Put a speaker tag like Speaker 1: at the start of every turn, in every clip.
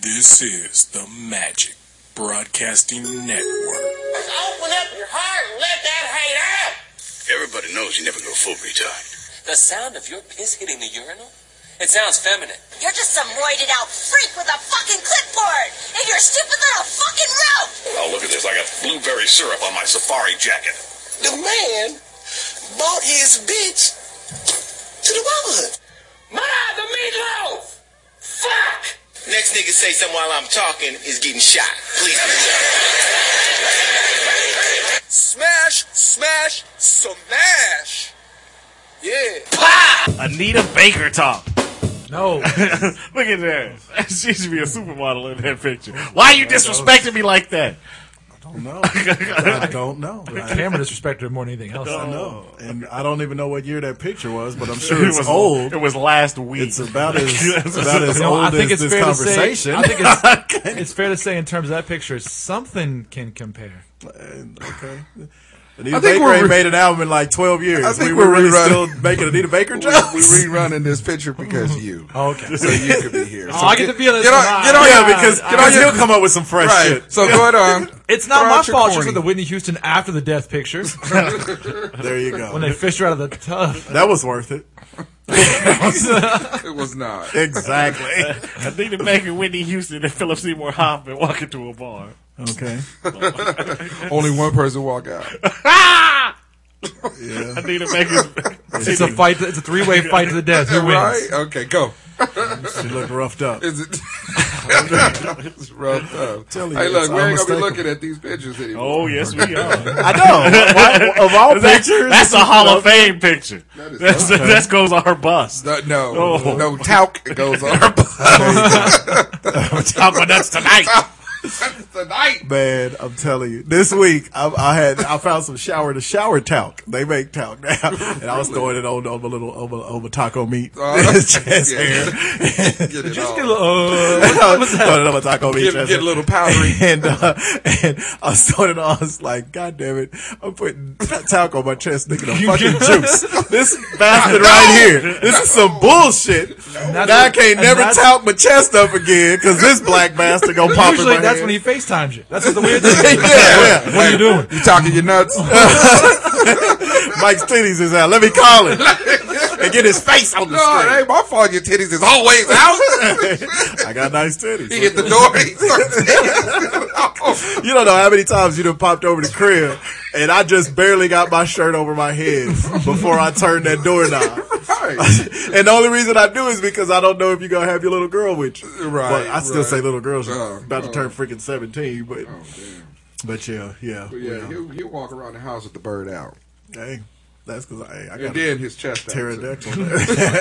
Speaker 1: This is the Magic Broadcasting Network.
Speaker 2: Open up your heart and let that hate out.
Speaker 3: Everybody knows you never go full retard.
Speaker 2: The sound of your piss hitting the urinal? It sounds feminine.
Speaker 4: You're just some roided out freak with a fucking clipboard and your stupid little fucking rope.
Speaker 3: Oh, look at this. I got blueberry syrup on my safari jacket.
Speaker 5: the man bought his bitch to the brotherhood.
Speaker 2: Ma, the meatloaf! Fuck!
Speaker 5: Next nigga say something while I'm talking is getting shot. Please do Smash, smash, smash. Yeah.
Speaker 6: Anita Baker top.
Speaker 7: No.
Speaker 6: Look at that. She should be a supermodel in that picture. Why you disrespecting me like that?
Speaker 8: don't know. I don't know. I
Speaker 7: Cameron disrespected her more than anything else.
Speaker 8: don't know. And I don't even know what year that picture was, but I'm
Speaker 6: It
Speaker 8: sure it's
Speaker 6: was
Speaker 8: old.
Speaker 6: It was last week.
Speaker 8: It's about as it's about as
Speaker 7: You know,
Speaker 8: old
Speaker 7: I think
Speaker 8: as
Speaker 7: it's
Speaker 8: this
Speaker 7: fair to say.
Speaker 8: conversation.
Speaker 7: I think it's, it's fair to say, in terms of that picture, something can compare.
Speaker 8: okay. Anita
Speaker 9: think
Speaker 8: Baker
Speaker 9: we're
Speaker 8: ain't
Speaker 9: re-
Speaker 8: made an album in like 12 years.
Speaker 9: I think
Speaker 8: we
Speaker 9: we're
Speaker 8: were really
Speaker 9: rerunning-
Speaker 8: still making Anita Baker
Speaker 9: We're
Speaker 8: jokes.
Speaker 9: rerunning this picture because of you.
Speaker 7: Okay.
Speaker 9: So you could be here.
Speaker 7: Oh, I get the feeling.
Speaker 9: Get
Speaker 7: it's
Speaker 9: on-
Speaker 7: not-
Speaker 9: get on
Speaker 8: Oh, yeah,
Speaker 9: your-
Speaker 8: because,
Speaker 9: get on
Speaker 8: because
Speaker 9: your-
Speaker 8: he'll come up with some fresh
Speaker 9: Right.
Speaker 8: shit.
Speaker 9: So go it on.
Speaker 7: It's not
Speaker 9: Throw
Speaker 7: my
Speaker 9: out your
Speaker 7: fault. She's
Speaker 9: corny.
Speaker 7: with the Whitney Houston after the death picture
Speaker 8: There you
Speaker 7: when
Speaker 8: go.
Speaker 7: they fished her out of the tub.
Speaker 8: That was worth it.
Speaker 9: It was not.
Speaker 8: Exactly.
Speaker 6: Anita Baker, Whitney Houston, and Philip Seymour Hoffman walking to a bar.
Speaker 8: okay.
Speaker 9: Only one person walk out.
Speaker 6: Anita Baker.
Speaker 7: It's a fight. It's a three-way fight to the death. Who wins?
Speaker 9: Right? Okay, go.
Speaker 8: She looked roughed up.
Speaker 9: Is it? it's rough up.
Speaker 8: Tell you,
Speaker 9: hey,
Speaker 8: it's
Speaker 9: look, we ain't gonna
Speaker 8: unmistakable.
Speaker 9: be looking at these pictures anymore.
Speaker 6: oh yes, we are.
Speaker 8: I know. Why- of all
Speaker 6: That-
Speaker 8: pictures,
Speaker 6: that's a Hall of Fame picture.
Speaker 9: That is
Speaker 6: That's, that goes on her bust.
Speaker 9: No, no,
Speaker 6: Oh.
Speaker 9: no talc goes on
Speaker 6: Top of nuts tonight.
Speaker 9: tonight.
Speaker 8: Man, I'm telling you, this week I, I had I found some shower to shower talc. They make talc now, and I was throwing it on on my little on my, on my taco meat
Speaker 9: Oh,
Speaker 8: chest
Speaker 9: yeah.
Speaker 8: hair.
Speaker 9: Get it
Speaker 7: Just
Speaker 9: on.
Speaker 7: get a little- uh,
Speaker 8: Throwing it on my taco meat
Speaker 9: Get-
Speaker 8: chest
Speaker 9: get
Speaker 8: hair.
Speaker 9: a little powdery.
Speaker 8: And, uh, and I was throwing it on. I was like, God damn it, I'm putting talc on my chest, thinking of fucking juice. This bastard right here. This is some bullshit.
Speaker 7: that's
Speaker 8: Now I
Speaker 7: what-
Speaker 8: can't
Speaker 7: and
Speaker 8: never
Speaker 7: that's-
Speaker 8: talk my chest up again because this black bastard gonna pop in
Speaker 7: Usually,
Speaker 8: my
Speaker 7: that's
Speaker 8: head.
Speaker 7: when he FaceTimes you. That's what the weird thing. is.
Speaker 8: yeah, yeah.
Speaker 7: What are you doing?
Speaker 9: You talking your nuts?
Speaker 8: Mike's titties is out. Let me call him and get his face on the
Speaker 9: no, it
Speaker 8: screen.
Speaker 9: ain't my fault. Your titties is always out.
Speaker 8: I got nice titties.
Speaker 9: He hit the door. He starts
Speaker 8: You don't know how many times you done popped over the crib, and I just barely got my shirt over my head before I turned that doorknob.
Speaker 9: Right.
Speaker 8: and the only reason I do is because I don't know if you're gonna have your little girl with you.
Speaker 9: Right,
Speaker 8: Well, I still
Speaker 9: right.
Speaker 8: say little girl. She's
Speaker 9: Oh,
Speaker 8: about to
Speaker 9: oh.
Speaker 8: turn freaking seventeen, but but yeah, yeah,
Speaker 9: Yeah, he'll, he'll walk around the house with the bird out.
Speaker 8: Hey, that's because I, I
Speaker 9: And
Speaker 8: got a
Speaker 9: then his chest out. too.
Speaker 8: pterodactyl.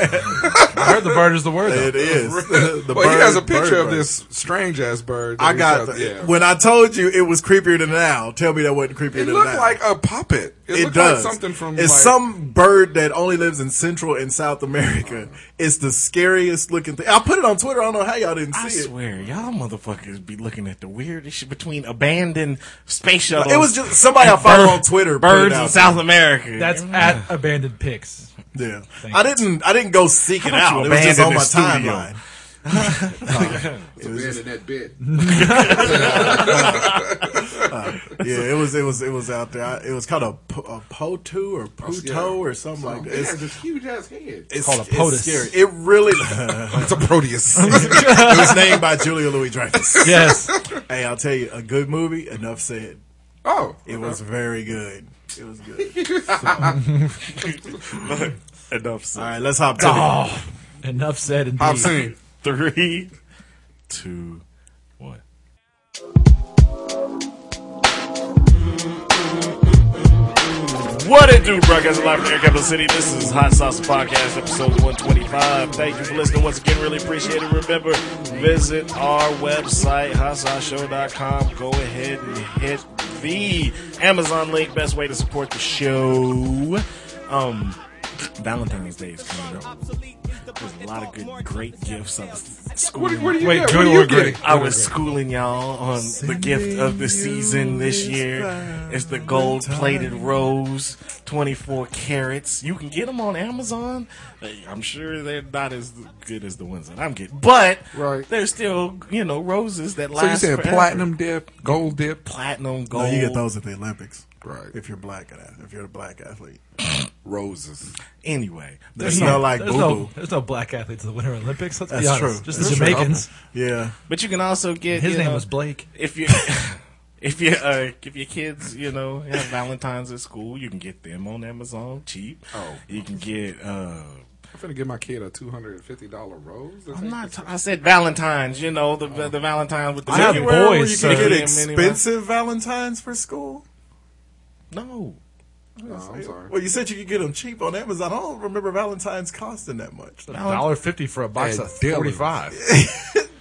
Speaker 7: I heard the bird is the word. though.
Speaker 8: it is. The
Speaker 9: well, he has a
Speaker 8: bird-
Speaker 9: picture
Speaker 8: bird
Speaker 9: of
Speaker 8: bird.
Speaker 9: this strange ass bird. that
Speaker 8: I
Speaker 9: he
Speaker 8: got
Speaker 9: shot- yeah.
Speaker 8: when I told you it was creepier than now. Tell me that wasn't creepier
Speaker 9: it
Speaker 8: than
Speaker 9: looked
Speaker 8: now.
Speaker 9: like a puppet. It,
Speaker 8: it
Speaker 9: looked
Speaker 8: does.
Speaker 9: like something from
Speaker 8: it's
Speaker 9: like,
Speaker 8: some bird that only lives in Central and South America.
Speaker 9: Uh-huh.
Speaker 8: It's the scariest looking thing. I put it on Twitter. I don't know how y'all didn't
Speaker 6: I
Speaker 8: see it.
Speaker 6: swear, y'all motherfuckers be looking at the weirdest shit between abandoned space shuttles.
Speaker 8: It was just somebody I follow on Twitter. put it
Speaker 6: Birds in
Speaker 8: out
Speaker 6: South America.
Speaker 7: That's at abandoned pics.
Speaker 8: there. Yeah, I didn't. I didn't go seek it
Speaker 6: about
Speaker 8: out. It
Speaker 6: you
Speaker 8: was just on my
Speaker 6: abandon the
Speaker 8: timeline.
Speaker 9: it was in that bed.
Speaker 8: Yeah, it was. It was. It was out there. I, it was called a, p- a potu or puto
Speaker 9: yeah.
Speaker 8: or something like that.
Speaker 9: It has
Speaker 8: Oh, It's,
Speaker 9: this huge ass head.
Speaker 8: it's
Speaker 7: Called a
Speaker 8: it's
Speaker 7: POTUS.
Speaker 8: scary. It really.
Speaker 9: It's a Proteus.
Speaker 8: it was named by Julia Louis Dreyfus.
Speaker 7: Yes.
Speaker 8: Hey, I'll tell you, a good movie. Enough said.
Speaker 9: oh,
Speaker 8: It was very good. It was good.
Speaker 6: enough
Speaker 8: All
Speaker 6: said.
Speaker 8: right, let's hop to
Speaker 7: Oh, enough said. Indeed.
Speaker 9: I'm saying
Speaker 6: Three, two, one. What it do, broadcasting live from Air Capital City. This is Hot Sauce Podcast, episode 125. Thank you for listening once again. Really appreciate it. Remember, visit our website, hotsauceshow.com. Go ahead and hit the Amazon link. Best way to support the show. Um, Valentine's Day is coming up. There's a lot of good, great gifts. I was schooling,
Speaker 9: What, what do you
Speaker 7: Wait,
Speaker 9: get?
Speaker 7: good
Speaker 9: what are
Speaker 7: or
Speaker 9: you
Speaker 7: great?
Speaker 9: getting?
Speaker 6: I was schooling y'all on the gift of the season this year. It's the gold plated rose, 24 carats. You can get them on Amazon. They- I'm sure they're not as good as the ones that I'm getting, but
Speaker 9: Right.
Speaker 6: they're still, you know, roses that
Speaker 9: So you
Speaker 6: last.
Speaker 9: said
Speaker 6: forever.
Speaker 9: platinum dip, gold dip.
Speaker 6: platinum, gold.
Speaker 8: No, you get those at the Olympics.
Speaker 9: Right.
Speaker 8: If you're black at if you're a black athlete.
Speaker 9: Roses.
Speaker 6: Anyway,
Speaker 8: There's no like
Speaker 7: there's
Speaker 8: boo boo.
Speaker 7: no there's no black athletes in the Winter Olympics. Let's be
Speaker 8: That's
Speaker 7: honest.
Speaker 8: true.
Speaker 7: Just
Speaker 8: That's
Speaker 7: the
Speaker 8: true.
Speaker 7: Jamaicans.
Speaker 8: Yeah.
Speaker 6: but you can also get
Speaker 7: His
Speaker 6: you
Speaker 7: name
Speaker 6: know,
Speaker 7: was Blake.
Speaker 6: if you if you uh, if your kids you know have Valentines at school, you can get them on Amazon cheap.
Speaker 9: Oh.
Speaker 6: you can get. uh
Speaker 9: I'm finna give my kid a two hundred and fifty dollar rose. That's
Speaker 6: I'm not. T- i am not I said Valentines. You know the the Valentine with the
Speaker 7: I have
Speaker 6: Mickey
Speaker 7: boys,
Speaker 6: where you can
Speaker 7: so-
Speaker 6: get
Speaker 8: Get
Speaker 6: them anyway.
Speaker 8: expensive Valentines for school?
Speaker 6: No,
Speaker 9: No, I'm sorry.
Speaker 8: Well, you said you could get them cheap on Amazon. I don't remember Valentines costing that much
Speaker 7: Dollar Oh, fifty for a box
Speaker 9: At
Speaker 7: of
Speaker 9: Dillard's.
Speaker 7: forty five.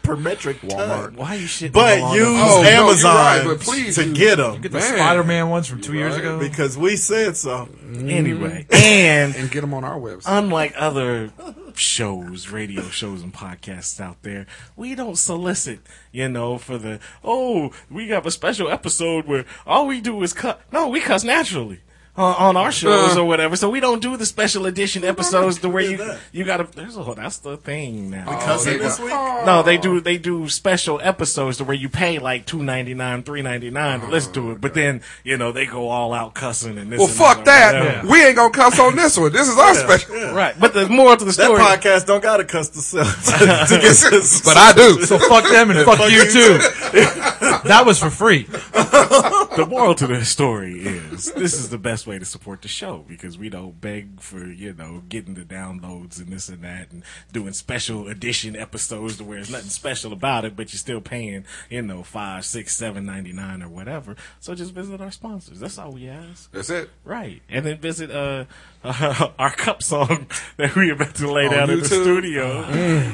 Speaker 8: per metric Walmart.
Speaker 6: why you shitting? all
Speaker 8: But
Speaker 6: on
Speaker 8: use
Speaker 6: them?
Speaker 9: Oh, no, you're
Speaker 8: Amazon
Speaker 9: right, but please
Speaker 8: to
Speaker 9: use-
Speaker 8: get them
Speaker 7: Get the
Speaker 9: Man.
Speaker 7: Spider Man ones from two years
Speaker 9: Right.
Speaker 7: ago.
Speaker 8: because we said so.
Speaker 6: anyway, and
Speaker 9: And get them on our website.
Speaker 8: Uh,
Speaker 6: unlike other shows, radio shows, and podcasts out there, we don't solicit, you know, for the, oh, we have a special episode where all we do is cut. No, we cuss naturally. On, on our shows or whatever, so we don't do the special edition episodes to where you
Speaker 8: that.
Speaker 6: you gotta. There's a that's the thing now.
Speaker 8: Cussing
Speaker 9: they
Speaker 8: this
Speaker 9: got-
Speaker 8: week?
Speaker 6: No,
Speaker 9: Oh.
Speaker 6: they do they do special episodes to where you pay like two ninety nine, three ninety nine to listen to it, but then you know they go all out cussing and this.
Speaker 9: Oh, well,
Speaker 6: and
Speaker 9: fuck
Speaker 6: that.
Speaker 9: that.
Speaker 6: or whatever.
Speaker 9: We ain't gonna cuss on this one. This is our special.
Speaker 6: Right, but the moral to the
Speaker 8: That
Speaker 6: story.
Speaker 8: podcast don't gotta cuss the self to get sus-
Speaker 9: But I do.
Speaker 7: so fuck them and fuck you too. that was for free.
Speaker 6: the moral to the story is this is the best way to support the show because we don't beg for you know getting the downloads and this and that and doing special edition episodes to where there's nothing special about it but you're still paying you know five six seven ninety nine or whatever so just visit our sponsors that's all we ask
Speaker 9: That's it.
Speaker 6: right and then visit uh, our cup song that we about to lay
Speaker 9: On
Speaker 6: down in the
Speaker 9: YouTube?
Speaker 6: studio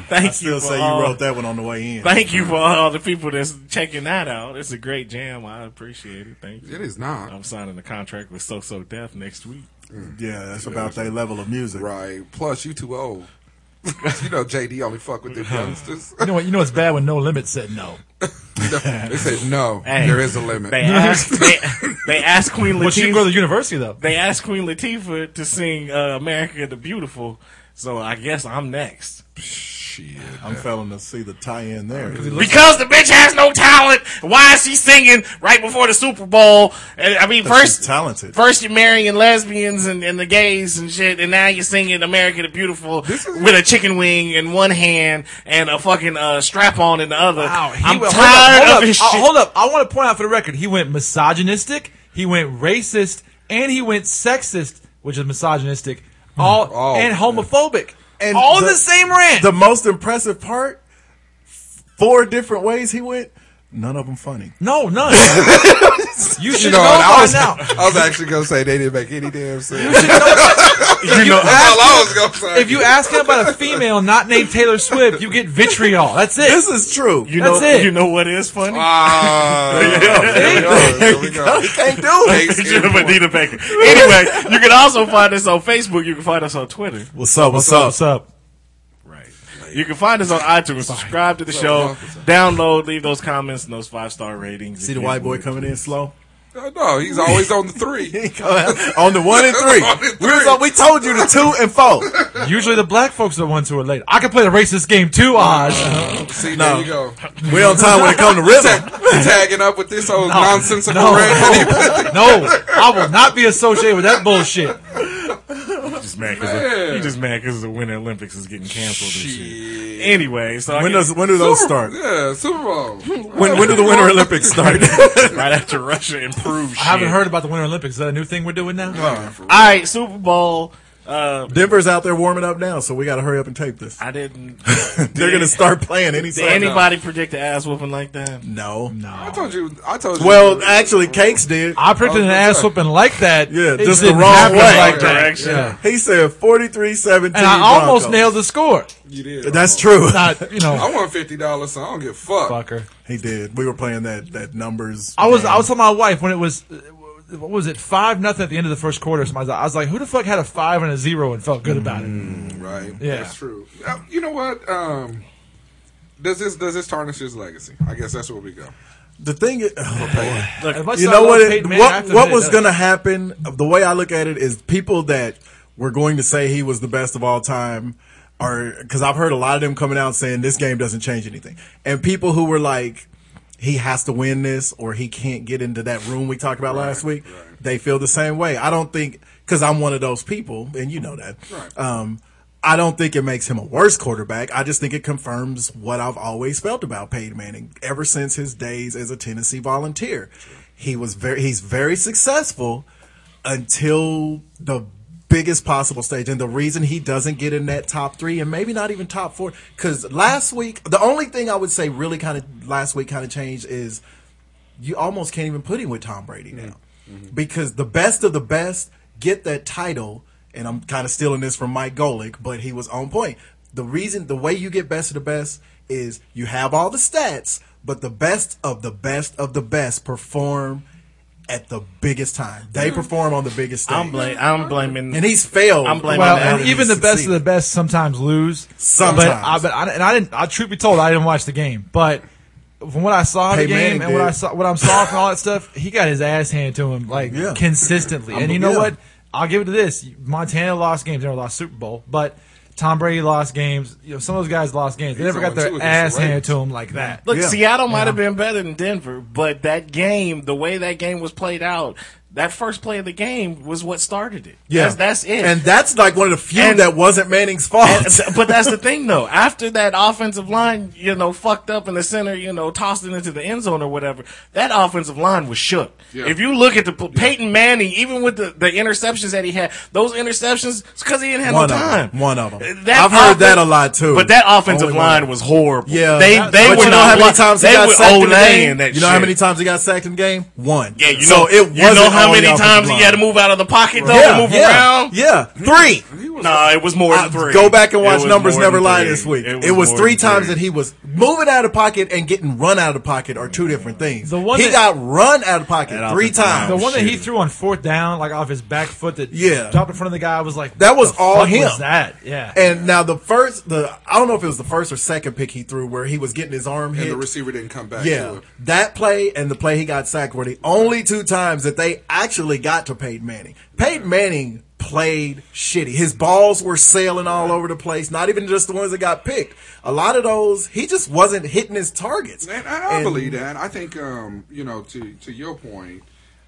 Speaker 6: thank
Speaker 8: Oh, I still
Speaker 6: you for
Speaker 8: say you
Speaker 7: Uh,
Speaker 6: all-
Speaker 8: wrote that one on the way in.
Speaker 6: Thank you for all the people that's checking that out. It's a great jam. I appreciate it. Thank you.
Speaker 9: It is not.
Speaker 8: Um,
Speaker 6: I'm signing a contract with So So Def next week.
Speaker 8: Yeah, that's about that level of music.
Speaker 9: Right. Plus, you too old. you know, JD only fuck with the youngsters.
Speaker 7: You know what? You know it's bad when No Limit said no.
Speaker 9: they said no.
Speaker 6: Hey,
Speaker 9: there is a limit.
Speaker 6: They asked, they, they asked Queen
Speaker 7: Well, she can go to
Speaker 6: Latifah.
Speaker 7: the university though.
Speaker 6: They asked Queen Latifah to sing uh, "America the Beautiful," so I guess I'm next
Speaker 9: Shit.
Speaker 8: I'm failing to see the tie-in there.
Speaker 6: because the bitch has no talent. Why is she singing right before the Super Bowl? And, I mean,
Speaker 8: First,
Speaker 6: first
Speaker 8: talented.
Speaker 6: First you're marrying lesbians and, and the gays and shit, and now you're singing America the Beautiful with a chicken wing in one hand and a fucking uh, strap on in the other. I'm
Speaker 7: went- hold up,
Speaker 6: tired
Speaker 7: hold
Speaker 6: of
Speaker 7: up,
Speaker 6: his
Speaker 7: uh,
Speaker 6: shit.
Speaker 7: hold up. I want to point out for the record, he went misogynistic, he went racist, and he went sexist, which is misogynistic, all
Speaker 9: Oh,
Speaker 7: and homophobic.
Speaker 8: And
Speaker 7: all in the same rant.
Speaker 8: The most impressive part: four different ways he went. None of them funny.
Speaker 7: no, none. you should
Speaker 9: No,
Speaker 7: know,
Speaker 9: and I
Speaker 7: by
Speaker 9: was,
Speaker 7: now.
Speaker 9: I was actually gonna say they didn't make any damn sense.
Speaker 7: You know-
Speaker 9: you know, all I was gonna say.
Speaker 7: if you ask him about a female not named Taylor Swift, you get vitriol. That's it.
Speaker 8: This is true.
Speaker 6: you
Speaker 7: that's
Speaker 6: know,
Speaker 7: it.
Speaker 6: You know what is funny?
Speaker 9: Ah, there we go. There we go. There we go.
Speaker 8: can't do it.
Speaker 9: Thanks,
Speaker 6: Picture of
Speaker 9: everyone.
Speaker 6: Anita Baker. Anyway, you can also find us on Facebook. You can find us on Twitter.
Speaker 8: What's up? What's, up?
Speaker 7: What's up?
Speaker 6: Right. You can find us on iTunes. Subscribe to the show. Download. Leave those comments and those five star ratings.
Speaker 8: See
Speaker 6: if
Speaker 8: the
Speaker 6: you
Speaker 8: white boy
Speaker 6: would.
Speaker 8: coming in slow.
Speaker 9: Oh, no, he's always on the three.
Speaker 8: on the one and three.
Speaker 9: On the
Speaker 8: We, was
Speaker 9: three.
Speaker 8: on- we told you the two and four.
Speaker 7: Usually the black folks are the ones who are late. I can play the racist game too, Oz.
Speaker 9: See,
Speaker 8: No.
Speaker 9: there you go.
Speaker 8: We on time when it come to rhythm.
Speaker 9: Tagging up with this old nonsensical
Speaker 7: No,
Speaker 9: rant.
Speaker 7: no, I will not be associated with that bullshit.
Speaker 6: Just mad 'cause the-
Speaker 9: Man.
Speaker 6: you just mad because the Winter Olympics is getting canceled this year.
Speaker 9: Shit.
Speaker 6: Anyway, so I
Speaker 8: When
Speaker 6: get-
Speaker 8: does when do those start?
Speaker 9: Yeah, Super Bowl.
Speaker 8: When when do the Winter Olympics start?
Speaker 6: right after Russia improves.
Speaker 7: I haven't heard about the Winter Olympics. Is that a new thing we're doing now?
Speaker 6: All right, Super Bowl. Uh,
Speaker 8: Denver's out there warming up now, so we got to hurry up and tape this.
Speaker 6: I didn't.
Speaker 8: They're gonna start playing any
Speaker 6: Did
Speaker 8: second.
Speaker 6: anybody predict the ass whooping like that?
Speaker 8: No, no.
Speaker 9: I told you. I told you.
Speaker 8: Well, actually, Cakes did.
Speaker 7: I predicted an ass whooping like that.
Speaker 8: Yeah,
Speaker 7: It
Speaker 8: just the
Speaker 7: didn't
Speaker 8: wrong
Speaker 7: happen
Speaker 8: way.
Speaker 7: Like that.
Speaker 6: Direction.
Speaker 7: Yeah.
Speaker 8: He said 43-17.
Speaker 7: And I almost nailed the score.
Speaker 9: you did.
Speaker 8: That's true.
Speaker 7: Not, you know,
Speaker 9: I won fifty dollars, so I don't give a fuck.
Speaker 7: fucker.
Speaker 8: He did. We were playing that that numbers.
Speaker 7: I was I was telling my wife when it was what was it five nothing at the end of the first quarter. So I was like- I was like, who the fuck had a five and a zero and felt good about it?
Speaker 9: Right.
Speaker 7: Yeah.
Speaker 9: That's true. Uh, you know what? Um, does this does this tarnish his legacy? I guess that's where we go.
Speaker 8: The thing is,
Speaker 7: As much
Speaker 8: you
Speaker 7: as
Speaker 8: know
Speaker 7: I love
Speaker 8: what? It,
Speaker 7: Peyton Manning, I have
Speaker 8: what
Speaker 7: to
Speaker 8: what
Speaker 7: admit it
Speaker 8: was
Speaker 7: does.
Speaker 8: going to happen? The way I look at it is, people that were going to say he was the best of all time are because I've heard a lot of them coming out saying this game doesn't change anything, and people who were like, he has to win this or he can't get into that room we talked about last week. They feel the same way. I don't think because I'm one of those people, and you know that.
Speaker 9: Right.
Speaker 8: Um, I don't think it makes him a worse quarterback. I just think it confirms what I've always felt about Peyton Manning ever since his days as a Tennessee volunteer. He was very he's very successful until the biggest possible stage. And the reason he doesn't get in that top three and maybe not even top four, because last week the only thing I would say really kind of last week kind of changed is you almost can't even put him with Tom Brady
Speaker 6: Mm-hmm.
Speaker 8: now because the best of the best get that title. And I'm kind of stealing this from Mike Golick, but he was on point. The reason, the way you get best of the best is you have all the stats, but the best of the best of the best perform at the biggest time. They
Speaker 7: Mm.
Speaker 8: perform on the biggest stage.
Speaker 6: I'm blaming. I'm blaming.
Speaker 8: and he's failed.
Speaker 6: I'm blaming
Speaker 7: Well,
Speaker 6: Manning
Speaker 7: and
Speaker 6: didn't
Speaker 7: even the best of the best sometimes lose.
Speaker 8: Sometimes.
Speaker 7: but I, but I, and I didn't. I truth be told, I didn't watch the game, but. From what I saw of the
Speaker 8: Hey,
Speaker 7: game
Speaker 8: Manning
Speaker 7: and what I
Speaker 8: did.
Speaker 7: saw, what I'm saw from all that stuff, he got his ass handed to him like
Speaker 8: Yeah.
Speaker 7: consistently. And you know
Speaker 8: yeah.
Speaker 7: what? I'll give it to this: Montana lost games, they never lost Super Bowl, but Tom Brady lost games. You know, some of those guys lost games. They never got
Speaker 9: on two
Speaker 7: their
Speaker 9: against the
Speaker 7: ass handed
Speaker 9: Ravens.
Speaker 7: to them like that.
Speaker 6: Look,
Speaker 8: Yeah.
Speaker 6: Seattle might have been better than Denver, but that game, the way that game was played out, that first play of the game was what started it.
Speaker 8: Yeah,
Speaker 6: That's, that's it.
Speaker 8: And that's like one of the few
Speaker 6: And-
Speaker 8: that wasn't Manning's fault.
Speaker 6: And- but that's the thing, though. After that offensive line, you know, fucked up in the center, you know, tossed it into the end zone or whatever, that offensive line was shook.
Speaker 9: Yeah.
Speaker 6: If you look at the Peyton Manning, even with the, the interceptions that he had, those interceptions, it's because he didn't have
Speaker 8: One
Speaker 6: no
Speaker 8: of 'em.
Speaker 6: time. Uh,
Speaker 8: One of 'em.
Speaker 6: That
Speaker 8: I've heard that a lot, too.
Speaker 6: But that offensive
Speaker 8: Only one.
Speaker 6: line was horrible.
Speaker 8: yeah,
Speaker 6: they
Speaker 8: That-
Speaker 6: they
Speaker 8: but
Speaker 6: were
Speaker 8: you know
Speaker 6: not
Speaker 8: how many
Speaker 6: like-
Speaker 8: times he
Speaker 6: they
Speaker 8: got
Speaker 6: were
Speaker 8: sacked in the game.
Speaker 6: olaying that
Speaker 8: you know how
Speaker 6: shit.
Speaker 8: many times he got sacked in the game? One.
Speaker 6: Yeah, you
Speaker 8: so
Speaker 6: know
Speaker 8: it.
Speaker 6: You know
Speaker 8: wasn't
Speaker 6: how
Speaker 8: on
Speaker 6: many
Speaker 8: the offensive
Speaker 6: times he
Speaker 8: line.
Speaker 6: had to move out of the pocket though
Speaker 8: yeah,
Speaker 6: to move
Speaker 8: yeah,
Speaker 6: around.
Speaker 8: Yeah, three.
Speaker 6: No, it was more than
Speaker 8: I-
Speaker 6: three.
Speaker 8: Go back and
Speaker 6: It
Speaker 8: watch
Speaker 6: was
Speaker 8: numbers
Speaker 6: more than
Speaker 8: never lie
Speaker 6: three.
Speaker 8: this week. It was, three times that he was moving out of pocket and getting run out of pocket are two different things.
Speaker 7: The one
Speaker 8: he
Speaker 7: that-
Speaker 8: got run out of pocket
Speaker 6: That
Speaker 8: three
Speaker 6: offensive line
Speaker 8: times.
Speaker 7: The one that he threw on fourth down, like off his back foot, that
Speaker 8: Oh, Yeah.
Speaker 7: dropped in front of the guy, I was like,
Speaker 8: That was
Speaker 7: "What the
Speaker 8: all
Speaker 7: fuck
Speaker 8: him."
Speaker 7: Was that yeah,
Speaker 8: And now the first, the I don't know if it was the first or second pick he threw where he was getting his arm hit.
Speaker 9: And the receiver didn't come back. To
Speaker 8: yeah,
Speaker 9: it.
Speaker 8: that play and the play he got sacked were the only two times that they actually got to Peyton Manning. Peyton Manning played shitty. His balls were sailing all over the place. Not even just the ones that got picked. A lot of those, he just wasn't hitting his targets.
Speaker 9: And I, I
Speaker 8: And-
Speaker 9: believe that. I think um, you know to to your point,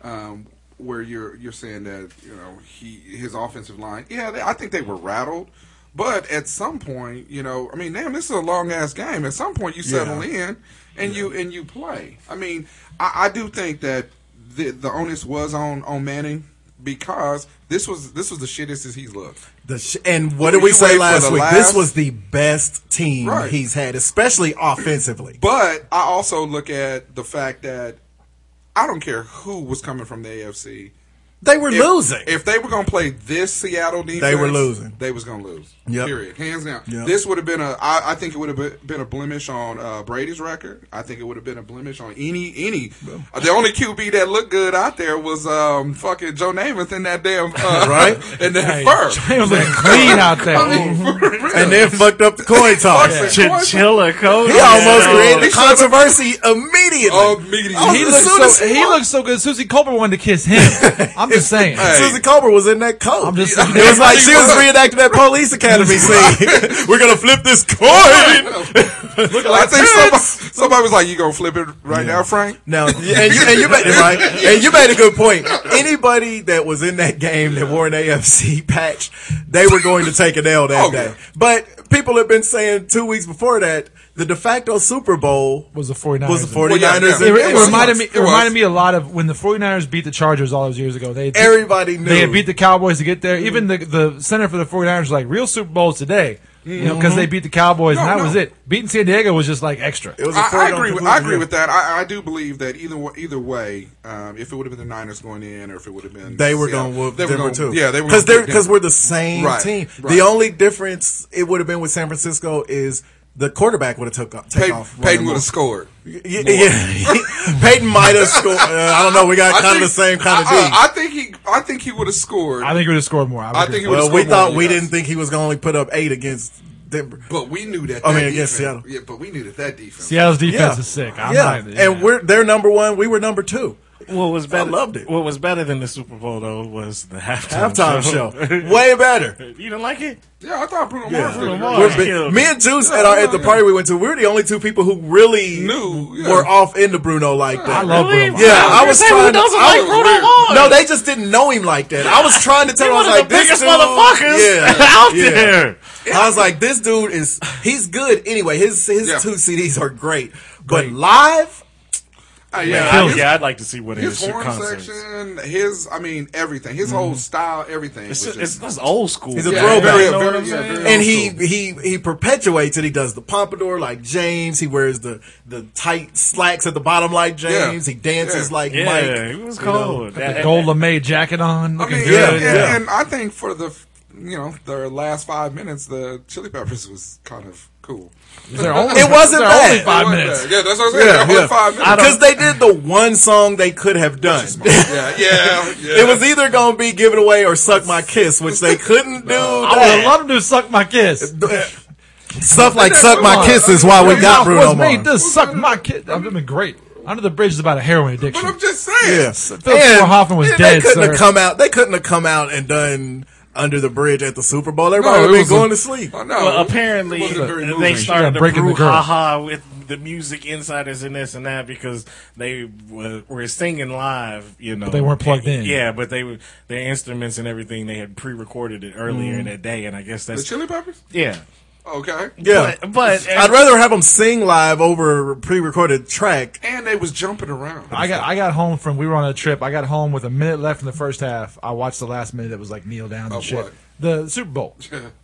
Speaker 9: um, where you're you're saying that you know he his offensive line. Yeah, they, I think they were rattled, but at some point, you know, I mean, damn, this is a long ass game. At some point, you settle in and you and you play. I mean, I, I do think that the the onus was on on Manning because this was this was the shittiest he's looked.
Speaker 8: The sh- and what
Speaker 9: You
Speaker 8: did we
Speaker 9: wait
Speaker 8: say
Speaker 9: for
Speaker 8: last
Speaker 9: the
Speaker 8: week? This
Speaker 9: last-
Speaker 8: was the best team
Speaker 9: Right.
Speaker 8: he's had, especially offensively.
Speaker 9: But I also look at the fact that I don't care who was coming from the AFC.
Speaker 8: They were
Speaker 9: If-
Speaker 8: losing.
Speaker 9: If they were gonna play this Seattle defense,
Speaker 8: They were losing.
Speaker 9: They was gonna lose.
Speaker 8: Yep.
Speaker 9: Period. Hands down.
Speaker 8: Yep.
Speaker 9: This would have been a. I, I think it would have been- been a blemish on uh, Brady's record. I think it would have been a blemish on any any. Uh, the only QB that looked good out there was um fucking Joe Namath in that damn uh,
Speaker 8: Right?
Speaker 9: in that
Speaker 7: Hey,
Speaker 9: fur.
Speaker 7: Trey was looking clean out there.
Speaker 9: I mean, for real.
Speaker 8: and then fucked up the coin toss.
Speaker 9: Yeah.
Speaker 6: Chinchilla coach.
Speaker 8: He almost
Speaker 9: Yeah.
Speaker 8: created
Speaker 9: They
Speaker 8: controversy immediately.
Speaker 9: Immediately.
Speaker 8: Oh,
Speaker 7: he
Speaker 8: as
Speaker 7: looks
Speaker 8: soon as
Speaker 7: so
Speaker 8: he
Speaker 7: he
Speaker 8: won-
Speaker 7: looks so good. Susie Culper wanted to kiss him. I'm just saying.
Speaker 9: Hey.
Speaker 8: Susie Culber was in that coat.
Speaker 7: I'm just-
Speaker 8: it was like she was reenacting that police academy scene. We're gonna flip this coin.
Speaker 9: I think somebody, somebody was like, "You gonna flip it right now, Frank?"
Speaker 8: Now, and you, and you made it right. And you made a good point. Anybody that was in that game that wore an AFC patch, they were going to take an L that
Speaker 9: Oh, yeah.
Speaker 8: day. But people have been saying two weeks before that the de facto Super Bowl
Speaker 7: Was the 49ers.
Speaker 8: was the
Speaker 9: Well,
Speaker 8: 49ers.
Speaker 9: yeah, yeah.
Speaker 8: and
Speaker 7: It,
Speaker 9: It
Speaker 7: it
Speaker 8: Seahawks.
Speaker 9: was.
Speaker 7: reminded me. It,
Speaker 9: It was.
Speaker 7: reminded me a lot of when the 49ers beat the Chargers all those years ago. They
Speaker 8: Everybody knew. Mm-hmm.
Speaker 7: they had beat the Cowboys to get there. Even the the center for the 49ers was like real Super Bowls today. You know,
Speaker 8: Mm-hmm.
Speaker 7: because they beat the Cowboys and
Speaker 9: No,
Speaker 7: that
Speaker 9: no.
Speaker 7: was it. Beating San Diego was just like extra.
Speaker 8: It was a
Speaker 9: I, I
Speaker 8: foregone
Speaker 9: agree. With, I
Speaker 8: conclusion.
Speaker 9: agree with that. I, I do believe that either wa- either way, um, if it would have been the Niners going in, or if it would have been
Speaker 8: They were
Speaker 9: Seattle,
Speaker 8: going to whoop
Speaker 9: they were
Speaker 8: Denver
Speaker 9: gonna-
Speaker 8: too.
Speaker 9: Yeah, they were
Speaker 8: because
Speaker 9: gonna
Speaker 8: they're
Speaker 9: whoop
Speaker 8: because
Speaker 9: Denver.
Speaker 8: we're the same
Speaker 9: Right,
Speaker 8: team.
Speaker 9: right.
Speaker 8: The only difference it would have been with San Francisco is the quarterback would have took off. Take
Speaker 9: Peyton,
Speaker 8: off running
Speaker 9: Peyton
Speaker 8: more.
Speaker 9: would have scored.
Speaker 8: Yeah, yeah. Peyton might have scored. Uh, I don't know. We got
Speaker 9: I
Speaker 8: kind
Speaker 9: think-
Speaker 8: of the same kind of
Speaker 9: I,
Speaker 8: deal.
Speaker 9: I, I think he. I think he would have scored.
Speaker 7: I think we would have scored more. I, would
Speaker 9: I
Speaker 7: agree.
Speaker 9: think it would
Speaker 8: well,
Speaker 9: have
Speaker 8: we
Speaker 9: scored more
Speaker 8: thought
Speaker 9: than
Speaker 8: we
Speaker 9: us.
Speaker 8: didn't think he was going to only put up eight against Denver.
Speaker 9: But we knew that.
Speaker 8: I
Speaker 9: that
Speaker 8: mean, against Seattle.
Speaker 9: defense- Yeah, but we knew that that defense.
Speaker 7: Seattle's defense
Speaker 8: Yeah.
Speaker 7: is sick. I'm
Speaker 8: yeah.
Speaker 7: not,
Speaker 8: and we're they're number one. We were number two.
Speaker 6: What was better?
Speaker 8: loved it.
Speaker 6: What was better than the Super Bowl though was the halftime,
Speaker 8: Halftime show, way better.
Speaker 6: You didn't like it?
Speaker 9: Yeah, I thought Bruno Mars did
Speaker 6: Bruno
Speaker 9: it.
Speaker 6: Mars.
Speaker 8: We're big.
Speaker 6: killed.
Speaker 8: Me and Juice at our at the party we went to, we were the only two people who really
Speaker 9: Knew, yeah.
Speaker 8: were off into Bruno like that.
Speaker 7: I love Bruno. Mars.
Speaker 8: Yeah, I was
Speaker 6: Say,
Speaker 8: trying.
Speaker 6: who
Speaker 8: To,
Speaker 6: doesn't
Speaker 8: I
Speaker 6: like
Speaker 8: was-
Speaker 6: Bruno Mars?
Speaker 8: No, they just didn't know him like that. I was trying to tell
Speaker 6: He
Speaker 8: him. I was
Speaker 6: one
Speaker 8: like,
Speaker 6: of the
Speaker 8: this
Speaker 6: biggest
Speaker 8: dude,
Speaker 6: motherfuckers out
Speaker 8: yeah.
Speaker 6: there.
Speaker 8: I was like, this dude is he's good anyway. His his
Speaker 9: Yeah.
Speaker 8: two CDs are great, but live,
Speaker 9: Uh, yeah,
Speaker 6: Hell
Speaker 9: his-
Speaker 6: yeah, I'd like to see what
Speaker 9: His
Speaker 6: his
Speaker 9: horn
Speaker 6: concert.
Speaker 9: section, his, I mean, everything, his
Speaker 8: Mm-hmm.
Speaker 9: whole style, everything.
Speaker 6: It's,
Speaker 9: was
Speaker 6: just,
Speaker 9: just-
Speaker 6: it's, it's old school.
Speaker 8: He's a
Speaker 6: Yeah.
Speaker 8: throwback.
Speaker 9: very-
Speaker 6: You know what
Speaker 9: very-
Speaker 6: I'm
Speaker 9: yeah,
Speaker 6: saying?
Speaker 9: very-
Speaker 8: and he he he perpetuates it. He does the pompadour like James. He wears the the tight slacks at the bottom like James.
Speaker 9: Yeah.
Speaker 8: He dances
Speaker 9: Yeah.
Speaker 8: like
Speaker 6: Yeah,
Speaker 8: Mike.
Speaker 6: it was
Speaker 8: you know.
Speaker 6: cold.
Speaker 7: The gold lame jacket on,
Speaker 9: I
Speaker 7: looking
Speaker 9: mean,
Speaker 7: good.
Speaker 9: yeah,
Speaker 8: yeah,
Speaker 9: and,
Speaker 8: yeah.
Speaker 9: and I think for the, you know, their last five minutes, the Chili Peppers was kind of cool.
Speaker 7: They're only-
Speaker 8: It wasn't
Speaker 7: they're
Speaker 8: bad.
Speaker 7: Only five
Speaker 9: Yeah,
Speaker 7: minutes.
Speaker 9: Yeah, that's what I'm saying.
Speaker 8: Yeah,
Speaker 9: Only
Speaker 8: yeah.
Speaker 9: five minutes.
Speaker 8: Because they did the one song they could have done.
Speaker 9: yeah, yeah, yeah.
Speaker 8: It was either gonna be "Give It Away" or "Suck My Kiss," which they couldn't do.
Speaker 7: I would have loved to suck my kiss.
Speaker 8: Stuff like
Speaker 9: Yeah,
Speaker 8: "Suck My
Speaker 9: come on.
Speaker 8: Kiss" is why we
Speaker 9: Yeah,
Speaker 8: got
Speaker 9: yeah,
Speaker 8: Bruno
Speaker 7: What's made
Speaker 8: Mars.
Speaker 7: this suck my kiss? That would have been great. Under the Bridge is about a heroin
Speaker 9: But
Speaker 7: addiction.
Speaker 9: I'm just saying.
Speaker 8: Yeah,
Speaker 7: Philip Seymour Hoffman was
Speaker 8: and
Speaker 7: dead,
Speaker 8: They couldn't
Speaker 7: sir.
Speaker 8: have come out. They couldn't have come out and done "Under the Bridge" at the Super Bowl.
Speaker 9: No,
Speaker 8: Everybody
Speaker 9: it
Speaker 8: would
Speaker 9: was
Speaker 8: have
Speaker 9: a-
Speaker 8: been going to sleep.
Speaker 9: I know.
Speaker 6: Well, apparently
Speaker 9: It wasn't very
Speaker 6: they
Speaker 9: moving.
Speaker 6: started
Speaker 7: Yeah,
Speaker 6: to
Speaker 7: breaking the girl.
Speaker 6: brouhaha with the music insiders and this and that because they were, were singing live, you know. But
Speaker 7: they weren't plugged in.
Speaker 6: Yeah, but they were their instruments and everything. They had pre-recorded it earlier
Speaker 7: Mm.
Speaker 6: in that day, and I guess
Speaker 9: The
Speaker 6: that's
Speaker 9: Chili Peppers?
Speaker 6: yeah.
Speaker 9: Okay.
Speaker 8: Yeah.
Speaker 6: but, but
Speaker 8: I'd rather have them sing live over a pre-recorded track.
Speaker 9: And they was jumping around.
Speaker 7: I got I got home from we were on a trip. I got home with a minute left in the first half. I watched the last minute that was like kneel down and
Speaker 9: Of
Speaker 7: shit.
Speaker 9: what?
Speaker 7: The Super Bowl.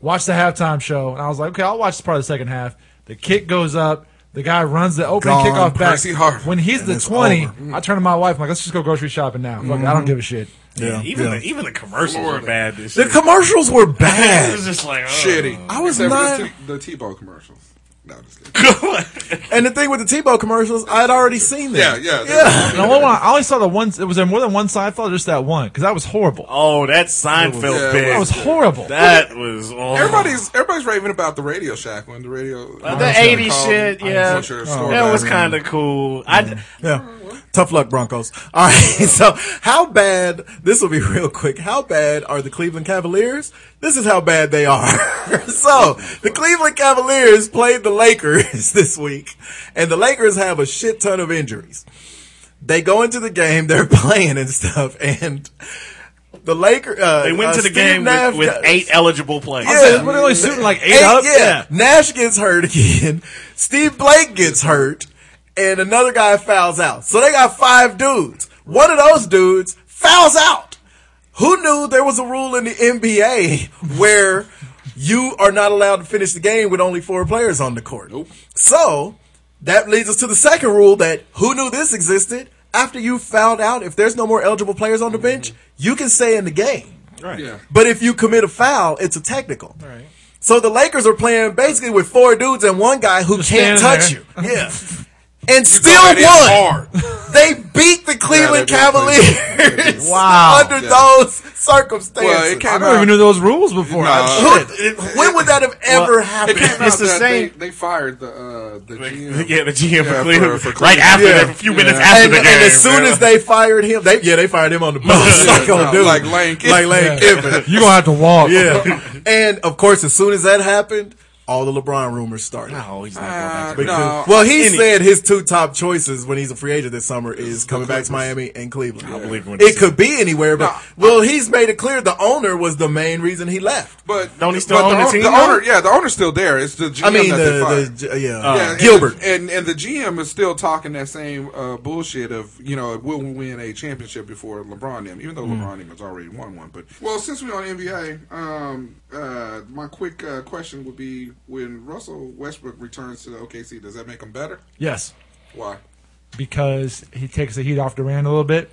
Speaker 7: watched the halftime show and I was like, okay, I'll watch this part of the second half. The kick goes up. The guy runs the opening
Speaker 8: Gone,
Speaker 7: kickoff back.
Speaker 9: Percy Harvin.
Speaker 7: When he's the
Speaker 8: it's
Speaker 7: twenty,
Speaker 8: over.
Speaker 7: I turn to my wife. I'm like, let's just go grocery shopping now. Fuck it, I don't give a shit.
Speaker 8: Yeah,
Speaker 6: even
Speaker 8: yeah.
Speaker 6: the, even the commercials were bad. This
Speaker 8: The
Speaker 6: year.
Speaker 8: commercials were
Speaker 6: It was
Speaker 8: bad,
Speaker 6: just like oh.
Speaker 9: Shitty.
Speaker 8: I was
Speaker 9: Except for
Speaker 8: not-
Speaker 9: The, T- the T-Bow commercials. No, I'm just kidding.
Speaker 8: and the thing with the Tebow commercials, I had already seen
Speaker 9: Yeah,
Speaker 8: them.
Speaker 9: yeah.
Speaker 7: And I, only, I only saw the one. It was there more than one Seinfeld, or just that one because that was horrible.
Speaker 6: Oh, that Seinfeld
Speaker 9: Yeah,
Speaker 6: bit.
Speaker 7: that was horrible.
Speaker 6: That was oh.
Speaker 9: Everybody's everybody's raving about the Radio Shack one. The radio.
Speaker 6: Uh, the '80s shit.
Speaker 9: I
Speaker 6: Yeah,
Speaker 9: butcher a story
Speaker 6: that
Speaker 9: back
Speaker 6: was
Speaker 9: then.
Speaker 6: kind of cool. I.
Speaker 8: Yeah. Tough luck, Broncos. All right. So, how bad, this will be real quick. How bad are the Cleveland Cavaliers? This is how bad they are. so, the Cleveland Cavaliers played the Lakers this week, and the Lakers have a shit ton of injuries. They go into the game, they're playing and stuff, and the Lakers, uh,
Speaker 6: They went
Speaker 8: uh,
Speaker 6: to the
Speaker 8: Steve
Speaker 6: game
Speaker 8: Nash
Speaker 6: with, with
Speaker 8: got-
Speaker 6: eight eligible players.
Speaker 7: Yeah, we're only shooting like eight, up.
Speaker 8: yeah. Nash gets hurt again. Steve Blake gets hurt. And another guy fouls out. So they got five dudes. One of those dudes fouls out. Who knew there was a rule in the NBA where you are not allowed to finish the game with only four players on the court? So that leads us to the second rule that who knew this existed? After you found out if there's no more eligible players on the bench, you can stay in the game.
Speaker 6: Right.
Speaker 9: Yeah.
Speaker 8: But if you commit a foul, it's a technical. So the Lakers are playing basically with four dudes and one guy who can't
Speaker 7: standing
Speaker 8: touch
Speaker 7: there.
Speaker 8: you. Yeah. And still
Speaker 9: That is
Speaker 8: won.
Speaker 9: hard.
Speaker 8: They beat the Cleveland
Speaker 9: Yeah, they did.
Speaker 8: Cavaliers
Speaker 7: Wow.
Speaker 8: under
Speaker 9: Yeah.
Speaker 8: those circumstances.
Speaker 9: Well, it
Speaker 7: I
Speaker 9: came
Speaker 7: never even
Speaker 9: out.
Speaker 7: knew those rules before.
Speaker 9: Nah.
Speaker 8: Who- when would that have ever happened?
Speaker 9: It came
Speaker 6: It's
Speaker 9: out
Speaker 6: the
Speaker 9: that
Speaker 6: same-
Speaker 9: They, they fired the uh, the GM.
Speaker 6: Yeah, the GM
Speaker 9: Yeah,
Speaker 6: for, Cleveland.
Speaker 9: for- for
Speaker 6: Right after
Speaker 8: Yeah.
Speaker 6: that, a few minutes
Speaker 9: Yeah.
Speaker 6: after
Speaker 8: and,
Speaker 6: the
Speaker 8: and
Speaker 6: game.
Speaker 8: as soon as they fired him, they yeah, they fired him on the bus.
Speaker 9: Yeah,
Speaker 8: Like, oh,
Speaker 9: no,
Speaker 8: dude.
Speaker 9: like Lane Kiffin.
Speaker 8: Like Lane Kiffin.
Speaker 7: You're gonna have to walk.
Speaker 8: Yeah. and of course, as soon as that happened, all the LeBron rumors started.
Speaker 6: oh, he's not
Speaker 8: Ah.
Speaker 6: going
Speaker 9: Uh,
Speaker 6: back to
Speaker 9: no,
Speaker 8: Because- well, he
Speaker 6: any-
Speaker 8: said his two top choices when he's a free agent this summer is coming back to Miami and Cleveland.
Speaker 6: believe when
Speaker 8: It
Speaker 6: it's-
Speaker 8: could be anywhere, but
Speaker 9: No.
Speaker 8: well, he's made it clear the owner was the main reason he left.
Speaker 9: but
Speaker 6: Don't he still
Speaker 9: but
Speaker 6: own the
Speaker 9: the, own-
Speaker 6: team
Speaker 9: The
Speaker 6: now?
Speaker 9: owner, yeah, the owner's still there. It's the GM
Speaker 8: I mean,
Speaker 9: that they
Speaker 8: the,
Speaker 9: fired.
Speaker 8: the,
Speaker 6: uh,
Speaker 8: yeah,
Speaker 9: Yeah, and
Speaker 8: Gilbert.
Speaker 9: the- and, and the GM is still talking that same uh, bullshit of you know will we win a championship before LeBron him, even though
Speaker 6: Mm-hmm.
Speaker 9: LeBron him has already won one. But well, since we're on NBA, um, uh, my quick uh, question would be: When Russell Westbrook returns to the OKC, does that make him better?
Speaker 7: Yes.
Speaker 9: Why?
Speaker 7: because he takes the heat off Durant a little bit.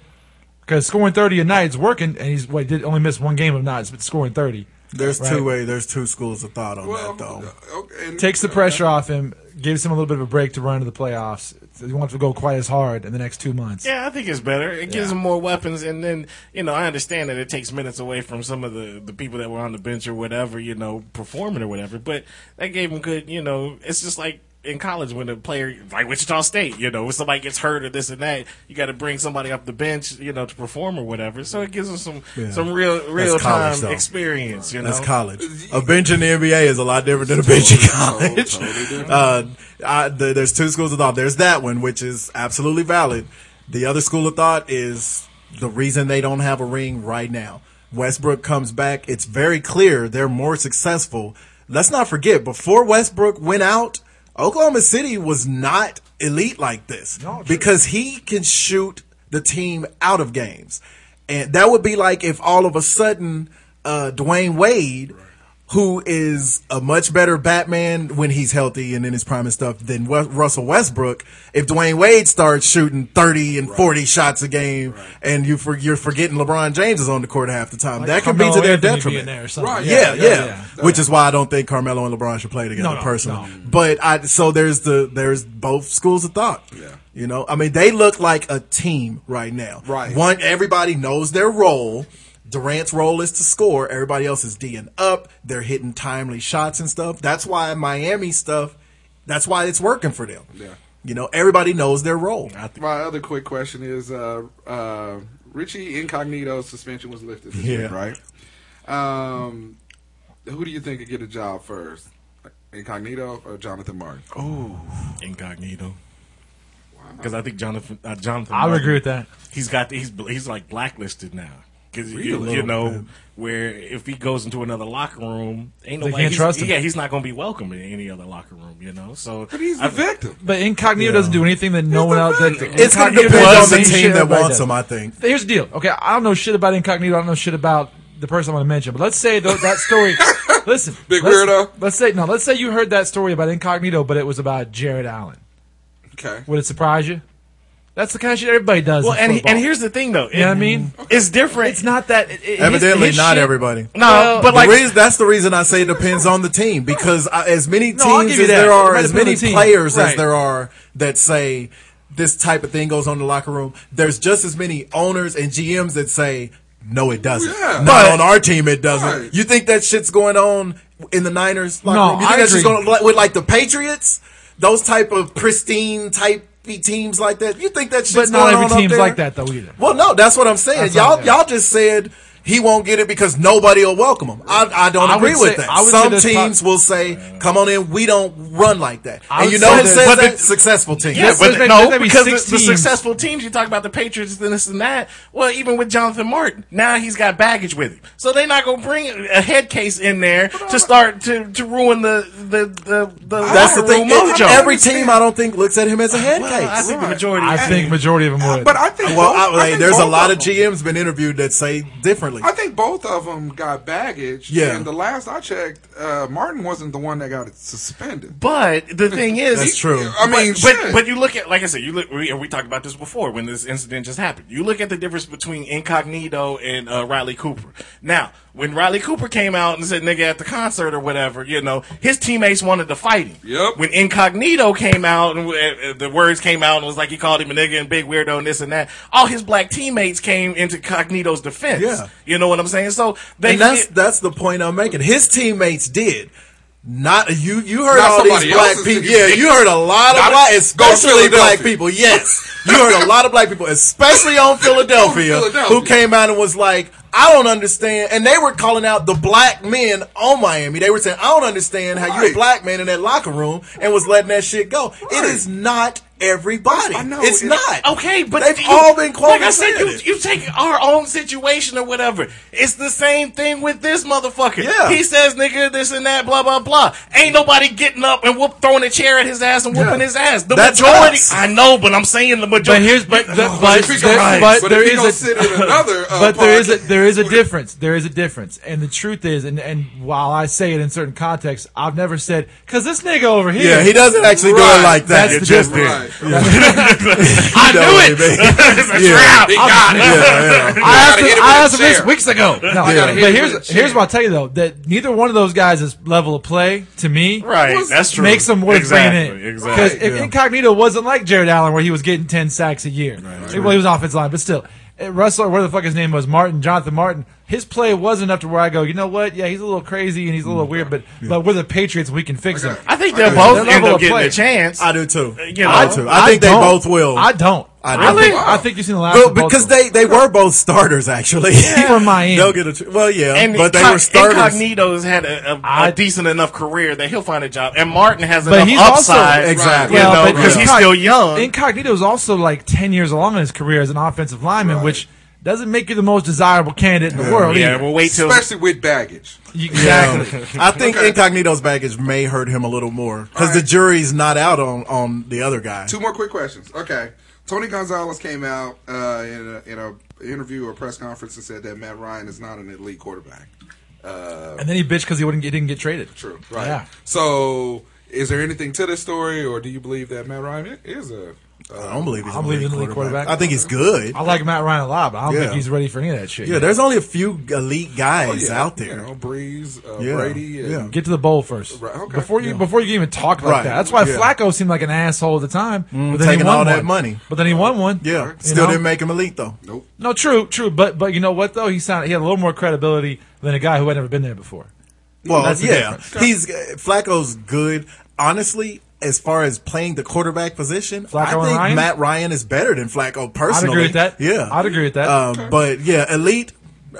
Speaker 7: Because scoring thirty a night is working, and he's what he did only miss one game of nights, but scoring thirty.
Speaker 8: There's
Speaker 7: Right.
Speaker 8: two way. There's two schools of thought on
Speaker 9: Well, uh,
Speaker 8: that though.
Speaker 9: Um, okay, and- uh,
Speaker 7: Takes the pressure off him, gives him a little bit of a break to run to the playoffs. He wants to go quite as hard in the next two months.
Speaker 6: Yeah, I think it's better. It gives them more weapons, and then you know I understand that it takes minutes away from some of the the people that were on the bench or whatever, you know, performing or whatever. But that gave them good, you know. It's just like in college when a player like Wichita State, you know, when somebody gets hurt or this and that, you got to bring somebody off the bench, you know, to perform or whatever. So it gives them some
Speaker 8: Yeah.
Speaker 6: some real real
Speaker 8: college,
Speaker 6: time
Speaker 8: though.
Speaker 6: experience, you know.
Speaker 9: uh,
Speaker 8: That's college. A bench in the NBA is a lot different than a bench
Speaker 9: Oh,
Speaker 8: in college. Uh, I, th- there's two schools of thought. There's that one, which is absolutely valid. The other school of thought is the reason they don't have a ring right now. Westbrook comes back. It's very clear they're more successful. Let's not forget, before Westbrook went out, Oklahoma City was not elite like this
Speaker 7: No, true.
Speaker 8: because he can shoot the team out of games. And that would be like if all of a sudden uh, Dwayne Wade, who is a much better Batman when he's healthy and in his prime and stuff than Wes- Russell Westbrook, if Dwayne Wade starts shooting 30 and 40 shots a game and you for- you're forgetting LeBron James is on the court half the time, that could be
Speaker 7: Carmelo
Speaker 8: to their
Speaker 7: Anthony being
Speaker 8: detriment.
Speaker 7: there or something.
Speaker 9: Right,
Speaker 8: Yeah, yeah,
Speaker 7: yeah.
Speaker 8: Which is why I don't think Carmelo and LeBron should play together
Speaker 7: No, no,
Speaker 8: personally.
Speaker 7: no.
Speaker 8: But I so there's the there's both schools of thought.
Speaker 9: Yeah.
Speaker 8: You know, I mean they look like a team right now.
Speaker 9: Right.
Speaker 8: One everybody knows their role. Durant's role is to score. Everybody else is D'ing up. They're hitting timely shots and stuff. That's why Miami stuff that's why it's working for them.
Speaker 9: Yeah.
Speaker 8: You know, everybody knows their role.
Speaker 9: My other quick question is: uh, uh, Richie Incognito's suspension was lifted this
Speaker 8: Yeah.
Speaker 9: week, right? Um, who do you think could get a job first, Incognito or Jonathan Martin?
Speaker 6: Incognito. Because I think Jonathan, uh, Jonathan,
Speaker 7: I would
Speaker 6: Martin-
Speaker 7: agree with that.
Speaker 6: He's got he's he's like blacklisted now. Because you,
Speaker 8: Really?
Speaker 6: you know where if he goes into another locker room, ain't nobody
Speaker 7: can't
Speaker 6: he's-
Speaker 7: trust him.
Speaker 6: Yeah, he's not going to be welcome in any other locker room. You know, so
Speaker 9: But he's the
Speaker 6: I-
Speaker 9: victim.
Speaker 7: But Incognito doesn't do anything that no
Speaker 9: He's
Speaker 7: one
Speaker 9: the
Speaker 7: else. That,
Speaker 9: villain.
Speaker 8: It's going to
Speaker 7: Incognito
Speaker 8: depend on
Speaker 7: does
Speaker 8: the
Speaker 7: same shit
Speaker 8: team that
Speaker 7: everybody
Speaker 8: wants
Speaker 7: does.
Speaker 8: them, I think.
Speaker 7: Here's the deal. Okay, I don't know shit about Incognito. I don't know shit about the person I'm going to mention. But let's say tho- that story. listen,
Speaker 9: Big
Speaker 7: let's,
Speaker 9: weirdo.
Speaker 7: Let's say no. Let's say you heard that story about Incognito, but it was about Jared Allen.
Speaker 9: Okay,
Speaker 7: Would it surprise you? That's the kind of shit everybody does.
Speaker 6: well,
Speaker 7: in
Speaker 6: and he,
Speaker 7: football.
Speaker 6: and here's the thing though,
Speaker 7: You know what I mean?
Speaker 6: it's different.
Speaker 7: It's not that. It, it,
Speaker 8: Evidently
Speaker 7: his, his
Speaker 8: not
Speaker 7: shit-
Speaker 8: everybody.
Speaker 6: no,
Speaker 7: Well,
Speaker 6: but like
Speaker 8: the reason, that's the reason I say it depends on the team because I, as many teams
Speaker 7: No, I'll give you
Speaker 8: as
Speaker 7: that.
Speaker 8: there are,
Speaker 7: It might
Speaker 8: as
Speaker 7: depend on
Speaker 8: many
Speaker 7: the team.
Speaker 8: players as
Speaker 7: Right.
Speaker 8: there are that say this type of thing goes on in the locker room. There's just as many owners and GMs that say no, it doesn't.
Speaker 9: Yeah.
Speaker 8: Not
Speaker 7: But-
Speaker 8: on our team, it doesn't.
Speaker 9: Right.
Speaker 8: You think that shit's going on in the Niners locker
Speaker 7: No,
Speaker 8: room? You think
Speaker 7: I
Speaker 8: that's just
Speaker 7: agree.
Speaker 8: going to, with like the Patriots, those type of pristine type teams like that? You think that shit's
Speaker 7: But
Speaker 8: going
Speaker 7: not
Speaker 8: on up
Speaker 7: every team's
Speaker 8: there?
Speaker 7: like that though either.
Speaker 8: Well, no, that's what I'm saying.
Speaker 7: That's
Speaker 8: y'all,
Speaker 7: all, yeah.
Speaker 8: y'all just said he won't get it because nobody will welcome him. I, I don't
Speaker 7: I would
Speaker 8: agree with
Speaker 7: say-
Speaker 8: that.
Speaker 7: I would say
Speaker 8: Some
Speaker 7: there's
Speaker 8: teams will say, "Come on in, we don't run like that."
Speaker 7: I
Speaker 8: and you
Speaker 7: would
Speaker 8: know
Speaker 7: say
Speaker 8: who
Speaker 7: there's-
Speaker 8: says
Speaker 7: but
Speaker 8: that? Successful teams.
Speaker 6: Yeah,
Speaker 7: Yes,
Speaker 6: but
Speaker 7: there's
Speaker 6: no,
Speaker 7: gonna be
Speaker 6: because
Speaker 7: six
Speaker 6: the, the
Speaker 7: teams.
Speaker 6: successful teams you talk about the Patriots and this and that. Well, even with Jonathan Martin, now he's got baggage with him, so they're not gonna bring a head case in there to start to, to ruin the the the, the
Speaker 8: that's the
Speaker 6: locker
Speaker 8: thing.
Speaker 6: room mojo.
Speaker 8: Every team, I don't think looks at him as a head
Speaker 6: well, I
Speaker 8: case.
Speaker 6: think the majority.
Speaker 7: I think majority of them would.
Speaker 9: Uh, but I think
Speaker 8: Well,
Speaker 9: both-
Speaker 8: I,
Speaker 9: think
Speaker 8: there's a
Speaker 9: both
Speaker 8: lot of
Speaker 9: them-
Speaker 8: GMs been interviewed that say differently.
Speaker 9: I think both of them got baggage.
Speaker 8: Yeah.
Speaker 9: And the last I checked, uh, Martin wasn't the one that got it suspended.
Speaker 6: but the thing is,
Speaker 8: That's true.
Speaker 9: I mean,
Speaker 6: but,
Speaker 9: shit.
Speaker 6: but you look at like I said, you look. We, we talked about this before when this incident just happened. You look at the difference between Incognito and uh, Riley Cooper. Now, when Riley Cooper came out and said "nigga" at the concert or whatever, you know, his teammates wanted to fight him.
Speaker 9: Yep.
Speaker 6: When Incognito came out and uh, uh, the words came out and was like he called him a nigga and big weirdo and this and that, all his black teammates came into Cognito's defense.
Speaker 8: Yeah.
Speaker 6: You know what I'm saying? So they
Speaker 8: and that's
Speaker 6: did-
Speaker 8: that's the point I'm making. His teammates did. Not you. You heard
Speaker 9: Not
Speaker 8: all these
Speaker 9: somebody
Speaker 8: black
Speaker 9: else's
Speaker 8: people.
Speaker 9: team.
Speaker 8: Yeah, you heard a lot of
Speaker 9: Not-
Speaker 8: black,
Speaker 9: go
Speaker 8: especially black
Speaker 9: Philadelphia.
Speaker 8: people. Yes, you heard a lot of black people, especially on Philadelphia,
Speaker 9: Philadelphia.
Speaker 8: who came out and was like, "I don't understand." And they were calling out the black men on Miami. They were saying, "I don't understand how you a
Speaker 9: Right.
Speaker 8: black man in that locker room and was letting that shit go." It
Speaker 9: Right.
Speaker 8: is not everybody.
Speaker 9: I know,
Speaker 8: It's
Speaker 9: it-
Speaker 8: not
Speaker 6: Okay, but
Speaker 8: They've
Speaker 6: you-
Speaker 8: all been quoted
Speaker 6: Like I said,
Speaker 8: saying
Speaker 6: you,
Speaker 8: it.
Speaker 6: you take our own situation or whatever. It's the same thing with this motherfucker.
Speaker 8: Yeah.
Speaker 6: He says nigga this and that, blah blah blah. Ain't nobody getting up and whoop throwing a chair at his ass and whooping
Speaker 8: Yeah.
Speaker 6: his ass. The
Speaker 8: That's
Speaker 6: majority
Speaker 8: us.
Speaker 6: I know, but I'm saying the
Speaker 7: But
Speaker 6: majority
Speaker 7: here's but the, but,
Speaker 9: But Oh, if he goes-
Speaker 7: there- but
Speaker 9: but
Speaker 7: there
Speaker 9: if he
Speaker 7: is
Speaker 9: gonna
Speaker 7: a
Speaker 9: sit in another, uh,
Speaker 7: but there is a
Speaker 9: podcast-
Speaker 7: there is a difference. There is a difference, and the truth is, and and while I say it in certain contexts, I've never said because this nigga over here.
Speaker 8: Yeah, he doesn't actually do it
Speaker 9: Right.
Speaker 8: like that.
Speaker 7: That's the
Speaker 8: It just
Speaker 7: difference.
Speaker 8: did.
Speaker 9: Right.
Speaker 7: it. I
Speaker 8: You know
Speaker 7: knew
Speaker 8: what I mean?
Speaker 7: it.
Speaker 10: It's a
Speaker 8: Yeah.
Speaker 10: trap.
Speaker 2: They got it.
Speaker 8: yeah, yeah.
Speaker 7: I asked,
Speaker 2: gotta hit
Speaker 7: him,
Speaker 2: him
Speaker 7: I
Speaker 2: with
Speaker 7: asked
Speaker 2: a
Speaker 7: him this
Speaker 2: chair.
Speaker 7: weeks ago. No, I
Speaker 8: Yeah.
Speaker 7: gotta hit
Speaker 2: him
Speaker 7: but
Speaker 2: with
Speaker 7: here's
Speaker 2: a
Speaker 7: here's
Speaker 2: chair.
Speaker 7: what I'll tell you though that neither one of those guys is level of play to me.
Speaker 6: Right, that's true.
Speaker 7: Makes them worth
Speaker 6: exactly,
Speaker 7: bringing in.
Speaker 6: Exactly.
Speaker 7: Because if Incognito wasn't like Jared Allen, where he was getting 10 sacks a year, well, he was offensive line, but still, Uh, Russell, or where the fuck his name was, Martin, Jonathan Martin, his play was enough to where I go, you know what? Yeah, he's a little crazy and he's a little weird, but but we're the Patriots, we can fix him.
Speaker 6: I think they'll
Speaker 7: They're
Speaker 6: both
Speaker 7: not
Speaker 6: end
Speaker 7: gonna
Speaker 6: up getting
Speaker 7: play.
Speaker 6: a chance.
Speaker 8: I do too.
Speaker 6: You know,
Speaker 8: I do too. I, think they
Speaker 7: don't.
Speaker 8: both will.
Speaker 7: I don't.
Speaker 8: I
Speaker 7: I,
Speaker 8: don't.
Speaker 7: think, I think you've seen the last.
Speaker 8: Well,
Speaker 7: of both
Speaker 8: because
Speaker 7: of them.
Speaker 8: they, they were both starters actually
Speaker 7: For Miami.
Speaker 8: They'll get a tr- well, yeah,
Speaker 6: and
Speaker 8: but they
Speaker 6: Inco-
Speaker 8: were starters.
Speaker 6: Incognito's had a, a,
Speaker 7: I-
Speaker 6: a decent enough career that he'll find a job, and Martin has
Speaker 7: But
Speaker 6: enough
Speaker 7: he's also-
Speaker 6: upside,
Speaker 8: Exactly.
Speaker 6: You
Speaker 7: Well,
Speaker 6: know,
Speaker 7: but
Speaker 6: because he's
Speaker 7: Incog-
Speaker 6: still young.
Speaker 7: Incognito is also like 10 years along in his career as an offensive lineman, which doesn't make you the most desirable candidate in the world.
Speaker 6: yeah,
Speaker 7: either.
Speaker 6: we'll wait till
Speaker 9: Especially with baggage.
Speaker 7: exactly.
Speaker 8: I think Incognito's baggage may hurt him a little more because the jury's not out on, on the other guy.
Speaker 9: Two more quick questions. Okay. Tony Gonzalez came out uh, in a, in a interview or press conference and said that Matt Ryan is not an elite quarterback.
Speaker 7: And then he bitched because he wouldn't get, didn't get traded.
Speaker 9: True. Right.
Speaker 7: Yeah.
Speaker 9: So, is there anything to this story, or do you believe that Matt Ryan is a?
Speaker 8: I don't believe he's
Speaker 7: I
Speaker 8: an
Speaker 7: believe
Speaker 8: elite
Speaker 7: he's an elite
Speaker 8: quarterback.
Speaker 7: quarterback.
Speaker 8: I think he's good.
Speaker 7: I like Matt Ryan a lot, but I don't
Speaker 8: Yeah.
Speaker 7: think he's ready for any of that shit.
Speaker 8: Yeah,
Speaker 7: yet.
Speaker 8: there's only a few elite guys Oh, out
Speaker 9: You
Speaker 8: there.
Speaker 9: know, Breeze, uh,
Speaker 8: Yeah.
Speaker 9: Brady, and
Speaker 8: Yeah.
Speaker 7: Get to the bowl first.
Speaker 9: Right, okay.
Speaker 7: Before you before you can even talk about
Speaker 8: Right,
Speaker 7: that. That's why
Speaker 8: yeah. Mm,
Speaker 7: Flacco seemed like an asshole at the time. but then he
Speaker 8: taking
Speaker 7: won
Speaker 8: all that
Speaker 7: one.
Speaker 8: money.
Speaker 7: But then he won one.
Speaker 8: Yeah,
Speaker 7: You
Speaker 8: still
Speaker 7: know?
Speaker 8: didn't make him elite though.
Speaker 9: nope.
Speaker 7: No, true, true. But but you know what though? He sounded he had a little more credibility than a guy who had never been there before.
Speaker 8: Well,
Speaker 7: That's the
Speaker 8: yeah,
Speaker 7: difference.
Speaker 8: he's uh, Flacco's good. Honestly, as far as playing the quarterback position, I
Speaker 7: and
Speaker 8: think
Speaker 7: Ryan?
Speaker 8: Matt Ryan is better than Flacco personally.
Speaker 7: with that.
Speaker 8: Yeah,
Speaker 7: I'd agree with that.
Speaker 8: Um, But yeah, elite.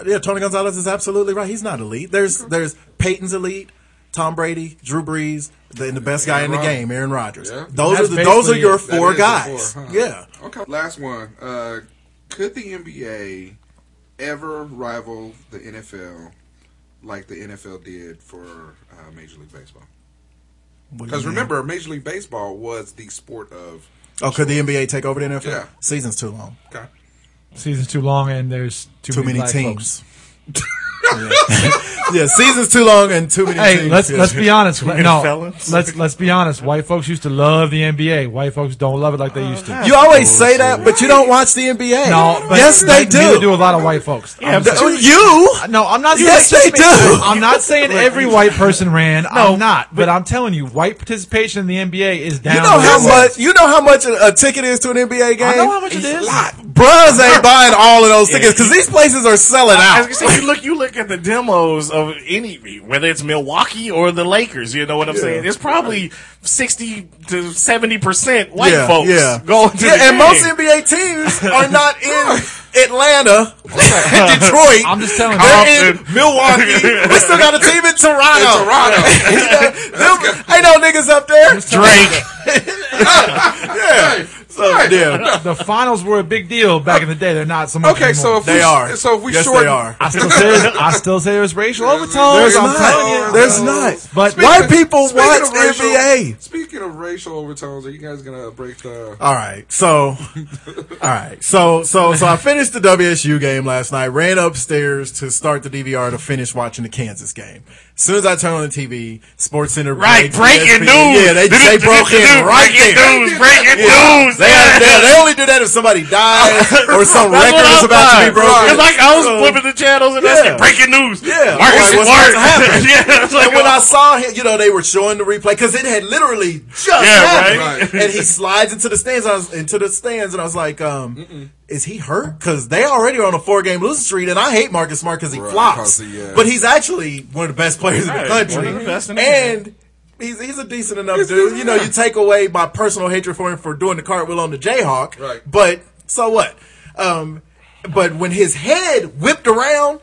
Speaker 8: Yeah, Tony Gonzalez is absolutely right. He's not elite. There's
Speaker 9: Mm-hmm.
Speaker 8: there's Peyton's elite. Tom Brady, Drew Brees, the, and the best guy in the
Speaker 9: Rodgers.
Speaker 8: game, Aaron Rodgers.
Speaker 9: Yeah.
Speaker 8: Those are
Speaker 7: That's
Speaker 8: the, those are
Speaker 7: basically
Speaker 8: your
Speaker 7: it.
Speaker 9: That
Speaker 8: four
Speaker 9: is a
Speaker 8: guys.
Speaker 9: four, huh?
Speaker 8: Yeah.
Speaker 9: Okay. Last one. Uh, could the NBA ever rival the NFL like the NFL did for uh, Major League Baseball?
Speaker 8: What do
Speaker 9: Because
Speaker 8: you mean?
Speaker 9: remember, Major League Baseball was the sport of.
Speaker 8: oh, could the NBA take over the NFL?
Speaker 9: Yeah.
Speaker 8: Season's too long.
Speaker 9: Okay.
Speaker 7: Season's too long and there's too,
Speaker 8: too many
Speaker 7: black folks.
Speaker 8: teams. yeah. Yeah, season's too long and too many
Speaker 7: Hey,
Speaker 8: teams.
Speaker 7: let's
Speaker 8: yeah.
Speaker 7: let's be honest.
Speaker 6: many
Speaker 7: No,
Speaker 6: felons.
Speaker 7: let's let's be honest. White folks used to love the NBA. White folks don't love it like they
Speaker 8: Oh,
Speaker 7: used to.
Speaker 8: You always say that, but you don't watch the NBA.
Speaker 7: No, but
Speaker 8: yes, they
Speaker 7: neither- neither do
Speaker 8: do.
Speaker 7: a lot of white folks. I'm
Speaker 6: but-
Speaker 7: sorry.
Speaker 8: You?
Speaker 7: No, I'm not.
Speaker 8: Yes,
Speaker 7: saying,
Speaker 8: they do.
Speaker 7: I'm not saying every white person ran. I'm not, but I'm telling you, white participation in the NBA is down.
Speaker 8: You know
Speaker 7: the
Speaker 8: how
Speaker 7: river.
Speaker 8: much? You know how much a a ticket is to an NBA game?
Speaker 7: I know how much it is.
Speaker 8: Bruhs ain't buying all of those tickets because these places are selling
Speaker 6: I was
Speaker 8: out.
Speaker 6: gonna say, you look, you look at the demos of any, whether it's Milwaukee or the Lakers. You know what I'm saying? It's probably sixty to seventy percent white
Speaker 8: yeah,
Speaker 6: folks
Speaker 8: yeah.
Speaker 6: going to
Speaker 8: yeah,
Speaker 6: the
Speaker 8: and most
Speaker 6: game.
Speaker 8: NBA teams are not in Atlanta, Detroit.
Speaker 7: I'm just telling you.
Speaker 8: They're in
Speaker 6: Compton.
Speaker 8: Milwaukee. We still got a team in Toronto.
Speaker 9: Toronto.
Speaker 8: Them, ain't no niggas up there.
Speaker 6: Drake.
Speaker 8: Yeah. So, yeah.
Speaker 7: The finals were a big deal back in the day. They're not so much.
Speaker 9: Okay, so
Speaker 7: anymore.
Speaker 9: if we,
Speaker 8: They are.
Speaker 9: So if we
Speaker 8: yes,
Speaker 9: shorten,
Speaker 8: they are.
Speaker 7: I still say I still say there's racial overtones.
Speaker 8: There's
Speaker 7: I'm
Speaker 8: not.
Speaker 7: telling you,
Speaker 8: There's not.
Speaker 7: But
Speaker 8: Speaking White
Speaker 9: of-
Speaker 8: people
Speaker 9: speaking
Speaker 8: watch
Speaker 9: of racial-
Speaker 8: NBA.
Speaker 9: Speaking of racial overtones, are you guys gonna break the?
Speaker 8: All right. So, all right. So, so, so I finished the WSU game last night, ran upstairs to start the DVR to finish watching the Kansas game. As soon as I turn on the TV, Sports Center. E
Speaker 6: Right, breaking news.
Speaker 8: Yeah, they, they broke in right
Speaker 6: breaking
Speaker 8: there.
Speaker 6: News, breaking news.
Speaker 8: They, they, they only do that if somebody dies or some record is about to be broken.
Speaker 6: It's like I was
Speaker 8: So-
Speaker 6: flipping the channels and that's
Speaker 8: Yeah.
Speaker 6: like breaking news.
Speaker 8: Yeah,
Speaker 6: Marcus
Speaker 8: like, what's about
Speaker 6: Smart.
Speaker 8: to happen?
Speaker 6: yeah, it's like
Speaker 8: and when I saw him, you know, they were showing the replay because it had literally just happened.
Speaker 6: right.
Speaker 8: And he slides into the stands. I was into the stands, and I was like, um, "Is he hurt?" Because they already are on a four-game losing streak, and I hate Marcus Smart because he
Speaker 9: Right,
Speaker 8: flops.
Speaker 9: 'cause he, uh,
Speaker 8: But he's actually one of the best players in the
Speaker 6: Right,
Speaker 8: country,
Speaker 6: one of the best in the
Speaker 8: and. He's, he's a decent enough dude. You know, you take away my personal hatred for him for doing the cartwheel on the Jayhawk.
Speaker 9: Right.
Speaker 8: But so what? Um, but when his head whipped around,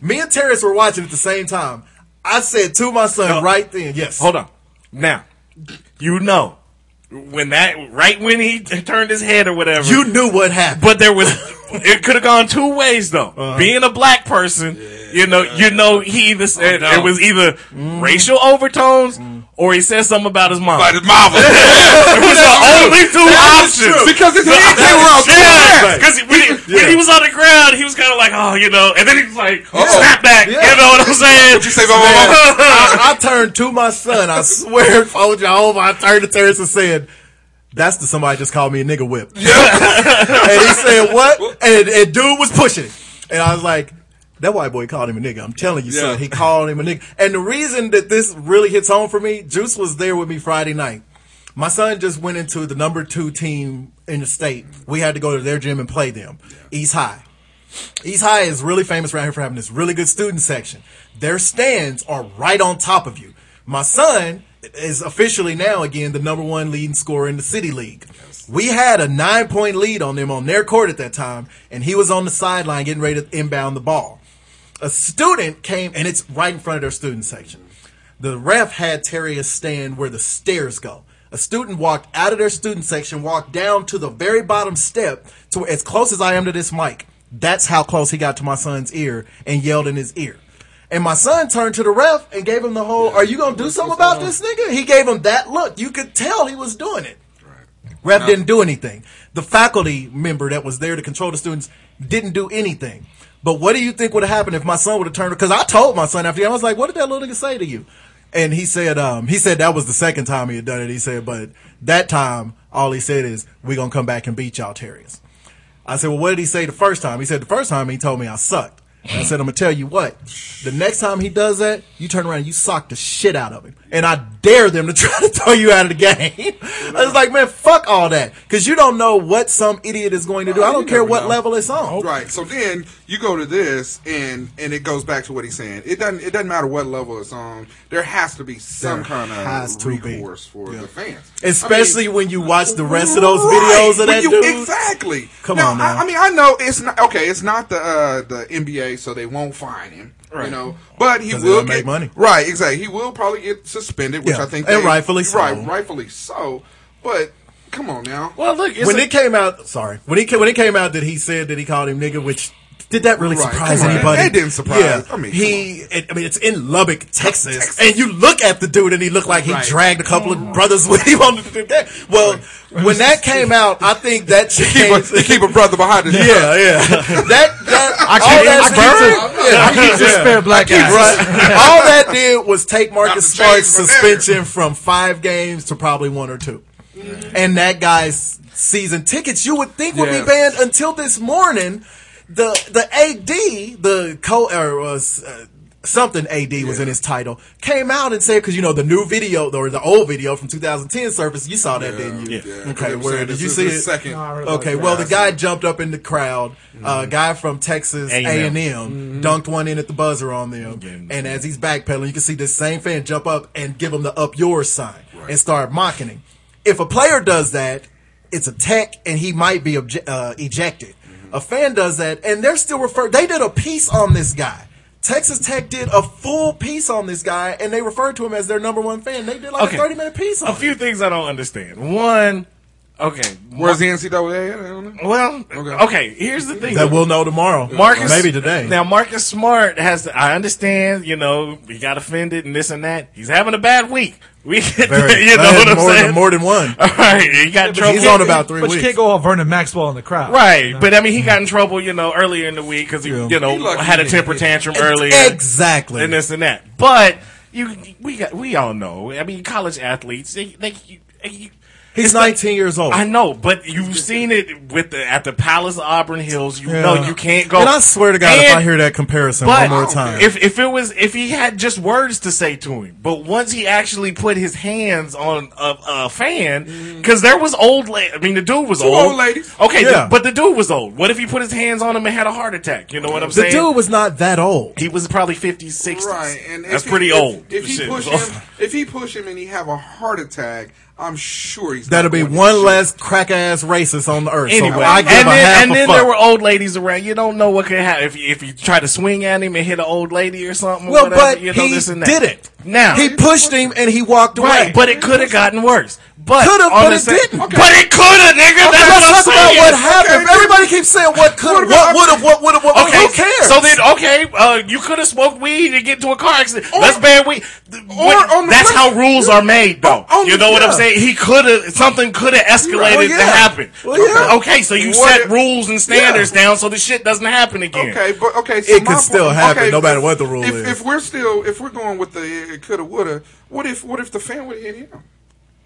Speaker 8: me and Terrence were watching at the same time. I said to my son right then, yes.
Speaker 6: Hold on. Now, you know when that right when he t- turned his head or whatever.
Speaker 8: You knew what happened.
Speaker 6: but there was it could have gone two ways though. Being a black person, you know, you know he either said it was either racial overtones or he said something about his mom.
Speaker 2: By the Marvel.
Speaker 6: It was the only two options.
Speaker 9: Because his hand came around too
Speaker 6: Yeah,
Speaker 9: fast.
Speaker 6: because when, he- when he was on the ground, he was kind of like, oh, you know, and then he was like, snap back. You know what I'm saying?
Speaker 9: You say, "Blah, blah, blah."
Speaker 8: I, I turned to my son. I swear, told y'all, I turned to Terrence and said, That's the somebody just called me a nigga whip. and he said what? And, and dude was pushing it. And I was like, that white boy called him a nigga. I'm telling you, son.
Speaker 9: Yeah.
Speaker 8: He called him a nigga. And the reason that this really hits home for me, Juice was there with me Friday night. My son just went into the number two team in the state. We had to go to their gym and play them. East High. East High is really famous around here for having this really good student section. Their stands are right on top of you. My son is officially now again the number one leading scorer in the city league. We had a nine point lead on them on their court at that time, and he was on the sideline getting ready to inbound the ball. A student came, and it's right in front of their student section. The ref had Terrius stand where the stairs go. A student walked out of their student section, walked down to the very bottom step, to as close as I am to this mic. That's how close he got to my son's ear and yelled in his ear. And my son turned to the ref and gave him the whole, "Are you gonna do something about this nigga?" He gave him that look. You could tell he was doing it. Ref didn't do anything. The faculty member that was there to control the students didn't do anything. But what do you think would have happened if my son would have turned? Because I told my son after the game, I was like, "What did that little nigga say to you?" And he said, um, he said that was the second time he had done it. He said, but that time, all he said is, "We're gonna come back and beat y'all, Terriers." I said, well, what did he say the first time? He said, the first time he told me I sucked. And I said, I'm going to tell you what. The next time he does that, you turn around and you sock the shit out of him. And I dare them to try to throw you out of the game. I was like, man, fuck all that. Because you don't know what some idiot is going to do. I
Speaker 9: you
Speaker 8: don't care
Speaker 9: never
Speaker 8: what
Speaker 9: know.
Speaker 8: level it's on.
Speaker 9: Right. So then you go to this, and and it goes back to what he's saying. It doesn't it doesn't matter what level it's on. There has to be some
Speaker 8: There
Speaker 9: kind
Speaker 8: has
Speaker 9: of
Speaker 8: to be.
Speaker 9: recourse for the fans,
Speaker 8: Especially
Speaker 9: I mean,
Speaker 8: when you watch the rest of those videos of that
Speaker 9: Right. When you-
Speaker 8: dude.
Speaker 9: Exactly.
Speaker 8: Come
Speaker 9: Now,
Speaker 8: on now.
Speaker 9: I, I mean, I know it's not okay. It's not the uh, the NBA, so they won't fine him. You know, but he
Speaker 8: 'Cause
Speaker 9: will
Speaker 8: it'll make
Speaker 9: get-
Speaker 8: money.
Speaker 9: Right. Exactly. He will probably get suspended, which
Speaker 8: Yeah,
Speaker 9: I think
Speaker 8: and
Speaker 9: they-
Speaker 8: rightfully so.
Speaker 9: Right. Rightfully so. But come on now.
Speaker 6: Well, look, it's
Speaker 8: when
Speaker 6: a-
Speaker 8: it came out, sorry, when it ca- when it came out that he said that he called him nigga, which did that really
Speaker 9: Right,
Speaker 8: surprise
Speaker 9: come on.
Speaker 8: anybody?
Speaker 9: It didn't surprise-
Speaker 8: Yeah,
Speaker 9: I mean,
Speaker 8: he. It, I mean, it's in Lubbock, Texas, and you look at the dude, and he looked like he
Speaker 9: Right. Mm-hmm.
Speaker 8: dragged a couple of brothers with him on the that. Well, when that came out, I think that
Speaker 9: But
Speaker 8: changed.
Speaker 9: they keep a brother behind his back.
Speaker 8: Yeah, yeah. That that all
Speaker 7: keep
Speaker 8: that
Speaker 7: his bird.
Speaker 8: did- yeah,
Speaker 7: I keep the spare black guys.
Speaker 8: Right. All that did was take Marcus
Speaker 9: Not the change
Speaker 8: Smart's
Speaker 9: from
Speaker 8: suspension from five games to probably one or two. And that guy's season tickets, you would think would
Speaker 9: Mm-hmm. Yeah.
Speaker 8: be banned until this morning. The the AD, the co or uh, s- uh, something AD was in his title, came out and said because you know the new video or the old video from 2010 surfaced. You saw that, didn't you? Okay,
Speaker 9: I'm
Speaker 8: where
Speaker 9: saying
Speaker 8: did
Speaker 9: this
Speaker 8: you
Speaker 9: is
Speaker 8: see
Speaker 9: the
Speaker 8: it?
Speaker 9: Second.
Speaker 8: Okay, well, the guy jumped up in the crowd. A
Speaker 6: Mm-hmm.
Speaker 8: guy from Texas A and
Speaker 6: A&M. Mm-hmm.
Speaker 8: M dunked one in at the buzzer on them, and as he's backpedaling, you can see this same fan jump up and give him the "up yours" sign and start mocking him. If a player does that, it's a tech, and he might be obje- uh, ejected.
Speaker 6: Mm-hmm.
Speaker 8: A fan does that, and they're still referred. They did a piece on this guy. Texas Tech did a full piece on this guy, and they referred to him as their number one fan. They did like
Speaker 6: Okay.
Speaker 8: a thirty minute piece on
Speaker 6: a few things I don't understand. One, okay,
Speaker 9: Where's the NCAA? I don't know.
Speaker 6: well,
Speaker 9: Okay.
Speaker 6: okay. here's the thing.
Speaker 8: it. That we'll know tomorrow,
Speaker 6: Marcus,
Speaker 8: maybe today.
Speaker 6: Now, Marcus Smart has. To, I understand, you know, he got offended and this and that. He's having a bad week. We,
Speaker 8: Very-
Speaker 6: you know what I'm
Speaker 8: more than-
Speaker 6: saying?
Speaker 8: more than one.
Speaker 6: All right, he got trouble.
Speaker 8: He's on about three
Speaker 7: but
Speaker 8: weeks.
Speaker 7: you can't go all Vernon Maxwell in the crowd.
Speaker 6: Right, but I mean, he got in trouble, you know, earlier in the week because he, you
Speaker 9: He
Speaker 6: know,
Speaker 9: lucky
Speaker 6: had a
Speaker 9: he
Speaker 6: temper tantrum earlier.
Speaker 8: Exactly.
Speaker 6: and this and that. But you, we got, we all know. I mean, college athletes, they, they you, you,
Speaker 8: He's 19 years old.
Speaker 6: I know, but you've seen it with the at the Palace of Auburn Hills. You
Speaker 8: Yeah.
Speaker 6: know, you can't go.
Speaker 8: And I swear to God, if
Speaker 6: And-
Speaker 8: I hear that comparison
Speaker 6: but
Speaker 8: one more time,
Speaker 6: If if it was if he had just words to say to him, but once he actually put his hands on a, a fan, because there was old. La- I mean, the dude was old.
Speaker 9: Mm. old ladies.
Speaker 6: Okay,
Speaker 8: Yeah.
Speaker 6: the- but the dude was old. What if he put his hands on him and had a heart attack? You know what I'm
Speaker 8: the
Speaker 6: saying?
Speaker 8: dude was not that old.
Speaker 6: he was probably 50s, 60s.
Speaker 9: Right, and if
Speaker 6: that's
Speaker 9: he-
Speaker 6: pretty
Speaker 9: if-
Speaker 6: old.
Speaker 9: If he
Speaker 6: Shit.
Speaker 9: push him, if he push him and he have a heart attack, I'm sure he's.
Speaker 8: That'll
Speaker 9: not
Speaker 8: be
Speaker 9: going to
Speaker 8: one
Speaker 9: shoot.
Speaker 8: less crack ass racist on the earth.
Speaker 6: Anyway,
Speaker 8: so I give
Speaker 6: and
Speaker 8: a half
Speaker 6: then, and
Speaker 8: a
Speaker 6: then
Speaker 8: fuck.
Speaker 6: there were old ladies around. You don't know what could happen if you, if you try to swing at him and hit an old lady or something. or
Speaker 8: well,
Speaker 6: whatever,
Speaker 8: but
Speaker 6: you know,
Speaker 8: he
Speaker 6: this and that.
Speaker 8: did it.
Speaker 6: Now
Speaker 8: he pushed him and he walked away.
Speaker 6: right, but it could have gotten worse. But
Speaker 8: Coulda,
Speaker 6: on
Speaker 8: but
Speaker 6: the
Speaker 8: it
Speaker 6: same-
Speaker 8: didn't. Okay.
Speaker 6: But it could have, nigga. that's
Speaker 8: let's talk about
Speaker 6: what I'm saying.
Speaker 8: what happened. Everybody keeps saying what could, what would have, what would have, what would've.
Speaker 6: Okay,
Speaker 8: Who cares?
Speaker 6: so then okay, uh, you could have smoked weed and get into a car accident. Let's ban weed. Th- what-
Speaker 9: on the
Speaker 6: that's
Speaker 9: flip-
Speaker 6: how rules are made, though.
Speaker 8: on
Speaker 6: you
Speaker 8: the-
Speaker 6: know what I'm
Speaker 8: Oh, yeah.
Speaker 6: saying? He could have something could have escalated
Speaker 8: Well, yeah.
Speaker 6: to happen.
Speaker 8: Well, yeah.
Speaker 6: Okay, so you
Speaker 9: What
Speaker 6: set
Speaker 9: if-
Speaker 6: rules and standards down so the shit doesn't happen again.
Speaker 9: Okay, but okay, so
Speaker 8: It could
Speaker 9: my
Speaker 8: still
Speaker 9: point-
Speaker 8: happen,
Speaker 9: okay,
Speaker 8: no matter
Speaker 9: if-
Speaker 8: what the rule
Speaker 9: if,
Speaker 8: is.
Speaker 9: If we're still, if we're going with the it coulda woulda, what if what if the fan would hit him?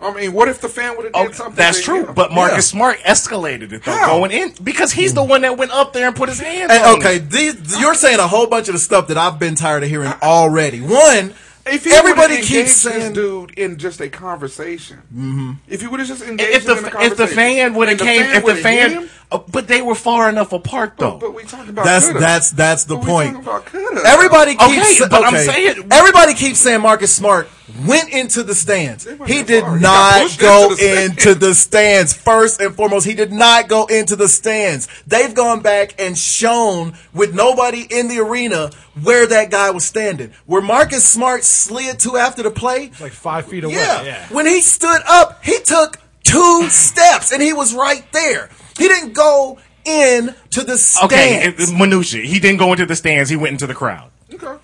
Speaker 9: I mean, what if the fan would have did
Speaker 6: Oh,
Speaker 9: something?
Speaker 6: that's
Speaker 9: that-
Speaker 6: true.
Speaker 9: yeah.
Speaker 6: But Marcus Smart escalated it though,
Speaker 9: How?
Speaker 6: going in because he's the one that went up there and put his hands.
Speaker 8: And,
Speaker 9: Um,
Speaker 6: on
Speaker 8: okay,
Speaker 6: him.
Speaker 8: these, you're saying a whole bunch of the stuff that I've been tired of hearing already. One,
Speaker 9: If he
Speaker 8: everybody
Speaker 9: would've
Speaker 8: keeps
Speaker 9: engaged this
Speaker 8: saying, Mm-hmm.
Speaker 9: dude in just a conversation, if he would have just engaged
Speaker 6: If
Speaker 9: him
Speaker 6: the
Speaker 9: in a
Speaker 6: if
Speaker 9: conversation,
Speaker 6: the fan would have
Speaker 9: and the
Speaker 6: came,
Speaker 9: fan
Speaker 6: if the
Speaker 9: would've hit
Speaker 6: fan,
Speaker 9: him,
Speaker 6: uh, but they were far enough apart though.
Speaker 9: but we talking about
Speaker 8: Oh. that's
Speaker 9: coulda.
Speaker 8: that's that's the
Speaker 9: But we
Speaker 8: point.
Speaker 9: talking about coulda.
Speaker 8: Everybody
Speaker 6: Okay,
Speaker 8: keeps
Speaker 6: but I'm saying-
Speaker 8: everybody keeps saying Marcus Smart went into the stands.
Speaker 9: went
Speaker 8: He
Speaker 9: that
Speaker 8: did
Speaker 9: far. He got
Speaker 8: not
Speaker 9: pushed
Speaker 8: go
Speaker 9: into the
Speaker 8: into the stands. First and foremost, he did not go into the stands. They've gone back and shown with nobody in the arena where that guy was standing. Where Marcus Smart slid to after the play,
Speaker 7: like five feet away.
Speaker 8: yeah. When he stood up, he took two steps and he was right there. He didn't go in to the stands.
Speaker 6: Okay, it- it- minutia. He didn't go into the stands. He went into the crowd.
Speaker 9: Okay.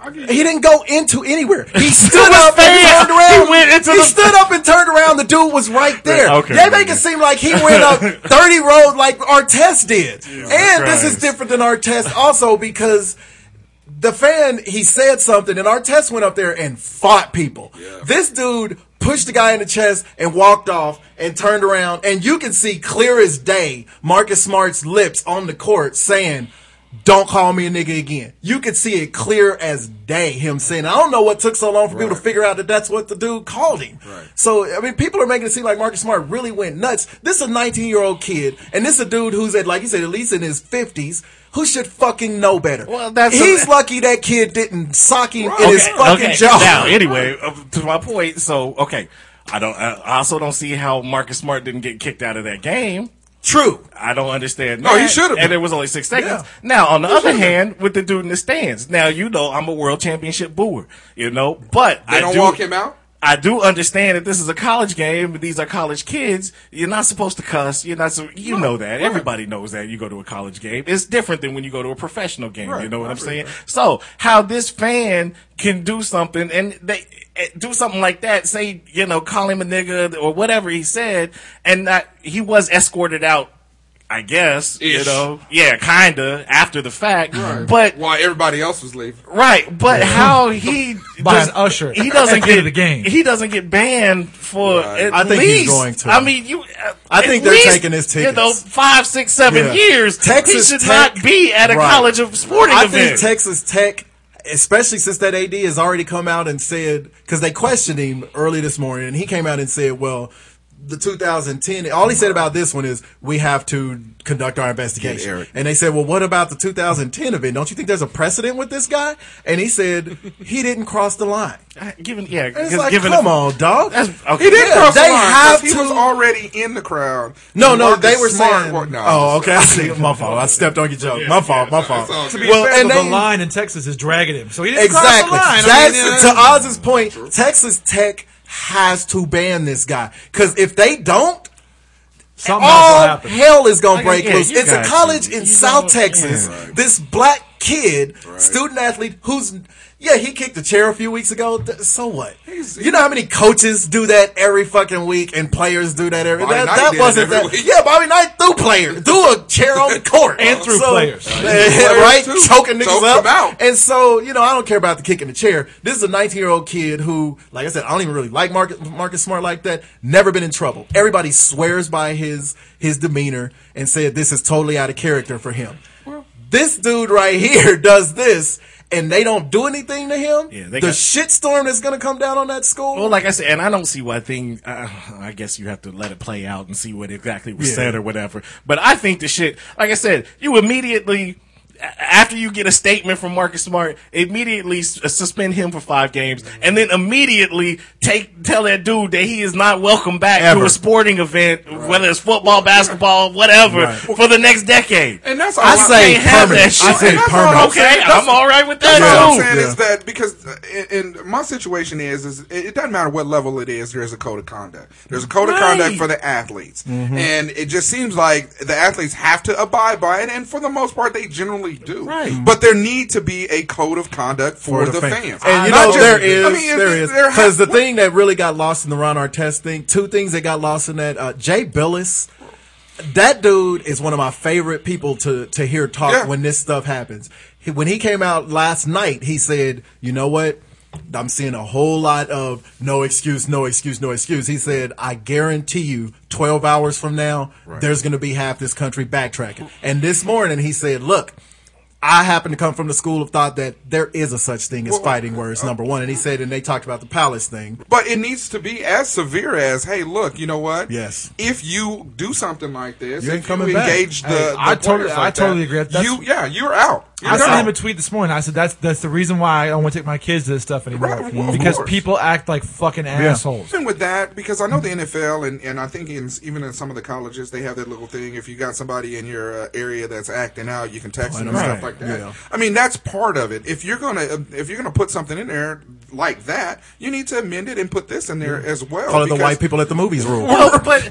Speaker 9: I give you
Speaker 8: He didn't go into anywhere. He stood
Speaker 6: was
Speaker 8: up
Speaker 6: there.
Speaker 8: and turned around.
Speaker 6: He went into
Speaker 8: He
Speaker 6: the-
Speaker 8: stood up and turned around. The dude was right there.
Speaker 6: Okay.
Speaker 8: They make it seem like he went up 30 road like Artest did. and this
Speaker 6: Christ.
Speaker 8: is different than Artest also because the fan, he said something and Artest went up there and fought people. This dude pushed the guy in the chest and walked off and turned around and you can see clear as day Marcus Smart's lips on the court saying, don't call me a nigga again. You could see it clear as day. Him saying, "I don't know what took so long for people to figure out that that's what the dude called him." So I mean, people are making it seem like Marcus Smart really went nuts. This is a 19 year old kid, and this is a dude who's at like you said, at least in his 50s, who should fucking know better.
Speaker 6: Well, that's
Speaker 8: he's
Speaker 6: a-
Speaker 8: lucky that kid didn't sock him in his fucking
Speaker 6: okay.
Speaker 8: jaw.
Speaker 6: Now, anyway, uh, to my point. So, okay, I don't. I I also don't see how Marcus Smart didn't get kicked out of that game.
Speaker 8: True.
Speaker 6: I don't understand.
Speaker 9: No, he
Speaker 6: that.
Speaker 9: should've been.
Speaker 6: And it was only six seconds.
Speaker 8: Yeah.
Speaker 6: Now, on the other hand, with the dude in the stands, now you know I'm a world championship booer. You know, but
Speaker 9: They
Speaker 6: I
Speaker 9: don't
Speaker 6: do,
Speaker 9: walk him out?
Speaker 6: I do understand that this is a college game. but These are college kids. You're not supposed to cuss. You're not. So, you know that. Everybody knows that. You go to a college game. It's different than when you go to a professional game. You know what I'm saying? So how this fan can do something and they eh, do something like that, say you know, call him a nigga or whatever he said, and not, he was escorted out. I guess you
Speaker 9: Ish.
Speaker 6: know, yeah, kinda after the fact, but
Speaker 9: why everybody else was leaving.
Speaker 6: Right, but how he
Speaker 7: By
Speaker 6: does-
Speaker 7: an usher
Speaker 6: he doesn't
Speaker 7: at the end
Speaker 6: get
Speaker 7: of the game.
Speaker 6: He doesn't get banned for. At
Speaker 8: I think he's
Speaker 6: least,
Speaker 8: going to.
Speaker 6: I mean, you. uh,
Speaker 8: I
Speaker 6: at
Speaker 8: think they're
Speaker 6: least,
Speaker 8: taking his
Speaker 6: You know,
Speaker 8: tickets.
Speaker 6: five, six, seven
Speaker 8: Yeah.
Speaker 6: years.
Speaker 8: Texas
Speaker 6: he should
Speaker 8: Tech-
Speaker 6: not be at a
Speaker 8: Right.
Speaker 6: college of sporting
Speaker 8: I
Speaker 6: event.
Speaker 8: think Texas Tech, especially since that AD has already come out and said, because they questioned him early this morning, and he came out and said, well, the 2010, all he said about this one is, we have to conduct our
Speaker 9: Get
Speaker 8: investigation.
Speaker 9: Eric.
Speaker 8: And they said, well, what about the 2010 event? Don't you think there's a precedent with this guy? And he said, he didn't cross the line.
Speaker 6: Uh, given, yeah,
Speaker 8: And it's
Speaker 6: 'cause
Speaker 8: like,
Speaker 6: given
Speaker 8: come
Speaker 6: a,
Speaker 8: on, dog.
Speaker 6: That's, okay.
Speaker 9: He did
Speaker 8: Yeah,
Speaker 9: cross
Speaker 8: they
Speaker 9: the line.
Speaker 8: have
Speaker 9: 'cause He was
Speaker 8: to-
Speaker 9: already in the crowd.
Speaker 8: No,
Speaker 9: And
Speaker 8: no,
Speaker 9: Marcus
Speaker 8: they were
Speaker 9: Smart
Speaker 8: saying.
Speaker 9: wa- no,
Speaker 8: oh,
Speaker 9: it's-
Speaker 8: okay. I see. My fault. I stepped on your joke. my fault. my fault.
Speaker 9: all good.
Speaker 8: well, and
Speaker 7: And the
Speaker 8: they-
Speaker 7: line in Texas is dragging him, so he didn't
Speaker 8: Exactly.
Speaker 7: cross the line. I
Speaker 8: That's,
Speaker 7: mean, uh,
Speaker 8: to Oz's point, Texas Tech has to ban this guy. Because if they don't,
Speaker 7: something else will
Speaker 8: all
Speaker 7: happen.
Speaker 8: hell is going to
Speaker 6: Like,
Speaker 8: break
Speaker 6: yeah,
Speaker 8: loose.
Speaker 6: you
Speaker 8: It's a
Speaker 6: got
Speaker 8: college
Speaker 6: to.
Speaker 8: in
Speaker 6: You
Speaker 8: South
Speaker 6: know,
Speaker 8: Texas.
Speaker 9: yeah. Right.
Speaker 8: This black kid, student athlete, who's, yeah, he kicked a chair a few weeks ago. Th- So what? You know how many coaches do that every fucking week and players do that every
Speaker 9: Bobby
Speaker 8: That,
Speaker 9: Knight
Speaker 8: that
Speaker 9: did it
Speaker 8: wasn't
Speaker 9: every
Speaker 8: that.
Speaker 9: week.
Speaker 8: Yeah, Bobby Knight threw players, threw a chair on the court.
Speaker 7: And threw players.
Speaker 8: Yeah, right?
Speaker 9: too.
Speaker 8: Choking niggas
Speaker 9: Choked
Speaker 8: up.
Speaker 9: them out.
Speaker 8: And so, you know, I don't care about the kick in the chair. This is a 19 year old kid who, like I said, I don't even really like Marcus, Marcus Smart like that. Never been in trouble. Everybody swears by his his demeanor and said this is totally out of character for him. this dude right here does this. And they don't do anything to him.
Speaker 6: Yeah,
Speaker 8: the
Speaker 6: they got-
Speaker 8: shitstorm that's going to come down on that school.
Speaker 6: Well, like I said, and I don't see why thing. Uh, I guess you have to let it play out and see what exactly was said or whatever. But I think the shit, like I said, you immediately a- after you get a statement from Marcus Smart, immediately s- uh, suspend him for five games, and then immediately take tell that dude that he is not welcome back to
Speaker 8: Ever.
Speaker 6: a sporting event, whether it's football, basketball, whatever, for the next decade.
Speaker 9: And that's all
Speaker 8: I
Speaker 9: I'm-
Speaker 8: say
Speaker 6: can't have
Speaker 8: permanent.
Speaker 6: that
Speaker 8: I
Speaker 6: shit.
Speaker 8: say
Speaker 9: That's all
Speaker 8: permanent.
Speaker 9: I'm
Speaker 6: Okay,
Speaker 9: saying.
Speaker 6: I'm all right with that
Speaker 9: That's
Speaker 6: too.
Speaker 9: what I'm saying
Speaker 8: Yeah.
Speaker 9: is that because uh, in, in my situation is is it, it doesn't matter what level it is. There's a code of conduct. There's a code
Speaker 6: Right.
Speaker 9: of conduct for the athletes, and it just seems like the athletes have to abide by it, and for the most part, they generally do.
Speaker 6: Right.
Speaker 9: But there need to be a code of conduct for, the, fans.
Speaker 8: And you
Speaker 9: Not
Speaker 8: know,
Speaker 9: just-
Speaker 8: there is,
Speaker 9: I mean,
Speaker 8: there is,
Speaker 9: there ha-
Speaker 8: because the thing that really got lost in the Ron Artest thing, two things that got lost in that, uh, Jay Billis, that dude is one of my favorite people to to hear talk
Speaker 9: Yeah.
Speaker 8: when this stuff happens. He, when he came out last night, he said, "You know what? I'm seeing a whole lot of no excuse, no excuse, no excuse. He said, I guarantee you 12 hours from now, there's going to be half this country backtracking. And this morning he said, look, I happen to come from the school of thought that there is a such thing as fighting words,
Speaker 6: uh,
Speaker 8: number one. And he said, and they talked about the palace thing.
Speaker 9: But it needs to be as severe as, hey, look, you know what?
Speaker 8: Yes.
Speaker 9: If you do something like this,
Speaker 8: You ain't
Speaker 9: if
Speaker 8: coming
Speaker 9: you
Speaker 8: back.
Speaker 9: engage the,
Speaker 7: Hey,
Speaker 9: the
Speaker 7: I totally-
Speaker 9: players
Speaker 7: I
Speaker 9: like
Speaker 7: totally
Speaker 9: that,
Speaker 7: agree. That's-
Speaker 9: you, yeah, you're out. You're
Speaker 7: I
Speaker 9: out.
Speaker 7: sent him a tweet this morning. I said that's that's the reason why I don't want to take my kids to this stuff anymore
Speaker 9: Right, well, of
Speaker 7: because
Speaker 9: course.
Speaker 7: people act like fucking assholes.
Speaker 9: Even with that, because I know the NFL and, and I think in, even in some of the colleges they have that little thing. If you got somebody in your uh, area that's acting out, you can text them and
Speaker 8: Right,
Speaker 9: stuff like that.
Speaker 8: yeah.
Speaker 9: I mean, that's part of it. If you're gonna if you're gonna put something in there like that, you need to amend it and put this in there as well.
Speaker 8: Call it the
Speaker 9: because-
Speaker 8: white people at the movies rule.
Speaker 6: Well, but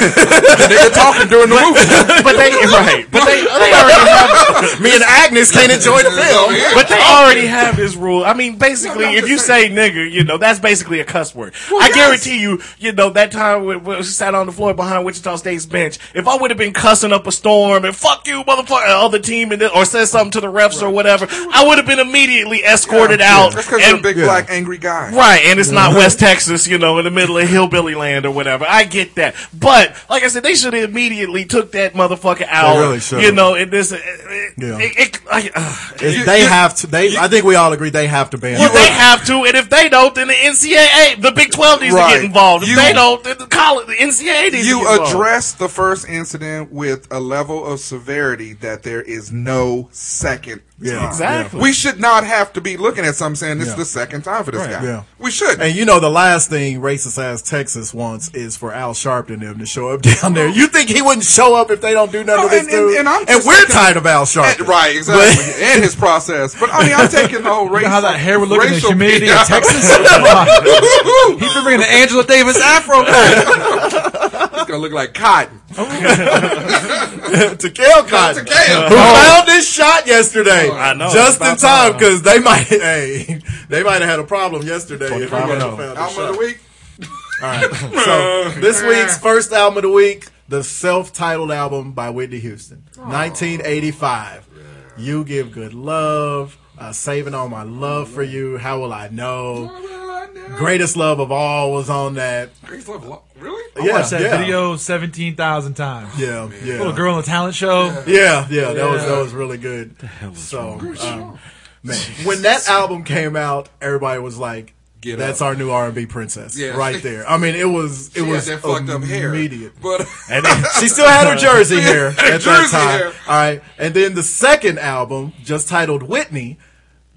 Speaker 9: They're talking during the movie.
Speaker 6: but they right, but they, they already have,
Speaker 8: Me and Agnes can't enjoy the film.
Speaker 6: but they already have this rule. I mean, basically,
Speaker 9: No, no,
Speaker 6: if
Speaker 9: I'm
Speaker 6: you
Speaker 9: just
Speaker 6: say nigger, you know that's basically a cuss word. I
Speaker 9: yes.
Speaker 6: guarantee you, you know that time we, we sat on the floor behind Wichita State's bench. If I would have been cussing up a storm and fuck you, motherfucker, other team, and then, or said something to the refs or whatever, I would have been immediately escorted out.
Speaker 9: That's because
Speaker 6: and-
Speaker 9: they're big black angry guys.
Speaker 6: Right, and it's not West Texas, you know, in the middle of hillbilly land or whatever. I get that, but like I said, they should have immediately took that motherfucker out.
Speaker 8: really should.
Speaker 6: you know, and this, it, it,
Speaker 8: Yeah.
Speaker 6: it, it- I- ugh.
Speaker 8: If they have to. They, I think we all agree they have to ban.
Speaker 6: Well,
Speaker 8: it.
Speaker 6: they have to, and if they don't, then the NCAA, the Big Twelve needs to
Speaker 9: Right.
Speaker 6: get involved. If
Speaker 9: You-
Speaker 6: they don't, then the college, the NCAA needs to
Speaker 9: You
Speaker 6: get involved.
Speaker 9: address the first incident with a level of severity that there is no second.
Speaker 8: Yeah.
Speaker 9: time.
Speaker 6: Exactly.
Speaker 9: We should not have to be looking at something saying this
Speaker 8: Yeah.
Speaker 9: is the second time for this guy.
Speaker 8: yeah.
Speaker 9: We should.
Speaker 8: And you know the last thing racist ass Texas wants is for Al Sharpton and them to show up down there. You think he wouldn't show up if they don't do nothing
Speaker 9: No,
Speaker 8: to this
Speaker 9: and- and-
Speaker 8: dude?
Speaker 9: and I'm just
Speaker 8: we're
Speaker 9: thinking-
Speaker 8: tired of Al Sharpton,
Speaker 9: And- right, exactly. and his process. But I mean, I'm taking the whole race.
Speaker 7: You know how that hair would look in the
Speaker 9: racial-
Speaker 7: humidity
Speaker 9: Yeah.
Speaker 7: of Texas? Come on. He's been bringing the Angela Davis afro back.
Speaker 9: It's going to look like cotton.
Speaker 8: But to Gail Cotton,
Speaker 9: Gail.
Speaker 8: who found this shot yesterday,
Speaker 6: Oh, I know.
Speaker 8: just in
Speaker 6: About
Speaker 8: time because they might, hey, they might have had a problem yesterday. if he
Speaker 6: 25
Speaker 8: wouldn't
Speaker 6: and
Speaker 8: have found this
Speaker 9: Album
Speaker 8: shot.
Speaker 9: of the week.
Speaker 8: So
Speaker 9: Uh,
Speaker 8: this week's first album of the week, the self-titled album by Whitney Houston, 1985. You give good love, uh, saving all my love for you. How will I know? Greatest love of all was on that.
Speaker 9: Greatest love, lo- Really?
Speaker 7: I watched that video 17,000 times.
Speaker 8: Yeah, yeah,
Speaker 7: Little girl on the talent show.
Speaker 8: yeah, yeah. That was that was really good. So, um, man, when that album came out, everybody was like.
Speaker 9: Get
Speaker 8: That's
Speaker 9: up.
Speaker 8: our new R and B princess,
Speaker 9: Yeah.
Speaker 8: right there. I mean, it was it
Speaker 9: She
Speaker 8: was
Speaker 9: had that fucked up hair.
Speaker 8: immediate.
Speaker 9: But
Speaker 6: And then-
Speaker 8: She still had her jersey here
Speaker 9: Her
Speaker 8: at that
Speaker 9: jersey
Speaker 8: time.
Speaker 9: here.
Speaker 8: All right, and then the second album, just titled Whitney,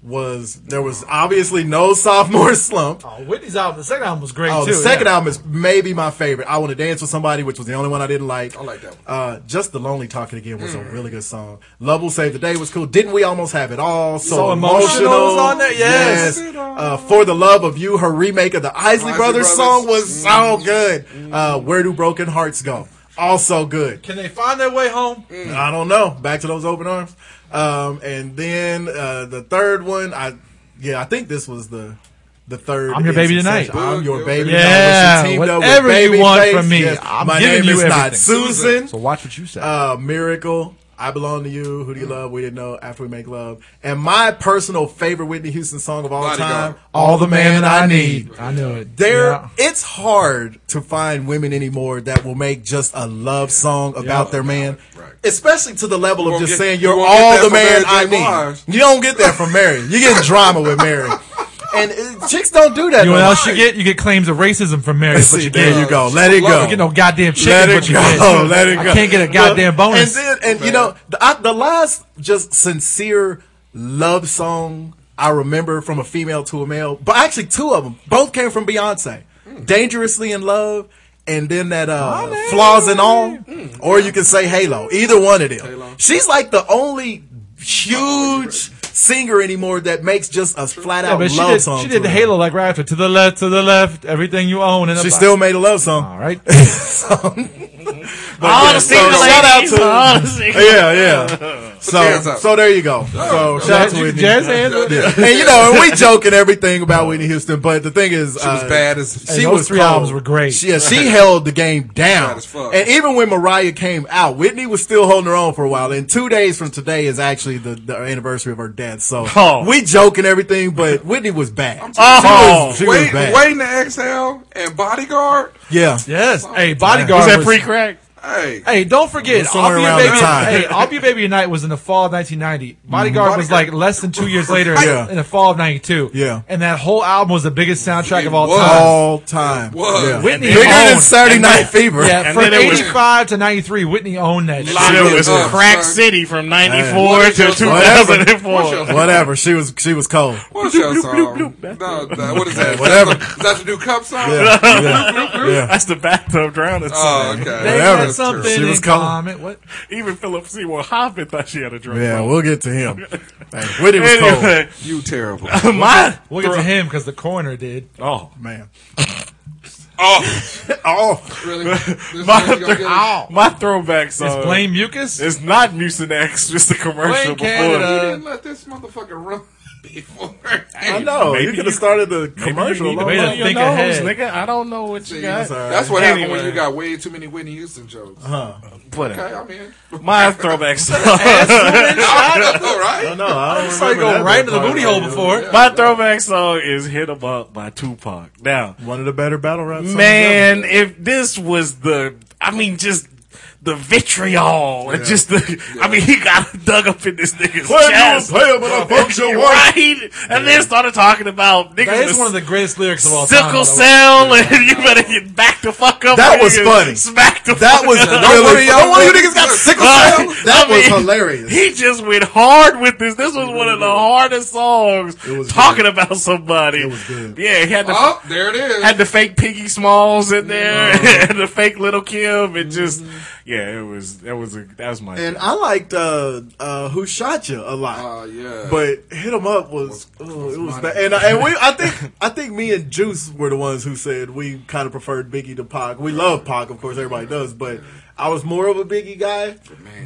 Speaker 8: was there was obviously no sophomore slump.
Speaker 7: Oh, Whitney's album, the second album was great
Speaker 8: Oh,
Speaker 7: too.
Speaker 8: the second
Speaker 7: yeah.
Speaker 8: album is maybe my favorite. I want to dance with somebody, which was the only one I didn't like.
Speaker 9: I like that one. Mm.
Speaker 8: Uh, just the lonely talking again was a really good song. Love will save the day was cool. Didn't we almost have it all? So,
Speaker 7: So Emotional
Speaker 8: emotional
Speaker 7: was on there, yes.
Speaker 8: Uh, For the love of you, her remake of the Isley,
Speaker 9: Isley
Speaker 8: Brothers,
Speaker 9: Brothers. Mm.
Speaker 8: song was so good. Uh, Where do broken hearts go? Also good.
Speaker 7: Can they find their way home?
Speaker 9: Mm.
Speaker 8: I don't know. Back to those open arms. Um, and then uh, the third one, I yeah, I think this was the the third.
Speaker 7: I'm Your
Speaker 8: in
Speaker 7: Baby
Speaker 8: succession.
Speaker 7: Tonight.
Speaker 8: I'm your baby
Speaker 7: Yeah,
Speaker 8: tonight. which she teamed up with
Speaker 7: whatever you
Speaker 8: Babyface.
Speaker 7: want from me, I'm
Speaker 8: my
Speaker 7: giving
Speaker 8: name
Speaker 7: you
Speaker 8: is not
Speaker 7: everything.
Speaker 8: Susan.
Speaker 7: So watch what you say.
Speaker 8: Uh, Miracle. I belong to you. Who do you love? We didn't know. After we make love, and my personal favorite Whitney Houston song of all time,
Speaker 9: Bodyguard.
Speaker 8: "All the Man I Need."
Speaker 7: I knew it.
Speaker 8: There,
Speaker 7: Yeah.
Speaker 8: it's hard to find women anymore that will make just a love song about their man,
Speaker 9: Right.
Speaker 8: especially to the level of
Speaker 9: won't
Speaker 8: just
Speaker 9: get-
Speaker 8: saying
Speaker 9: you
Speaker 8: you're
Speaker 9: won't get
Speaker 8: all
Speaker 9: that
Speaker 8: the
Speaker 9: from
Speaker 8: man
Speaker 9: Mary J.
Speaker 8: I
Speaker 9: Blige.
Speaker 8: need. You don't get that from Mary. You get drama with Mary, and uh, chicks don't do that.
Speaker 7: You know
Speaker 8: no
Speaker 7: what else
Speaker 8: more.
Speaker 7: you get? You get claims of racism from Mary. is what
Speaker 8: See,
Speaker 7: you
Speaker 8: there
Speaker 7: get.
Speaker 8: you go. Let it
Speaker 7: You
Speaker 8: go.
Speaker 7: don't get no goddamn chicken.
Speaker 8: Let it
Speaker 7: is what you
Speaker 8: go. Oh,
Speaker 7: get.
Speaker 8: Let it
Speaker 7: I
Speaker 8: go.
Speaker 7: can't get a goddamn
Speaker 8: Well,
Speaker 7: bonus.
Speaker 8: And then, and you know, the, I, the last just sincere love song I remember from a female to a male, but actually two of them, both came from Beyonce,
Speaker 7: Hmm.
Speaker 8: "Dangerously in Love." And then that uh, flaws and all,
Speaker 7: Hmm.
Speaker 8: or you can say Halo. Either one of them. She's like the only huge singer anymore that makes just a flat
Speaker 7: Yeah,
Speaker 8: out
Speaker 7: but she
Speaker 8: love
Speaker 7: did,
Speaker 8: song.
Speaker 7: she
Speaker 8: to
Speaker 7: did
Speaker 8: her.
Speaker 7: Halo like right after. To the left, to the left, everything you own. And
Speaker 8: She
Speaker 7: up-
Speaker 8: still made a love song.
Speaker 7: Oh. All right.
Speaker 6: All the
Speaker 8: yeah, so
Speaker 6: single ladies.
Speaker 8: shout out
Speaker 6: all the
Speaker 8: to
Speaker 6: single-
Speaker 8: yeah, yeah.
Speaker 9: hands
Speaker 8: So
Speaker 9: up.
Speaker 8: so there you go. So shout out to Whitney.
Speaker 7: Jazz hands up.
Speaker 8: And you know, and we joke and everything about Whitney Houston, but the thing is, uh,
Speaker 9: She was bad as
Speaker 7: Uh, Hey, those three albums were great.
Speaker 8: She, yeah, she held the game down.
Speaker 9: as fuck.
Speaker 8: And even when Mariah came out, Whitney was still holding her own for a while. And two days from today is actually the, the anniversary of her death. So
Speaker 6: Oh.
Speaker 8: we joke and everything, but Whitney was bad.
Speaker 6: Oh.
Speaker 8: she was
Speaker 9: wait,
Speaker 8: bad.
Speaker 9: waiting to exhale and bodyguard.
Speaker 8: Yeah.
Speaker 7: Yes. Hey,
Speaker 6: Was
Speaker 7: Bodyguard.
Speaker 6: that
Speaker 7: was-
Speaker 6: pre-crack?
Speaker 9: Hey,
Speaker 7: Hey, don't forget, I'll
Speaker 8: somewhere
Speaker 7: be, a
Speaker 8: around
Speaker 7: baby,
Speaker 8: that time.
Speaker 7: hey, I'll be a baby tonight was in the fall of 1990. Bodyguard was like less than two years later
Speaker 8: Yeah.
Speaker 7: in the fall of 92.
Speaker 8: Yeah.
Speaker 7: And that whole album was the biggest soundtrack of all
Speaker 9: was.
Speaker 7: time.
Speaker 8: All time.
Speaker 9: Whoa.
Speaker 8: Yeah.
Speaker 7: Whitney
Speaker 8: Bigger than
Speaker 7: owned-
Speaker 8: Saturday Night Fever.
Speaker 7: Yeah,
Speaker 6: And
Speaker 7: from
Speaker 6: then it was-
Speaker 7: 85 to 93, Whitney owned that. shit.
Speaker 9: Lock
Speaker 6: Shit, it
Speaker 9: it
Speaker 6: was
Speaker 9: up,
Speaker 6: crack
Speaker 9: son.
Speaker 6: city from
Speaker 9: What
Speaker 6: 94
Speaker 9: is
Speaker 6: to
Speaker 9: your-
Speaker 6: 2004.
Speaker 8: Whatever. She was she was cold.
Speaker 9: what's your song? No, that- what is that?
Speaker 8: Whatever.
Speaker 9: Is that the new cup song?
Speaker 8: Yeah. yeah. yeah.
Speaker 6: That's the bathtub drowning.
Speaker 9: Oh,
Speaker 6: song.
Speaker 9: okay.
Speaker 7: They
Speaker 8: Whatever.
Speaker 7: had something
Speaker 8: She was
Speaker 7: in
Speaker 8: calling-
Speaker 7: common. What?
Speaker 6: Even Philip Seymour Hoffman thought she had a drug
Speaker 8: Yeah,
Speaker 6: problem.
Speaker 8: we'll get to him. Hey, Whitney was cold.
Speaker 6: Anyway,
Speaker 9: You terrible.
Speaker 6: my
Speaker 7: We'll get to him because the coroner did.
Speaker 6: oh
Speaker 8: Man. Oh,
Speaker 9: really? This is
Speaker 6: my,
Speaker 9: what you gonna get?
Speaker 6: my throwback song.
Speaker 7: It's Blame Mucus?
Speaker 6: It's not Mucinex, just the commercial
Speaker 7: Blame Canada.
Speaker 6: before.
Speaker 9: You didn't let this motherfucker run before.
Speaker 8: I know.
Speaker 6: maybe
Speaker 8: you could
Speaker 6: you-
Speaker 8: have started the
Speaker 6: Maybe
Speaker 8: commercial.
Speaker 6: you need to
Speaker 8: long
Speaker 7: Wait a
Speaker 6: blow
Speaker 8: time
Speaker 6: your
Speaker 7: think
Speaker 6: nose,
Speaker 7: ahead.
Speaker 6: nigga. I don't know what you got.
Speaker 8: That's all right.
Speaker 9: That's what happened
Speaker 6: Anyway.
Speaker 9: when you got way too many Whitney Houston jokes.
Speaker 8: Uh-huh.
Speaker 6: Whatever.
Speaker 9: Okay, I'm in.
Speaker 6: My throwback song.
Speaker 9: All right.
Speaker 8: No, no, I don't
Speaker 7: I
Speaker 8: remember
Speaker 7: go
Speaker 8: that
Speaker 7: right into the
Speaker 8: part.
Speaker 7: booty hole before.
Speaker 6: My throwback song is "Hit 'Em Up" by Tupac. Now,
Speaker 8: One of the better battle rap songs.
Speaker 6: man, if this was the, I mean, just the vitriol and just the, I mean, he got dug up in this nigga's
Speaker 8: When
Speaker 6: chest.
Speaker 8: you play him with a bunch of white-
Speaker 6: Right, and then started talking about niggas.
Speaker 7: That
Speaker 6: with
Speaker 7: is one of the greatest lyrics of all time.
Speaker 6: sickle
Speaker 7: though.
Speaker 6: cell, and you better get back the fuck up.
Speaker 8: That was
Speaker 6: nigga.
Speaker 8: funny.
Speaker 6: Smack the
Speaker 8: That
Speaker 6: fuck
Speaker 8: was
Speaker 6: up.
Speaker 8: really. Don't one of you niggas got sickle cell?
Speaker 6: Right.
Speaker 8: That
Speaker 6: I
Speaker 8: was
Speaker 6: mean,
Speaker 8: hilarious.
Speaker 6: He just went hard with this. This was one of the hardest songs
Speaker 8: was
Speaker 6: talking about somebody.
Speaker 8: was good.
Speaker 6: Yeah, he had the
Speaker 9: Oh, there it is.
Speaker 6: had the fake Piggy Smalls in there
Speaker 8: Oh.
Speaker 6: and the fake Little Kim
Speaker 8: Mm-hmm.
Speaker 6: and just yeah, it was that was a that was my
Speaker 8: And I liked uh, uh, Who Shot You a lot.
Speaker 9: Uh, yeah.
Speaker 8: But hit 'em up was, oh, it was bad. and I- and we I think I think me and Juice were the ones who said we kind of preferred Biggie to Pac. We love Pac, of course, everybody does, but I was more of a Biggie guy.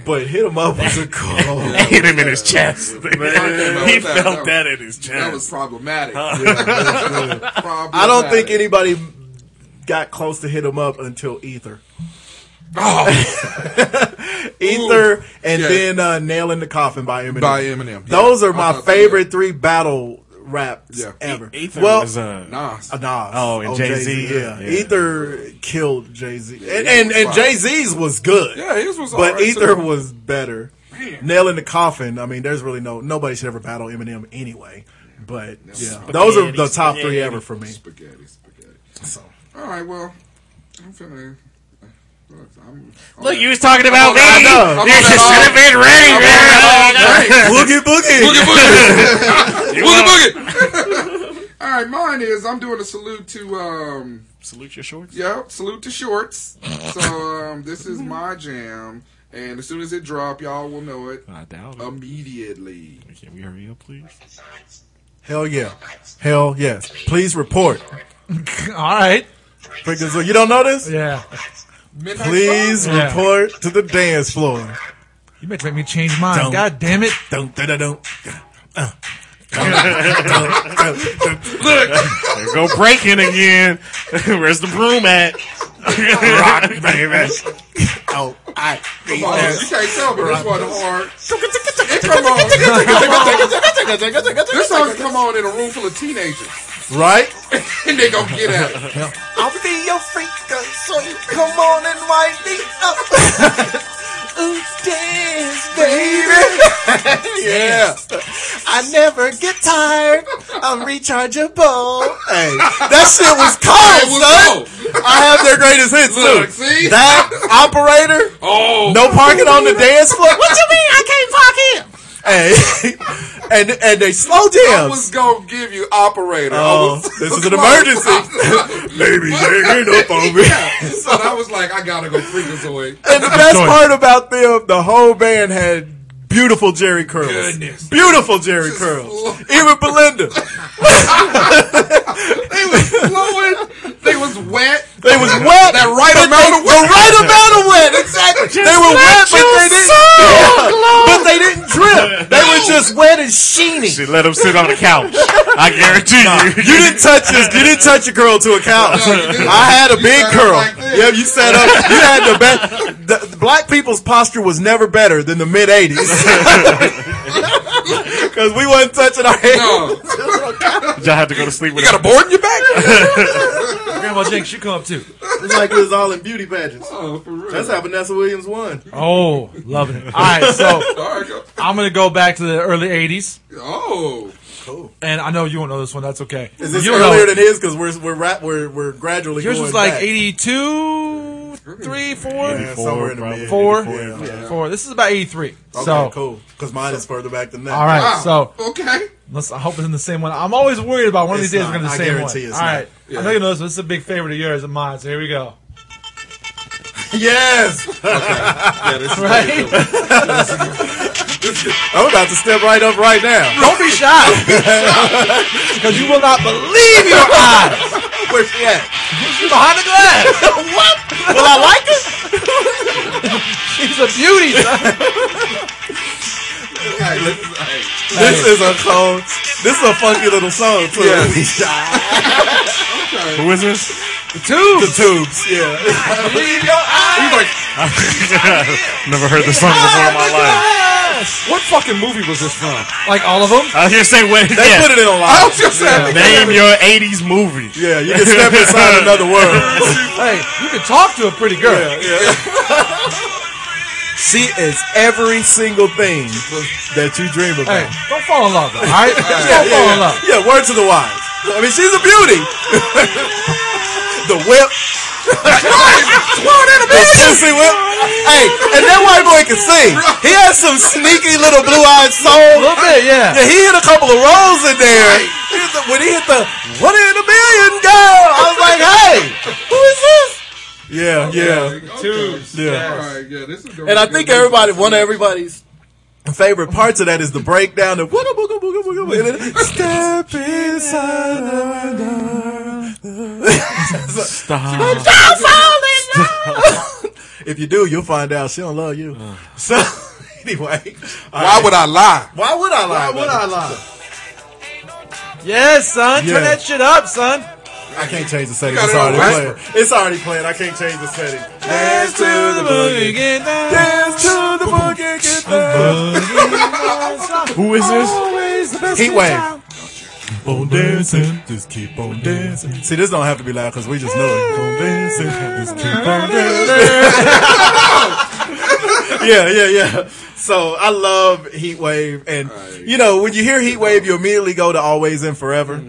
Speaker 8: But hit 'em up was a cool.
Speaker 6: hit him in his chest. he
Speaker 9: that- that
Speaker 6: felt
Speaker 9: was-
Speaker 6: that in his
Speaker 9: that was
Speaker 6: chest.
Speaker 9: problematic.
Speaker 8: I don't think
Speaker 9: it.
Speaker 8: anybody got close to hit 'em up until Ether.
Speaker 9: Oh,
Speaker 8: Ether and
Speaker 9: yeah.
Speaker 8: then uh, Nail in the Coffin by Eminem.
Speaker 9: by Eminem. Yeah.
Speaker 8: Those are
Speaker 9: I
Speaker 8: my
Speaker 9: thought that-
Speaker 8: favorite three battle raps
Speaker 9: Yeah.
Speaker 8: ever.
Speaker 6: Ether
Speaker 8: well,
Speaker 6: was uh,
Speaker 9: Nas.
Speaker 8: uh, Nas.
Speaker 6: Oh, and Jay-Z,
Speaker 8: Yeah.
Speaker 6: yeah.
Speaker 8: Ether killed Jay Z. And,
Speaker 9: he
Speaker 8: and,
Speaker 9: was
Speaker 8: and
Speaker 9: fire.
Speaker 8: Jay Z's was good.
Speaker 9: Yeah, his was
Speaker 8: But
Speaker 9: alright,
Speaker 8: Ether
Speaker 9: too.
Speaker 8: was better.
Speaker 9: Man.
Speaker 8: Nail in the Coffin, I mean, there's really no, nobody should ever battle Eminem anyway. But yeah,
Speaker 9: Spaghetti,
Speaker 8: those are the top three ever for me.
Speaker 9: Spaghetti, spaghetti.
Speaker 8: So.
Speaker 9: All right, well, I'm feeling. Look, I'm, I'm
Speaker 6: Look, you was talking about me.
Speaker 8: I know.
Speaker 6: You should have been ready, man. Oh,
Speaker 8: Boogie Boogie!
Speaker 6: You wanna-
Speaker 9: All right, mine is I'm doing a salute to um
Speaker 6: Salute your shorts.
Speaker 9: yeah salute to shorts. So um this is my jam, and as soon as it drop, y'all will know it
Speaker 6: I doubt it.
Speaker 9: immediately.
Speaker 6: Can we hurry up, please?
Speaker 8: Hell yeah. Hell yes. Please report.
Speaker 7: All right.
Speaker 8: Because you don't know this?
Speaker 7: Yeah.
Speaker 9: Midnight
Speaker 8: Please
Speaker 7: Yeah.
Speaker 8: report to the dance floor.
Speaker 7: You better make me change mine.
Speaker 8: Don't.
Speaker 7: God damn it.
Speaker 8: Dun, dun, dun, dun.
Speaker 6: There go breaking again. Where's the broom at? Rock, baby.
Speaker 8: Oh, I
Speaker 9: Come on, you can't tell me this one hard. It come on. This song can come on in a room full of teenagers,
Speaker 8: Right?
Speaker 9: and they gonna get at it.
Speaker 5: I'll be your freak, girl, so you come on and wind me up. Ooh, dance, baby.
Speaker 8: Yeah.
Speaker 5: I never get tired. I'm rechargeable.
Speaker 8: Hey, that shit was cold,
Speaker 9: It was
Speaker 8: son.
Speaker 9: cold.
Speaker 8: I have their greatest hits
Speaker 9: Look,
Speaker 8: too.
Speaker 9: see?
Speaker 8: That operator,
Speaker 9: Oh,
Speaker 8: no parking on the dance floor. What you mean? I can't park here. Hey, and and they slow
Speaker 9: I
Speaker 8: jams.
Speaker 9: was gonna give you operator. I
Speaker 8: Oh,
Speaker 9: was-
Speaker 8: this is an
Speaker 9: Come on.
Speaker 8: emergency. Maybe hanging up on me.
Speaker 9: so I was like, I gotta go freakazoid.
Speaker 8: And the best part about them, the whole band had beautiful Jerry curls.
Speaker 9: Goodness.
Speaker 8: Beautiful Jerry
Speaker 9: Just
Speaker 8: curls.
Speaker 9: love-
Speaker 8: Even Belinda.
Speaker 9: They was flowing. They was wet.
Speaker 8: They was wet.
Speaker 9: That right
Speaker 8: but they-
Speaker 9: amount of wet.
Speaker 8: The right amount of wet. They were wet, but they didn't. Yeah, but they didn't drip. They were just wet and sheeny.
Speaker 10: She let him sit on the couch. I guarantee you.
Speaker 8: You didn't touch this. You didn't touch a girl to a couch.
Speaker 9: No, you didn't.
Speaker 8: I had a
Speaker 9: You
Speaker 8: big
Speaker 9: sat up
Speaker 8: curl.
Speaker 9: like this.
Speaker 8: yeah, you sat up. You had the best. The, the black people's posture was never better than the mid '80s. Because we wasn't touching our head.
Speaker 9: No.
Speaker 10: Y'all had to go to sleep with
Speaker 9: You got a board in your back?
Speaker 7: Grandma Jinx, you come up too.
Speaker 5: It's like it was all in beauty pageants.
Speaker 9: oh, for real.
Speaker 5: That's how Vanessa Williams won.
Speaker 7: Oh, loving it. All right, so
Speaker 9: All right, go.
Speaker 7: I'm gonna go back to the early '80s,
Speaker 9: Oh.
Speaker 7: and I know you won't know this one. That's okay.
Speaker 8: Is this
Speaker 7: you don't
Speaker 8: earlier
Speaker 7: know.
Speaker 8: than his? Because we're we're rap, we're we're gradually.
Speaker 7: Yours
Speaker 8: going
Speaker 7: was like
Speaker 8: back.
Speaker 7: '82, three, four,
Speaker 8: Yeah, somewhere in the mid.
Speaker 7: four,
Speaker 8: Yeah.
Speaker 7: four. This is about '83.
Speaker 8: Okay,
Speaker 7: So,
Speaker 8: cool. Because mine is further back than that.
Speaker 7: all right,
Speaker 9: Wow.
Speaker 7: so
Speaker 9: okay.
Speaker 7: Let's, I hope it's in the same one. I'm always worried about one of
Speaker 8: It's
Speaker 7: these days
Speaker 8: not.
Speaker 7: we're going to the
Speaker 8: I
Speaker 7: same one.
Speaker 8: guarantee it's
Speaker 7: All
Speaker 8: not.
Speaker 7: right. I know you know this, but this is a big favorite of yours and mine, so here we go.
Speaker 8: Yes.
Speaker 5: Yeah, this is
Speaker 7: Right?
Speaker 8: I'm about to step right up right now.
Speaker 7: Don't be shy. Because you will not believe your eyes.
Speaker 8: Where's she at?
Speaker 7: She's behind the glass.
Speaker 8: what?
Speaker 7: Will I like her? She's a beauty. son.
Speaker 8: This is a song. This is a funky little song too.
Speaker 10: Who is this?
Speaker 8: The tubes. Yeah.
Speaker 7: Believe your eyes.
Speaker 10: Never heard this song before in my life.
Speaker 9: "Oh, What fucking movie was this from?
Speaker 7: Like all of them?
Speaker 10: I was here say wait.
Speaker 8: They
Speaker 10: yeah.
Speaker 8: put it in a
Speaker 9: I
Speaker 8: lot.
Speaker 7: Oh.
Speaker 9: was just saying.
Speaker 10: Name your '80s movie.
Speaker 8: Yeah, you can step inside another world.
Speaker 7: Hey, you can talk to a pretty girl.
Speaker 8: She is every single thing that you dream about.
Speaker 7: Hey, don't fall in love, though, all right? Just don't fall in love.
Speaker 8: Yeah, word to the wise. I mean, she's a beauty. the whip. The pussy whip. Hey, and that white boy can sing. He has some sneaky little blue-eyed
Speaker 7: A
Speaker 8: soul.
Speaker 7: little bit, yeah.
Speaker 8: Yeah, he hit a couple of rolls in there. He hit the- When he hit the one in a million girl, I was like, hey, who is this? Yeah, yeah,
Speaker 7: Tubes.
Speaker 8: yeah.
Speaker 9: All right, yeah, this is the
Speaker 8: And I think everybody, one of everybody's favorite parts of that is the breakdown of wooga booga booga booga booga. and then, Step inside of my door." It's like, "Don't fall in love." If you do, you'll find out she don't love you. So anyway,
Speaker 9: Why would I lie?
Speaker 8: why would I lie? about it?
Speaker 7: lie? Yes, son.
Speaker 8: Yeah.
Speaker 7: Turn that shit up, son.
Speaker 8: I can't change the setting.
Speaker 9: You got
Speaker 8: It's
Speaker 9: it
Speaker 8: already
Speaker 9: on
Speaker 8: playing. It's already playing. I can't change the setting. Dance to the boogie.
Speaker 7: get down.
Speaker 8: Dance to the boogie. Get down.
Speaker 10: Who is this?
Speaker 8: Heat wave. Keep on dancing, just keep on dancing. See, this don't have to be loud because we just know it. Keep on dancing, just keep on dancing. yeah, yeah, yeah. So I love Heat Wave, and you know when you hear Heat Wave, you immediately go to Always and Forever.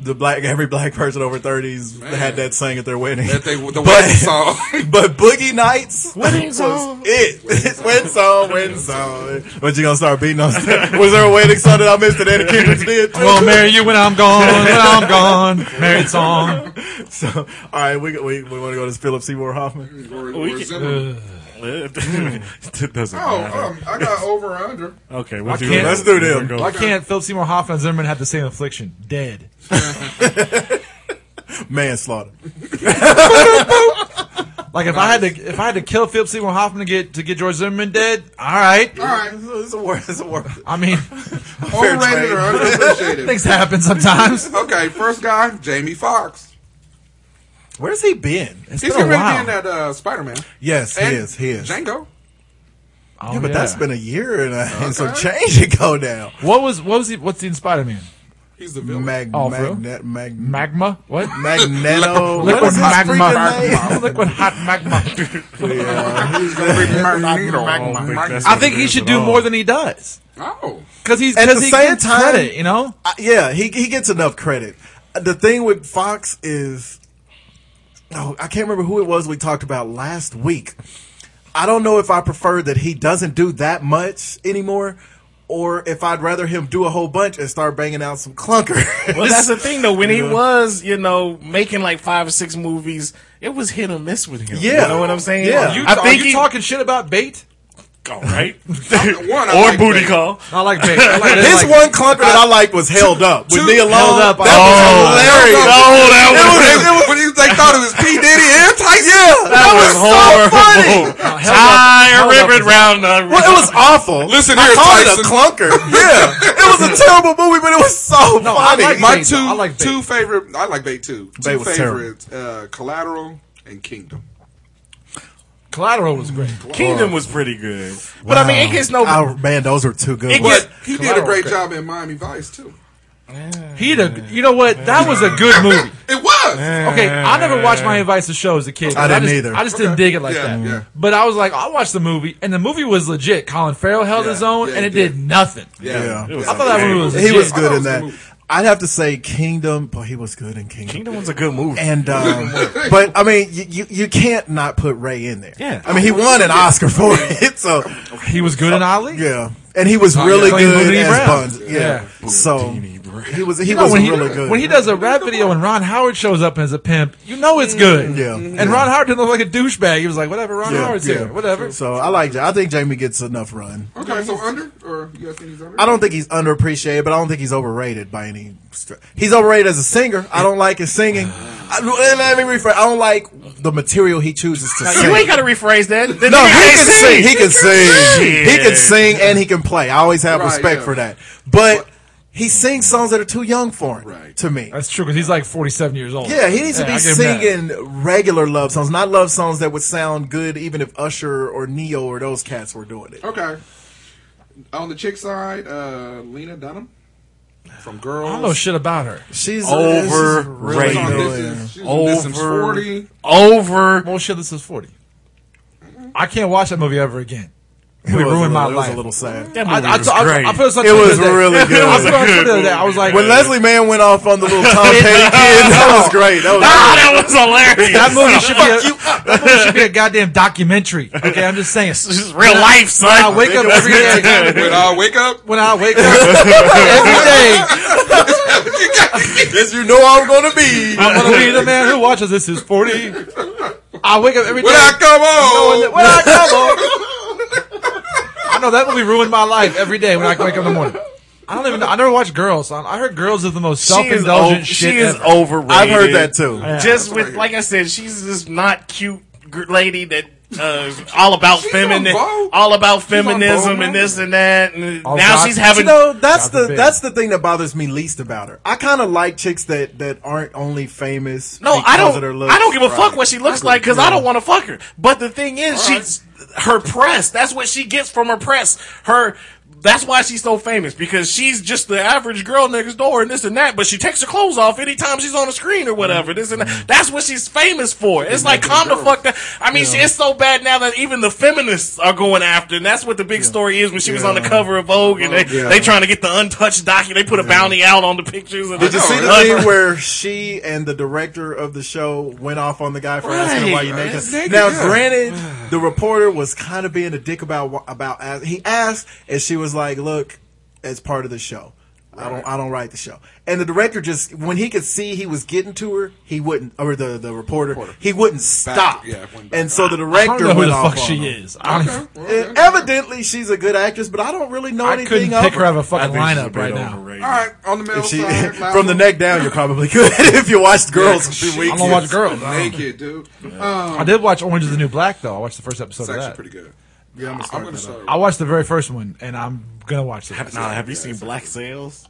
Speaker 8: The black, every black person over thirties had that sang at their wedding.
Speaker 9: That they, the
Speaker 8: But-
Speaker 9: wedding song.
Speaker 8: But Boogie Nights was it. It's wedding song, wedding song. But you gonna start beating on? Was there a wedding song that I missed that Anna Kendrick did? too?
Speaker 7: We'll marry you when I'm gone. When I'm gone. Married song.
Speaker 8: So, all right, we we, we want to go to Philip Seymour Hoffman.
Speaker 9: Or-
Speaker 6: We
Speaker 9: or
Speaker 6: can-
Speaker 9: Zimmer.
Speaker 10: it doesn't
Speaker 9: oh,
Speaker 10: matter.
Speaker 9: um, I got over or under.
Speaker 6: oh.
Speaker 10: okay, we'll
Speaker 7: I
Speaker 10: do
Speaker 7: can't-
Speaker 8: Let's do them.
Speaker 10: Go.
Speaker 7: Why can't Philip Seymour Hoffman and Zimmerman have the same affliction? Dead.
Speaker 8: Manslaughter.
Speaker 7: Like if I had to, if I had to kill Philip Seymour Hoffman to get to get George Zimmerman dead, all right.
Speaker 9: All right.
Speaker 8: It's a word. It's a word.
Speaker 7: I mean,
Speaker 9: Overrated or underappreciated?
Speaker 7: things happen sometimes.
Speaker 9: Okay, first guy, Jamie Foxx.
Speaker 8: Where's he been?
Speaker 7: It's
Speaker 9: He's
Speaker 7: been a
Speaker 9: already
Speaker 7: while.
Speaker 9: in that uh, Spider Man.
Speaker 8: Yes, he
Speaker 9: And
Speaker 8: is. He is.
Speaker 9: Django.
Speaker 7: Oh,
Speaker 8: yeah, but that's been a year and, a, and some
Speaker 9: Okay.
Speaker 8: change ago now.
Speaker 7: what was what was he? What's he in Spider Man?
Speaker 9: He's the villain.
Speaker 8: Mag,
Speaker 7: Oh, for real?
Speaker 8: magnet, mag,
Speaker 7: Magma? What?
Speaker 8: magneto.
Speaker 7: Liquid
Speaker 8: what is his freaking
Speaker 7: magma.
Speaker 8: name?
Speaker 7: Liquid hot magma.
Speaker 8: Yeah, he's gonna be
Speaker 9: Magneto.
Speaker 8: Magneto.
Speaker 9: Magneto.
Speaker 7: I think he should do more than he does
Speaker 9: Oh.
Speaker 7: because he's
Speaker 8: At the
Speaker 7: because he
Speaker 8: same
Speaker 7: gets
Speaker 8: time-
Speaker 7: credit. You know.
Speaker 8: Uh, yeah, he he gets enough credit. Uh, The thing with Fox is, oh, I can't remember who it was we talked about last week. I don't know if I prefer that he doesn't do that much anymore, or if I'd rather him do a whole bunch and start banging out some clunkers.
Speaker 6: Well, that's the thing though. When he was, you know, making like five or six movies, it was hit or miss with him.
Speaker 8: Yeah.
Speaker 6: you know what I'm saying?
Speaker 8: Yeah.
Speaker 7: You,
Speaker 6: I
Speaker 7: are
Speaker 6: think
Speaker 7: you
Speaker 6: he
Speaker 7: talking shit about bait?
Speaker 6: all right.
Speaker 9: One, I
Speaker 6: or
Speaker 9: like
Speaker 6: booty
Speaker 9: that.
Speaker 6: call.
Speaker 7: I like bait. I like,
Speaker 8: His
Speaker 7: like-
Speaker 8: one clunker that I liked was held up with
Speaker 7: two-
Speaker 8: Neil Long.
Speaker 7: Held Up,
Speaker 8: that
Speaker 7: I
Speaker 8: was hilarious.
Speaker 9: It was, it was, when he- they thought it was P. Diddy and Tyson.
Speaker 8: Yeah, that, was,
Speaker 6: horrible.
Speaker 8: so funny.
Speaker 7: Held Up-
Speaker 6: entire ribbon round. Uh,
Speaker 8: Well, it was awful.
Speaker 9: Listen
Speaker 8: I
Speaker 9: here,
Speaker 8: called it a
Speaker 9: Tyson.
Speaker 8: clunker. Yeah, it was a terrible movie, but it was so funny.
Speaker 7: like
Speaker 9: My
Speaker 7: Bait,
Speaker 9: two,
Speaker 7: though. I like Bait.
Speaker 9: two favorite. I like Bait too.
Speaker 8: Bait
Speaker 9: two
Speaker 8: was terrible.
Speaker 9: favorites: uh, Collateral and Kingdom.
Speaker 7: Collateral was great.
Speaker 6: Kingdom was pretty good, but I mean, it gets no.
Speaker 8: Oh, man, those were too good.
Speaker 6: It
Speaker 8: ones.
Speaker 6: gets-
Speaker 9: But he did a great job in Miami Vice too.
Speaker 7: He had a, you know what? That was a good movie.
Speaker 9: It was.
Speaker 7: Okay, I never watched Miami Vice's show as a kid.
Speaker 8: I didn't
Speaker 7: just,
Speaker 8: either.
Speaker 7: I just didn't dig it like
Speaker 9: Yeah,
Speaker 7: that.
Speaker 9: yeah.
Speaker 7: But I was like, I watched the movie, and the movie was legit. Colin Farrell held
Speaker 9: Yeah,
Speaker 7: his own,
Speaker 9: yeah,
Speaker 7: and
Speaker 9: he
Speaker 7: it did, nothing.
Speaker 8: Yeah.
Speaker 6: It was
Speaker 7: I thought that
Speaker 6: okay.
Speaker 7: movie was legit.
Speaker 8: he was
Speaker 9: I thought
Speaker 8: good
Speaker 9: it
Speaker 8: in
Speaker 9: was a good
Speaker 8: that.
Speaker 9: movie.
Speaker 8: I'd have to say Kingdom, but he was good in Kingdom.
Speaker 6: Kingdom was a good movie.
Speaker 8: And um, but I mean, you, you you can't not put Ray in there.
Speaker 6: Yeah.
Speaker 8: I mean, he won an Oscar for it. So
Speaker 7: He was
Speaker 9: Oh,
Speaker 7: good in Ali.
Speaker 8: yeah, and he was really
Speaker 7: Oh, Playing
Speaker 8: good
Speaker 7: Boudini
Speaker 8: as
Speaker 7: Brown.
Speaker 8: Buns. Yeah. So he was he
Speaker 7: You know,
Speaker 8: was
Speaker 7: when he,
Speaker 8: really good.
Speaker 7: when he does a rap video and Ron Howard shows up as a pimp, you know it's good.
Speaker 8: Mm, yeah.
Speaker 7: And Ron Howard didn't look like a douchebag. He was like, whatever, Ron
Speaker 8: Yeah,
Speaker 7: Howard's
Speaker 8: yeah.
Speaker 7: here, whatever.
Speaker 8: So I like. Ja- I think Jamie gets enough run.
Speaker 9: Okay, so under or you guys think he's under?
Speaker 8: I don't think he's underappreciated, but I don't think he's overrated by any. str- He's overrated as a singer. I don't like his singing. I, let me rephrase. I don't like the material he chooses to sing.
Speaker 6: you ain't got to rephrase that. The
Speaker 8: No,
Speaker 6: nigga
Speaker 8: he can
Speaker 6: can't
Speaker 8: sing. He can sing. He can
Speaker 6: Shit.
Speaker 8: sing and he can play. I always have
Speaker 9: Right,
Speaker 8: respect
Speaker 9: yeah.
Speaker 8: for that. But he sings songs that are too young for him.
Speaker 9: Right.
Speaker 8: To me.
Speaker 7: That's true because he's like 47 years old.
Speaker 8: Yeah, he needs to
Speaker 7: I
Speaker 8: be
Speaker 7: give him that.
Speaker 8: singing regular love songs, not love songs that would sound good even if Usher or Neo or those cats were doing it.
Speaker 9: Okay. On the chick side, uh, Lena Dunham from
Speaker 7: I
Speaker 9: Girls.
Speaker 7: don't know shit about her.
Speaker 8: She's
Speaker 9: She's
Speaker 6: Overrated.
Speaker 9: on This
Speaker 8: Overrated.
Speaker 9: Is, she's on This Is
Speaker 6: Over,
Speaker 9: 40.
Speaker 6: over.
Speaker 7: Well, shit, this is 40. I can't watch that movie ever again.
Speaker 8: It
Speaker 7: It
Speaker 8: was a
Speaker 7: ruined my
Speaker 8: little- It was
Speaker 7: life.
Speaker 8: a little sad.
Speaker 6: That
Speaker 7: I,
Speaker 6: movie
Speaker 7: I,
Speaker 6: was
Speaker 7: I-
Speaker 6: great.
Speaker 7: I put it on
Speaker 8: It
Speaker 7: Twitter
Speaker 8: was
Speaker 7: today.
Speaker 8: really
Speaker 7: I was
Speaker 8: good.
Speaker 7: put it on Twitter
Speaker 6: good
Speaker 7: today. I was like,
Speaker 8: When Leslie Mann went off on the little Tom Petty kid, that was great. That was
Speaker 6: ah, that was hilarious.
Speaker 7: that movie should be a, that movie should be a goddamn documentary. Okay, I'm just saying.
Speaker 6: This is real life, son.
Speaker 7: I wake up every day.
Speaker 9: When I wake up,
Speaker 7: When I wake up every day,
Speaker 8: Yes, you know I'm gonna be.
Speaker 7: I'm gonna be the man who watches this is 40. I wake up every day.
Speaker 9: when I come
Speaker 7: knowing that-
Speaker 9: home,
Speaker 7: when I come home- I know that movie ruined my life every day when I wake up in the morning. I don't even. know. I never watched Girls. I I heard Girls is the most self-indulgent
Speaker 6: o-
Speaker 7: shit.
Speaker 6: She is
Speaker 7: ever.
Speaker 6: overrated.
Speaker 8: I've heard that too.
Speaker 6: Just with, like I said, she's this not cute gr- lady that uh, all about feminine,
Speaker 9: on Vogue.
Speaker 6: all about
Speaker 9: on Vogue
Speaker 6: feminism
Speaker 9: now.
Speaker 6: and this and that. And
Speaker 7: Oh,
Speaker 6: now
Speaker 7: God.
Speaker 6: she's having.
Speaker 8: you know that's
Speaker 7: God
Speaker 8: the
Speaker 7: forbid.
Speaker 8: that's the thing that bothers me least about her. I kind of like chicks that that aren't only famous.
Speaker 6: no, I
Speaker 8: because of
Speaker 6: don't.
Speaker 8: their looks.
Speaker 6: I don't give a fuck what she looks like because I don't want to fuck her. But the thing is, she's her press. That's what she gets from her press. Her. That's why she's so famous because she's just the average girl next door and this and that. But she takes her clothes off anytime she's on the screen or whatever. This and
Speaker 8: Mm-hmm.
Speaker 6: that. That's what she's famous for. It's like calm the fuck down. I mean, she, it's so bad now that even the feminists are going after, and that's what the big story is when she was on the cover of Vogue and they
Speaker 9: Yeah.
Speaker 6: they trying to get the untouched document. They put a bounty out on the pictures. And
Speaker 8: Did you
Speaker 9: No,
Speaker 8: see the
Speaker 9: that's-
Speaker 8: thing where she and the director of the show went off on the guy for asking him why you
Speaker 6: Right.
Speaker 8: naked?
Speaker 6: That's
Speaker 8: now, granted, the reporter was kind of being a dick about wha- about as- he asked, and she was like, "Look, it's part of the show. I don't I don't write the show." And the director just when he could see he was getting to her, he wouldn't, or the the reporter, he wouldn't stop.
Speaker 9: yeah, went back.
Speaker 8: and so the
Speaker 7: I don't
Speaker 8: director
Speaker 7: know who
Speaker 8: went
Speaker 7: the
Speaker 8: off
Speaker 7: fuck
Speaker 8: on
Speaker 7: she
Speaker 8: him.
Speaker 7: is. I don't even.
Speaker 8: And evidently, she's a good actress, but I don't really know
Speaker 7: I
Speaker 8: anything
Speaker 7: couldn't
Speaker 8: of
Speaker 7: pick
Speaker 8: her.
Speaker 7: her out of a fucking lineup right now.
Speaker 9: all right, on the middle
Speaker 8: If she,
Speaker 9: side, last
Speaker 8: from the
Speaker 9: one.
Speaker 8: neck down, you probably could if you watched girls. every
Speaker 9: She
Speaker 8: week.
Speaker 7: I don't watch girls. I don't-
Speaker 9: naked, dude. Um,
Speaker 7: I did watch Orange is the New Black though. I watched the first episode
Speaker 9: it's
Speaker 7: of
Speaker 9: actually
Speaker 7: that.
Speaker 9: pretty good. Yeah, I'm gonna start.
Speaker 7: I watched the very first one, and I'm gonna watch it.
Speaker 6: Nah, have you seen Black Sails?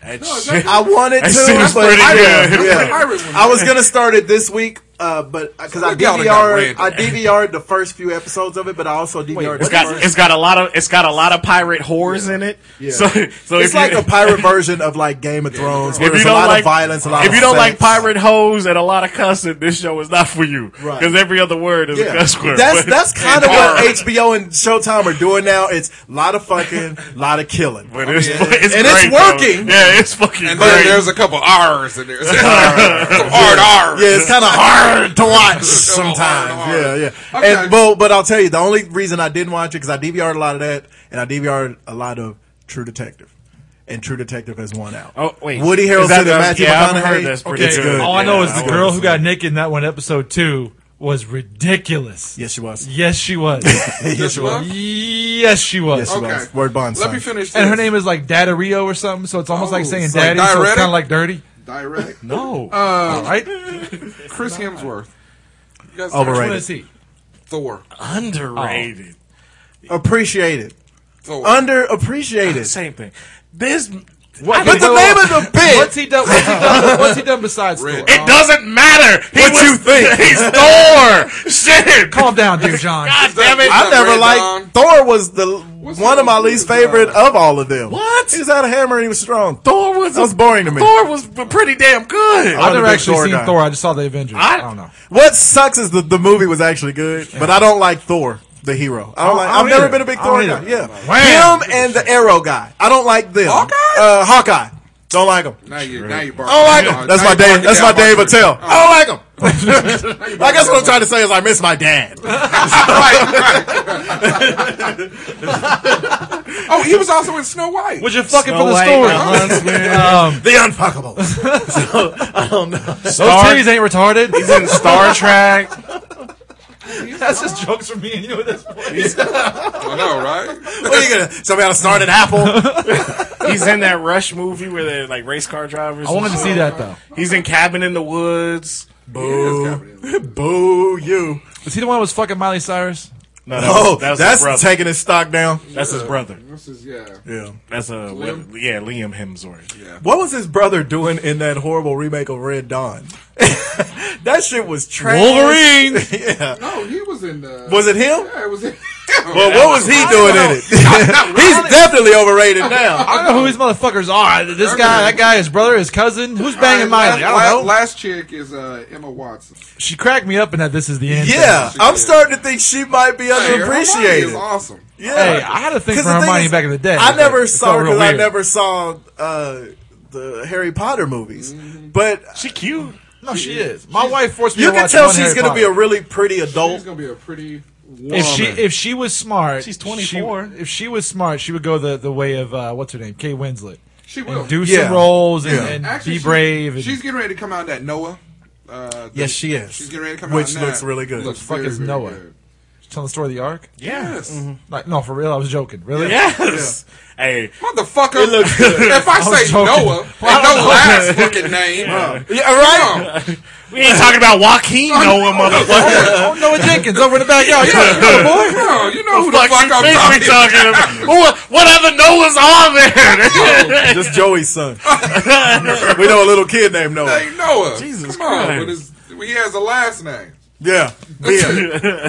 Speaker 6: That
Speaker 9: No, it's
Speaker 6: Oh, shit-
Speaker 9: not-
Speaker 8: I wanted to,
Speaker 6: seen it's
Speaker 8: but
Speaker 6: pretty
Speaker 8: I,
Speaker 6: good.
Speaker 8: didn't.
Speaker 9: Yeah.
Speaker 8: Yeah. I was gonna start it this week, uh, but because I
Speaker 9: Look, y'all done got
Speaker 8: DVR, I
Speaker 9: random.
Speaker 8: DVR'd the first few episodes of it, but I also DVR'd
Speaker 6: It's
Speaker 8: the
Speaker 6: got
Speaker 8: first.
Speaker 6: it's got a lot of it's got a lot of pirate whores in it. So so
Speaker 8: It's
Speaker 6: if
Speaker 8: like
Speaker 6: you,
Speaker 8: a pirate version of like Game of Thrones, where
Speaker 6: if you
Speaker 8: there's a
Speaker 6: don't
Speaker 8: lot
Speaker 6: like
Speaker 8: of violence, a lot
Speaker 6: if
Speaker 8: of
Speaker 6: you don't like
Speaker 8: sex.
Speaker 6: pirate hoes and a lot of cussing, this show is not for you.
Speaker 8: Right.
Speaker 6: Because every other word is a cuss word.
Speaker 8: That's
Speaker 6: But-
Speaker 8: that's kind of what HBO and Showtime are doing now. It's a lot of fucking, a lot of killing.
Speaker 6: but it's, it's
Speaker 8: And it's
Speaker 6: great, though.
Speaker 8: working.
Speaker 6: Yeah, it's fucking
Speaker 9: And then
Speaker 6: great.
Speaker 9: there's a couple R's in there. Some hard R's.
Speaker 8: Yeah, it's kind of hard to watch sometimes.
Speaker 9: hard.
Speaker 8: Yeah, yeah.
Speaker 9: Okay.
Speaker 8: And but but I'll tell you, the only reason I didn't watch it because I DVR'd a lot of that, and I DVR'd a lot of True Detective, and True Detective has won out.
Speaker 6: Oh, wait.
Speaker 8: Woody
Speaker 6: Is
Speaker 8: Harrelson
Speaker 6: that
Speaker 8: and
Speaker 6: the-
Speaker 8: Matthew
Speaker 6: yeah, I've
Speaker 8: McConaughey.
Speaker 6: heard that's pretty
Speaker 8: It's
Speaker 6: good.
Speaker 8: good.
Speaker 7: All I know
Speaker 6: Yeah,
Speaker 7: is
Speaker 6: I
Speaker 7: the girl
Speaker 6: was-
Speaker 7: who got naked in that one episode two was ridiculous.
Speaker 8: Yes, she was.
Speaker 7: Yes, she was.
Speaker 8: yes, she was.
Speaker 7: yes, she was.
Speaker 8: Yes, she
Speaker 9: Okay.
Speaker 8: was. Word bonds.
Speaker 9: Let me finish. This.
Speaker 7: And her name is like Dada Rio or something, so it's almost
Speaker 9: Oh,
Speaker 7: like saying
Speaker 9: it's like
Speaker 7: daddy, so it's
Speaker 9: diuretic?
Speaker 7: kind of like dirty.
Speaker 9: direct.
Speaker 6: no.
Speaker 7: All right?
Speaker 9: Chris Hemsworth. You guys
Speaker 8: Overrated.
Speaker 7: What is he?
Speaker 9: Thor.
Speaker 8: Oh.
Speaker 6: Underrated.
Speaker 8: Appreciated.
Speaker 9: So
Speaker 8: Oh, Underappreciated.
Speaker 6: Same thing. This
Speaker 7: What,
Speaker 8: But the name of the bit.
Speaker 7: What's he done? What's he done, what's he done besides Uh,
Speaker 9: Red.
Speaker 7: score?
Speaker 6: it doesn't matter. He
Speaker 8: What
Speaker 6: was-
Speaker 8: you think?
Speaker 6: He's Thor. Shit.
Speaker 7: Calm down, dear John.
Speaker 6: God damn it.
Speaker 8: I
Speaker 9: What's up,
Speaker 8: never
Speaker 9: Red
Speaker 8: liked Thor was the one
Speaker 9: up
Speaker 8: of my
Speaker 9: with
Speaker 8: least
Speaker 9: Red
Speaker 8: favorite
Speaker 9: Dawn?
Speaker 8: of all of them.
Speaker 6: What?
Speaker 8: He just had a hammer and he was strong. Thor
Speaker 6: Thor was
Speaker 8: that was boring to me.
Speaker 6: Thor was pretty damn good.
Speaker 8: I-
Speaker 7: I've never
Speaker 8: big
Speaker 7: actually
Speaker 8: Thor
Speaker 7: seen
Speaker 8: guy.
Speaker 7: Thor. I just saw the Avengers. I,
Speaker 6: I-
Speaker 7: don't know.
Speaker 8: What sucks is the, the movie was actually good, but I don't like Thor, the hero. I don't like.
Speaker 7: I don't
Speaker 8: I've never
Speaker 7: either.
Speaker 8: been a big
Speaker 7: I
Speaker 8: Thor
Speaker 7: don't
Speaker 8: guy.
Speaker 7: either.
Speaker 8: Yeah,
Speaker 7: Wham!
Speaker 8: him and the Arrow guy. I don't like them.
Speaker 9: Hawkeye?
Speaker 8: Uh, Hawkeye. Don't like him.
Speaker 9: now you now you barking.
Speaker 8: Oh, I don't like him. That's
Speaker 9: Now
Speaker 8: my
Speaker 9: you
Speaker 8: Dave.
Speaker 9: barking
Speaker 8: That's my Dave
Speaker 9: down tree.
Speaker 8: Attell. I don't like him. I guess what I'm trying to say is I miss my dad.
Speaker 9: Oh, he was also in Snow White.
Speaker 7: Was you fucking
Speaker 6: Snow
Speaker 7: for the
Speaker 6: White,
Speaker 7: story?
Speaker 6: the Huntsman.
Speaker 7: um,
Speaker 8: The unfuckable. So, I don't know.
Speaker 7: those titties ain't retarded.
Speaker 6: He's in Star Trek.
Speaker 7: That's just jokes from me and you at this point.
Speaker 9: I know, right?
Speaker 8: What are you gonna? Somebody gotta start an apple.
Speaker 6: He's in that Rush movie where they're like race car drivers.
Speaker 7: I
Speaker 6: and
Speaker 7: wanted to
Speaker 6: shit.
Speaker 7: see that though.
Speaker 6: He's in Cabin in the Woods.
Speaker 8: Boo, boo, you.
Speaker 7: Was he the one that was fucking Miley Cyrus?
Speaker 6: No, that
Speaker 8: Oh,
Speaker 6: was, that was his
Speaker 8: that's
Speaker 6: brother.
Speaker 8: taking his stock down.
Speaker 6: that's his brother.
Speaker 9: This is yeah.
Speaker 8: Yeah.
Speaker 6: That's a yeah, Liam Hemsworth.
Speaker 8: What was his brother doing in that horrible remake of Red Dawn? that shit was trash.
Speaker 7: Wolverine.
Speaker 8: yeah.
Speaker 9: No, he was in the.
Speaker 8: Was it him?
Speaker 9: Yeah, it was him.
Speaker 8: Well, what was he doing in it? He's definitely overrated now.
Speaker 7: I don't know who these motherfuckers are. This guy, that guy, his brother, his cousin. Who's banging Miley? I
Speaker 9: last,
Speaker 7: don't know.
Speaker 9: last chick is uh, Emma Watson.
Speaker 7: She cracked me up in that. This is the end.
Speaker 8: Yeah, I'm starting to think she might be
Speaker 9: Hermione is
Speaker 8: underappreciated.
Speaker 9: awesome.
Speaker 8: Yeah,
Speaker 7: Hey, I had a thing
Speaker 8: 'Cause
Speaker 7: for
Speaker 8: the thing
Speaker 7: Hermione
Speaker 8: is,
Speaker 7: back in the day.
Speaker 8: I never
Speaker 7: It
Speaker 8: saw
Speaker 7: felt
Speaker 8: her
Speaker 7: real
Speaker 8: because I
Speaker 7: weird.
Speaker 8: never saw uh, the Harry Potter movies. But
Speaker 6: She cute.
Speaker 7: No, she is. My wife forced me.
Speaker 8: you
Speaker 7: to
Speaker 8: can
Speaker 7: watch
Speaker 8: tell
Speaker 7: one
Speaker 8: she's
Speaker 7: Harry
Speaker 8: going to be a
Speaker 7: Potter.
Speaker 8: really pretty
Speaker 9: She's
Speaker 8: adult.
Speaker 9: gonna be a pretty woman.
Speaker 7: If she if she was smart,
Speaker 6: She's
Speaker 7: she-
Speaker 6: 24.
Speaker 7: if she was smart, she would go the, the way of uh, what's her name, Kate Winslet,
Speaker 9: she will
Speaker 7: and do
Speaker 8: Yeah.
Speaker 7: some roles and,
Speaker 8: Yeah.
Speaker 7: and
Speaker 9: Actually,
Speaker 7: be
Speaker 9: she-
Speaker 7: brave. And
Speaker 9: She's getting ready to come out that Noah. Uh,
Speaker 8: Yes,
Speaker 9: the-
Speaker 8: she is.
Speaker 9: She's getting ready to come out.
Speaker 8: Which
Speaker 9: in that.
Speaker 8: looks really good.
Speaker 9: Looks
Speaker 7: The fuck
Speaker 9: very,
Speaker 7: is
Speaker 9: very
Speaker 7: Noah?
Speaker 9: good.
Speaker 7: telling the story of the Ark.
Speaker 6: Yes.
Speaker 8: Mm-hmm.
Speaker 7: Like, no, for real, I was joking. Really?
Speaker 6: Yes. Hey,
Speaker 9: Motherfucker. if I,
Speaker 7: was
Speaker 9: say
Speaker 7: joking.
Speaker 9: Noah, and no last fucking name.
Speaker 8: Yeah, right.
Speaker 9: Huh.
Speaker 6: we ain't talking about Joaquin Noah, motherfucker.
Speaker 7: Oh, Noah Jenkins over in the backyard.
Speaker 9: Yeah, you know, boy. Yeah, you know who the
Speaker 6: Fuck,
Speaker 9: fuck
Speaker 6: you
Speaker 9: I'm
Speaker 6: think we
Speaker 9: talking about.
Speaker 6: talking about? Who- What other Noahs are there?
Speaker 8: Just Joey's son. we know a little kid named Noah.
Speaker 9: Ain't Noah.
Speaker 6: Jesus
Speaker 9: Come on,
Speaker 6: Christ.
Speaker 9: but it's- he has a last name.
Speaker 8: Yeah. Bia.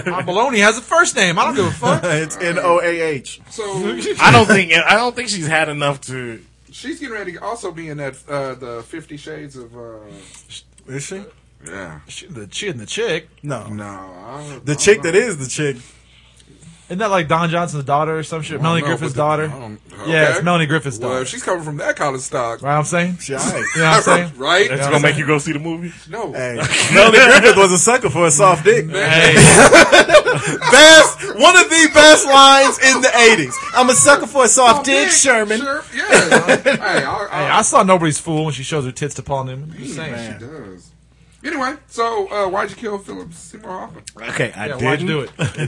Speaker 7: My baloney has a first name. I don't give a fuck.
Speaker 8: it's N O A H.
Speaker 9: So
Speaker 6: I don't think I don't think she's had enough to.
Speaker 9: she's getting ready to also be in that uh, the Fifty Shades of. Uh,
Speaker 8: Is she?
Speaker 9: yeah.
Speaker 7: She, the chick and the chick.
Speaker 8: No.
Speaker 9: No. I,
Speaker 8: The chick that is the chick.
Speaker 7: Isn't that like Don Johnson's daughter or some shit? Melanie
Speaker 9: know,
Speaker 7: Griffith's
Speaker 9: but the-
Speaker 7: daughter.
Speaker 9: I don't-
Speaker 7: Yeah,
Speaker 9: okay.
Speaker 7: it's Melanie Griffith's
Speaker 9: Well,
Speaker 7: daughter.
Speaker 9: if she's coming from that kind of stock,
Speaker 7: right? I'm saying.
Speaker 8: She all right.
Speaker 7: You know what I'm saying.
Speaker 9: right?
Speaker 6: That's gonna make you go see the movie.
Speaker 9: No.
Speaker 8: Hey, Melanie Griffith was a sucker for a soft dick.
Speaker 7: Hey,
Speaker 8: Best, one of the best lines in the 80s. I'm a sucker for a soft
Speaker 9: Oh,
Speaker 8: dick,
Speaker 9: Dick,
Speaker 8: Sherman.
Speaker 9: Sher- yeah. hey, I,
Speaker 7: hey, I saw nobody's fool when she shows her tits to Paul Newman. I'm just saying.
Speaker 9: she does. Anyway, so uh, why'd you kill Philip Seymour Hoffman?
Speaker 6: Okay, I
Speaker 7: Yeah,
Speaker 6: didn't
Speaker 7: why'd you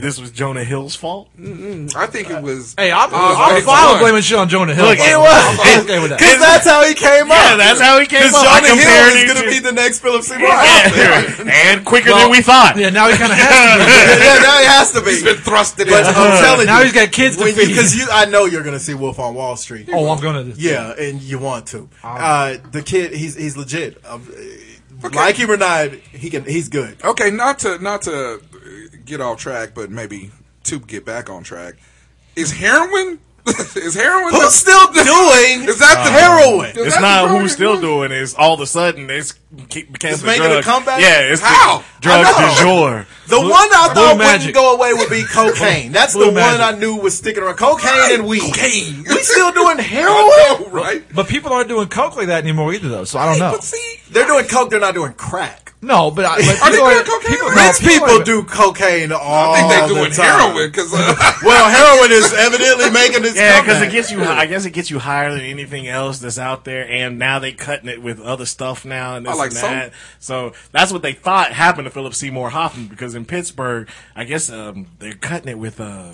Speaker 6: This was Jonah Hill's fault.
Speaker 9: I think it was.
Speaker 7: Hey, I'm,
Speaker 9: Oh,
Speaker 7: I'm
Speaker 9: it's
Speaker 7: fine with
Speaker 9: fun.
Speaker 7: blaming shit on Jonah Hill.
Speaker 6: Look,
Speaker 7: by the
Speaker 6: it
Speaker 7: way.
Speaker 6: was-
Speaker 7: I'm okay with that.
Speaker 8: Because that's how he came
Speaker 6: Yeah,
Speaker 8: up.
Speaker 6: that's how he came up.
Speaker 8: Because
Speaker 6: I
Speaker 8: Johnny
Speaker 6: compared
Speaker 8: Hill
Speaker 6: it
Speaker 8: is going
Speaker 6: to-
Speaker 8: to be the next Philip Seymour.
Speaker 6: Yeah.
Speaker 8: Hoffman.
Speaker 6: and quicker
Speaker 7: Well,
Speaker 6: than we thought.
Speaker 7: Yeah, now he kind of has to.
Speaker 8: yeah, yeah, now he has to be.
Speaker 9: He's been thrusted
Speaker 8: But uh,
Speaker 9: in.
Speaker 8: I'm telling
Speaker 7: Now
Speaker 8: you,
Speaker 7: he's got kids to feed.
Speaker 8: because you, I know you're going to see Wolf on Wall Street.
Speaker 7: Oh, I'm going to.
Speaker 8: Yeah, and you want to. Uh, the kid, he's he's legit. Um, uh, Like him or not, he can. He's good.
Speaker 9: okay, not to not to uh, get off track, but maybe to get back on track. Is heroin? is heroin?
Speaker 8: Who's
Speaker 9: the-
Speaker 8: still doing?
Speaker 9: Is that the
Speaker 8: heroin?
Speaker 9: Is
Speaker 6: It's
Speaker 9: that
Speaker 6: not
Speaker 9: the
Speaker 6: who's
Speaker 9: drug?
Speaker 6: still doing it. It's all of a sudden it's became
Speaker 8: It's
Speaker 6: the
Speaker 8: making a
Speaker 6: drug.
Speaker 8: comeback?
Speaker 6: Yeah, it's
Speaker 9: How?
Speaker 6: the drug
Speaker 8: I know.
Speaker 6: du jour.
Speaker 8: The one I
Speaker 7: Blue
Speaker 8: thought
Speaker 7: Magic.
Speaker 8: wouldn't go away would be cocaine. That's the
Speaker 7: Blue
Speaker 8: one
Speaker 7: Magic.
Speaker 8: I knew was sticking around. Cocaine and weed.
Speaker 9: Cocaine.
Speaker 8: We still doing
Speaker 9: I know,
Speaker 8: heroin?
Speaker 9: Oh, right?
Speaker 7: But people aren't doing coke like that anymore either, though. So I don't know.
Speaker 9: But see,
Speaker 8: They're doing coke. They're not doing crack.
Speaker 7: No, but, I, but
Speaker 9: Are they
Speaker 7: people
Speaker 9: doing cocaine?
Speaker 7: people-
Speaker 9: No,
Speaker 8: Rich people do cocaine all
Speaker 9: I think they're
Speaker 8: the
Speaker 9: doing
Speaker 8: time.
Speaker 9: heroin because uh,
Speaker 8: Well, heroin is evidently making this.
Speaker 6: Yeah, because it
Speaker 8: comeback.
Speaker 6: gets you. hi- I guess it gets you higher than anything else that's out there. And now they cutting it with other stuff now and this
Speaker 9: I like
Speaker 6: and that. So that's what they thought happened to Philip Seymour Hoffman because in Pittsburgh, I guess um, they're cutting it with uh,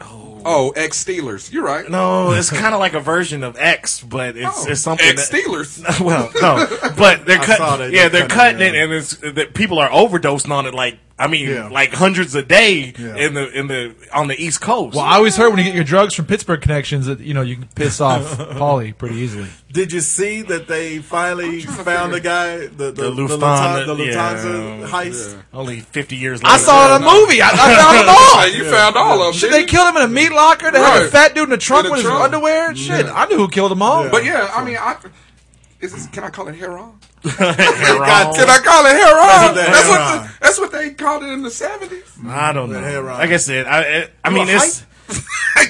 Speaker 9: oh, ex Steelers. You're right.
Speaker 6: no, it's kind of like a version of X, but it's
Speaker 9: Oh,
Speaker 6: it's something
Speaker 9: ex
Speaker 6: that-
Speaker 9: Steelers.
Speaker 6: well, no, but they're
Speaker 8: saw that
Speaker 6: cutting. Yeah,
Speaker 8: they're
Speaker 6: they're
Speaker 8: cutting
Speaker 6: cutting it, and it's that people are overdosing on it like I mean,
Speaker 8: Yeah.
Speaker 6: like hundreds a day
Speaker 8: Yeah.
Speaker 6: in the in the on the East Coast.
Speaker 7: Well, I always heard when you get your drugs from Pittsburgh connections that you know you can piss off Polly pretty easily.
Speaker 8: Did you see that they finally found the guy, the, the, the, Lufthansa,
Speaker 6: Lufthansa-
Speaker 8: the Lufthansa
Speaker 6: yeah.
Speaker 8: heist?
Speaker 6: Only fifty years. Later.
Speaker 7: I saw it in a movie. I, I found them all.
Speaker 9: Hey, you found all of them.
Speaker 7: Should they
Speaker 9: didn't you?
Speaker 7: kill him in a meat locker? They had a
Speaker 9: Right.
Speaker 7: fat dude in a trunk
Speaker 9: In a
Speaker 7: with his
Speaker 9: trunk.
Speaker 7: underwear and shit. I knew who killed them all.
Speaker 9: But yeah, I mean, I, is this, can I call it hair on?
Speaker 6: God,
Speaker 9: Can I call it hair on?
Speaker 8: the
Speaker 9: That's
Speaker 8: hair
Speaker 9: what
Speaker 8: on.
Speaker 9: the, that's what they called it in the seventies.
Speaker 6: I don't know.
Speaker 8: That hair on.
Speaker 6: Like I said, I I, I mean
Speaker 8: a
Speaker 6: it's.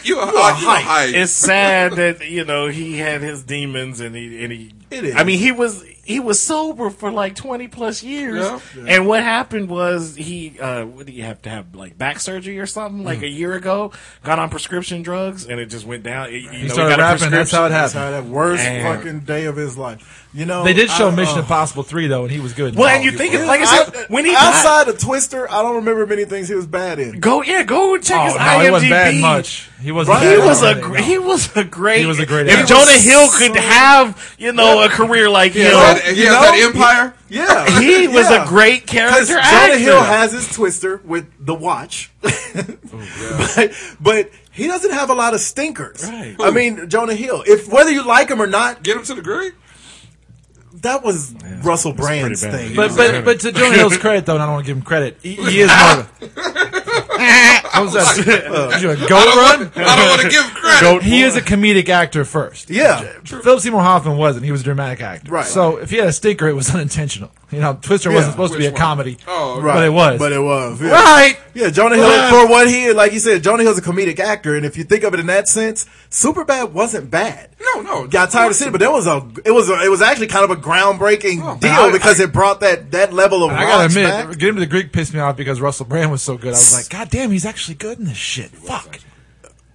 Speaker 9: you a, you a
Speaker 8: hype.
Speaker 9: hype.
Speaker 6: it's sad that you know he had his demons and he and he.
Speaker 8: It is.
Speaker 6: I mean, he was he was sober for like twenty plus years,
Speaker 9: Yeah.
Speaker 6: and what happened was he uh, what do you have to have like back surgery or something
Speaker 7: Hmm.
Speaker 6: like a year ago? Got on prescription drugs and it just went down. It- you know,
Speaker 7: he started
Speaker 6: got a
Speaker 7: rapping. That's how
Speaker 6: prescription.
Speaker 7: it
Speaker 8: That's
Speaker 7: happened.
Speaker 8: how that worst
Speaker 6: Damn.
Speaker 8: fucking day of his life. You know,
Speaker 7: They did show
Speaker 8: I-
Speaker 7: Mission
Speaker 8: uh,
Speaker 7: Impossible three though, and he was good.
Speaker 6: Well, and you think it's like I said
Speaker 8: I-
Speaker 6: when he got,
Speaker 8: outside of Twister, I don't remember many things he was bad in.
Speaker 6: go yeah go and check
Speaker 7: oh,
Speaker 6: his
Speaker 7: no,
Speaker 6: IMDb.
Speaker 7: he wasn't bad much. He wasn't.
Speaker 6: He
Speaker 7: bad
Speaker 6: was
Speaker 7: much.
Speaker 6: a gr- he was a great
Speaker 7: He was a great
Speaker 6: If
Speaker 7: actor.
Speaker 6: Jonah Hill could have you know a career like him,
Speaker 9: that, yeah, that empire.
Speaker 8: Yeah,
Speaker 6: he was
Speaker 8: Yeah.
Speaker 6: a great
Speaker 8: 'Cause
Speaker 6: character actor.
Speaker 8: Jonah Hill has his Twister with the watch,
Speaker 6: Oh,
Speaker 8: but, but he doesn't have a lot of stinkers.
Speaker 6: Right.
Speaker 8: I mean, Jonah Hill. If whether you like him or not,
Speaker 9: Get him to the grave.
Speaker 8: that was Russell Brand's
Speaker 6: pretty bad.
Speaker 8: thing.
Speaker 7: But but but to Jonah Hill's credit though, and I don't want to give him credit. He, he is more. Of a, what was that? Did you a goat run?
Speaker 9: I don't want to give credit.
Speaker 7: He is a comedic actor first.
Speaker 8: yeah,
Speaker 7: Philip Seymour Hoffman wasn't. He was a dramatic actor.
Speaker 8: Right.
Speaker 7: So if he had a stinker, it was unintentional. You know, Twister wasn't
Speaker 8: Yeah.
Speaker 7: supposed to be a
Speaker 9: Which one?
Speaker 7: comedy.
Speaker 9: Oh, okay.
Speaker 8: right.
Speaker 7: But it was.
Speaker 8: But it was. Yeah.
Speaker 7: Right.
Speaker 8: Yeah, Jonah Hill for what he is, like you said, Jonah Hill's a comedic actor, and if you think of it in that sense, Superbad wasn't bad.
Speaker 9: No, no.
Speaker 8: Got tired of seeing, it, but that was a it was a, it was actually kind of a groundbreaking
Speaker 9: Oh,
Speaker 8: deal
Speaker 9: I-
Speaker 8: because it brought that that level of
Speaker 7: I gotta
Speaker 8: raunchy
Speaker 7: admit,
Speaker 8: back.
Speaker 7: Get Him to the Greek pissed me off because Russell Brand was so good. I was like, God damn, he's actually good in this shit. Fuck.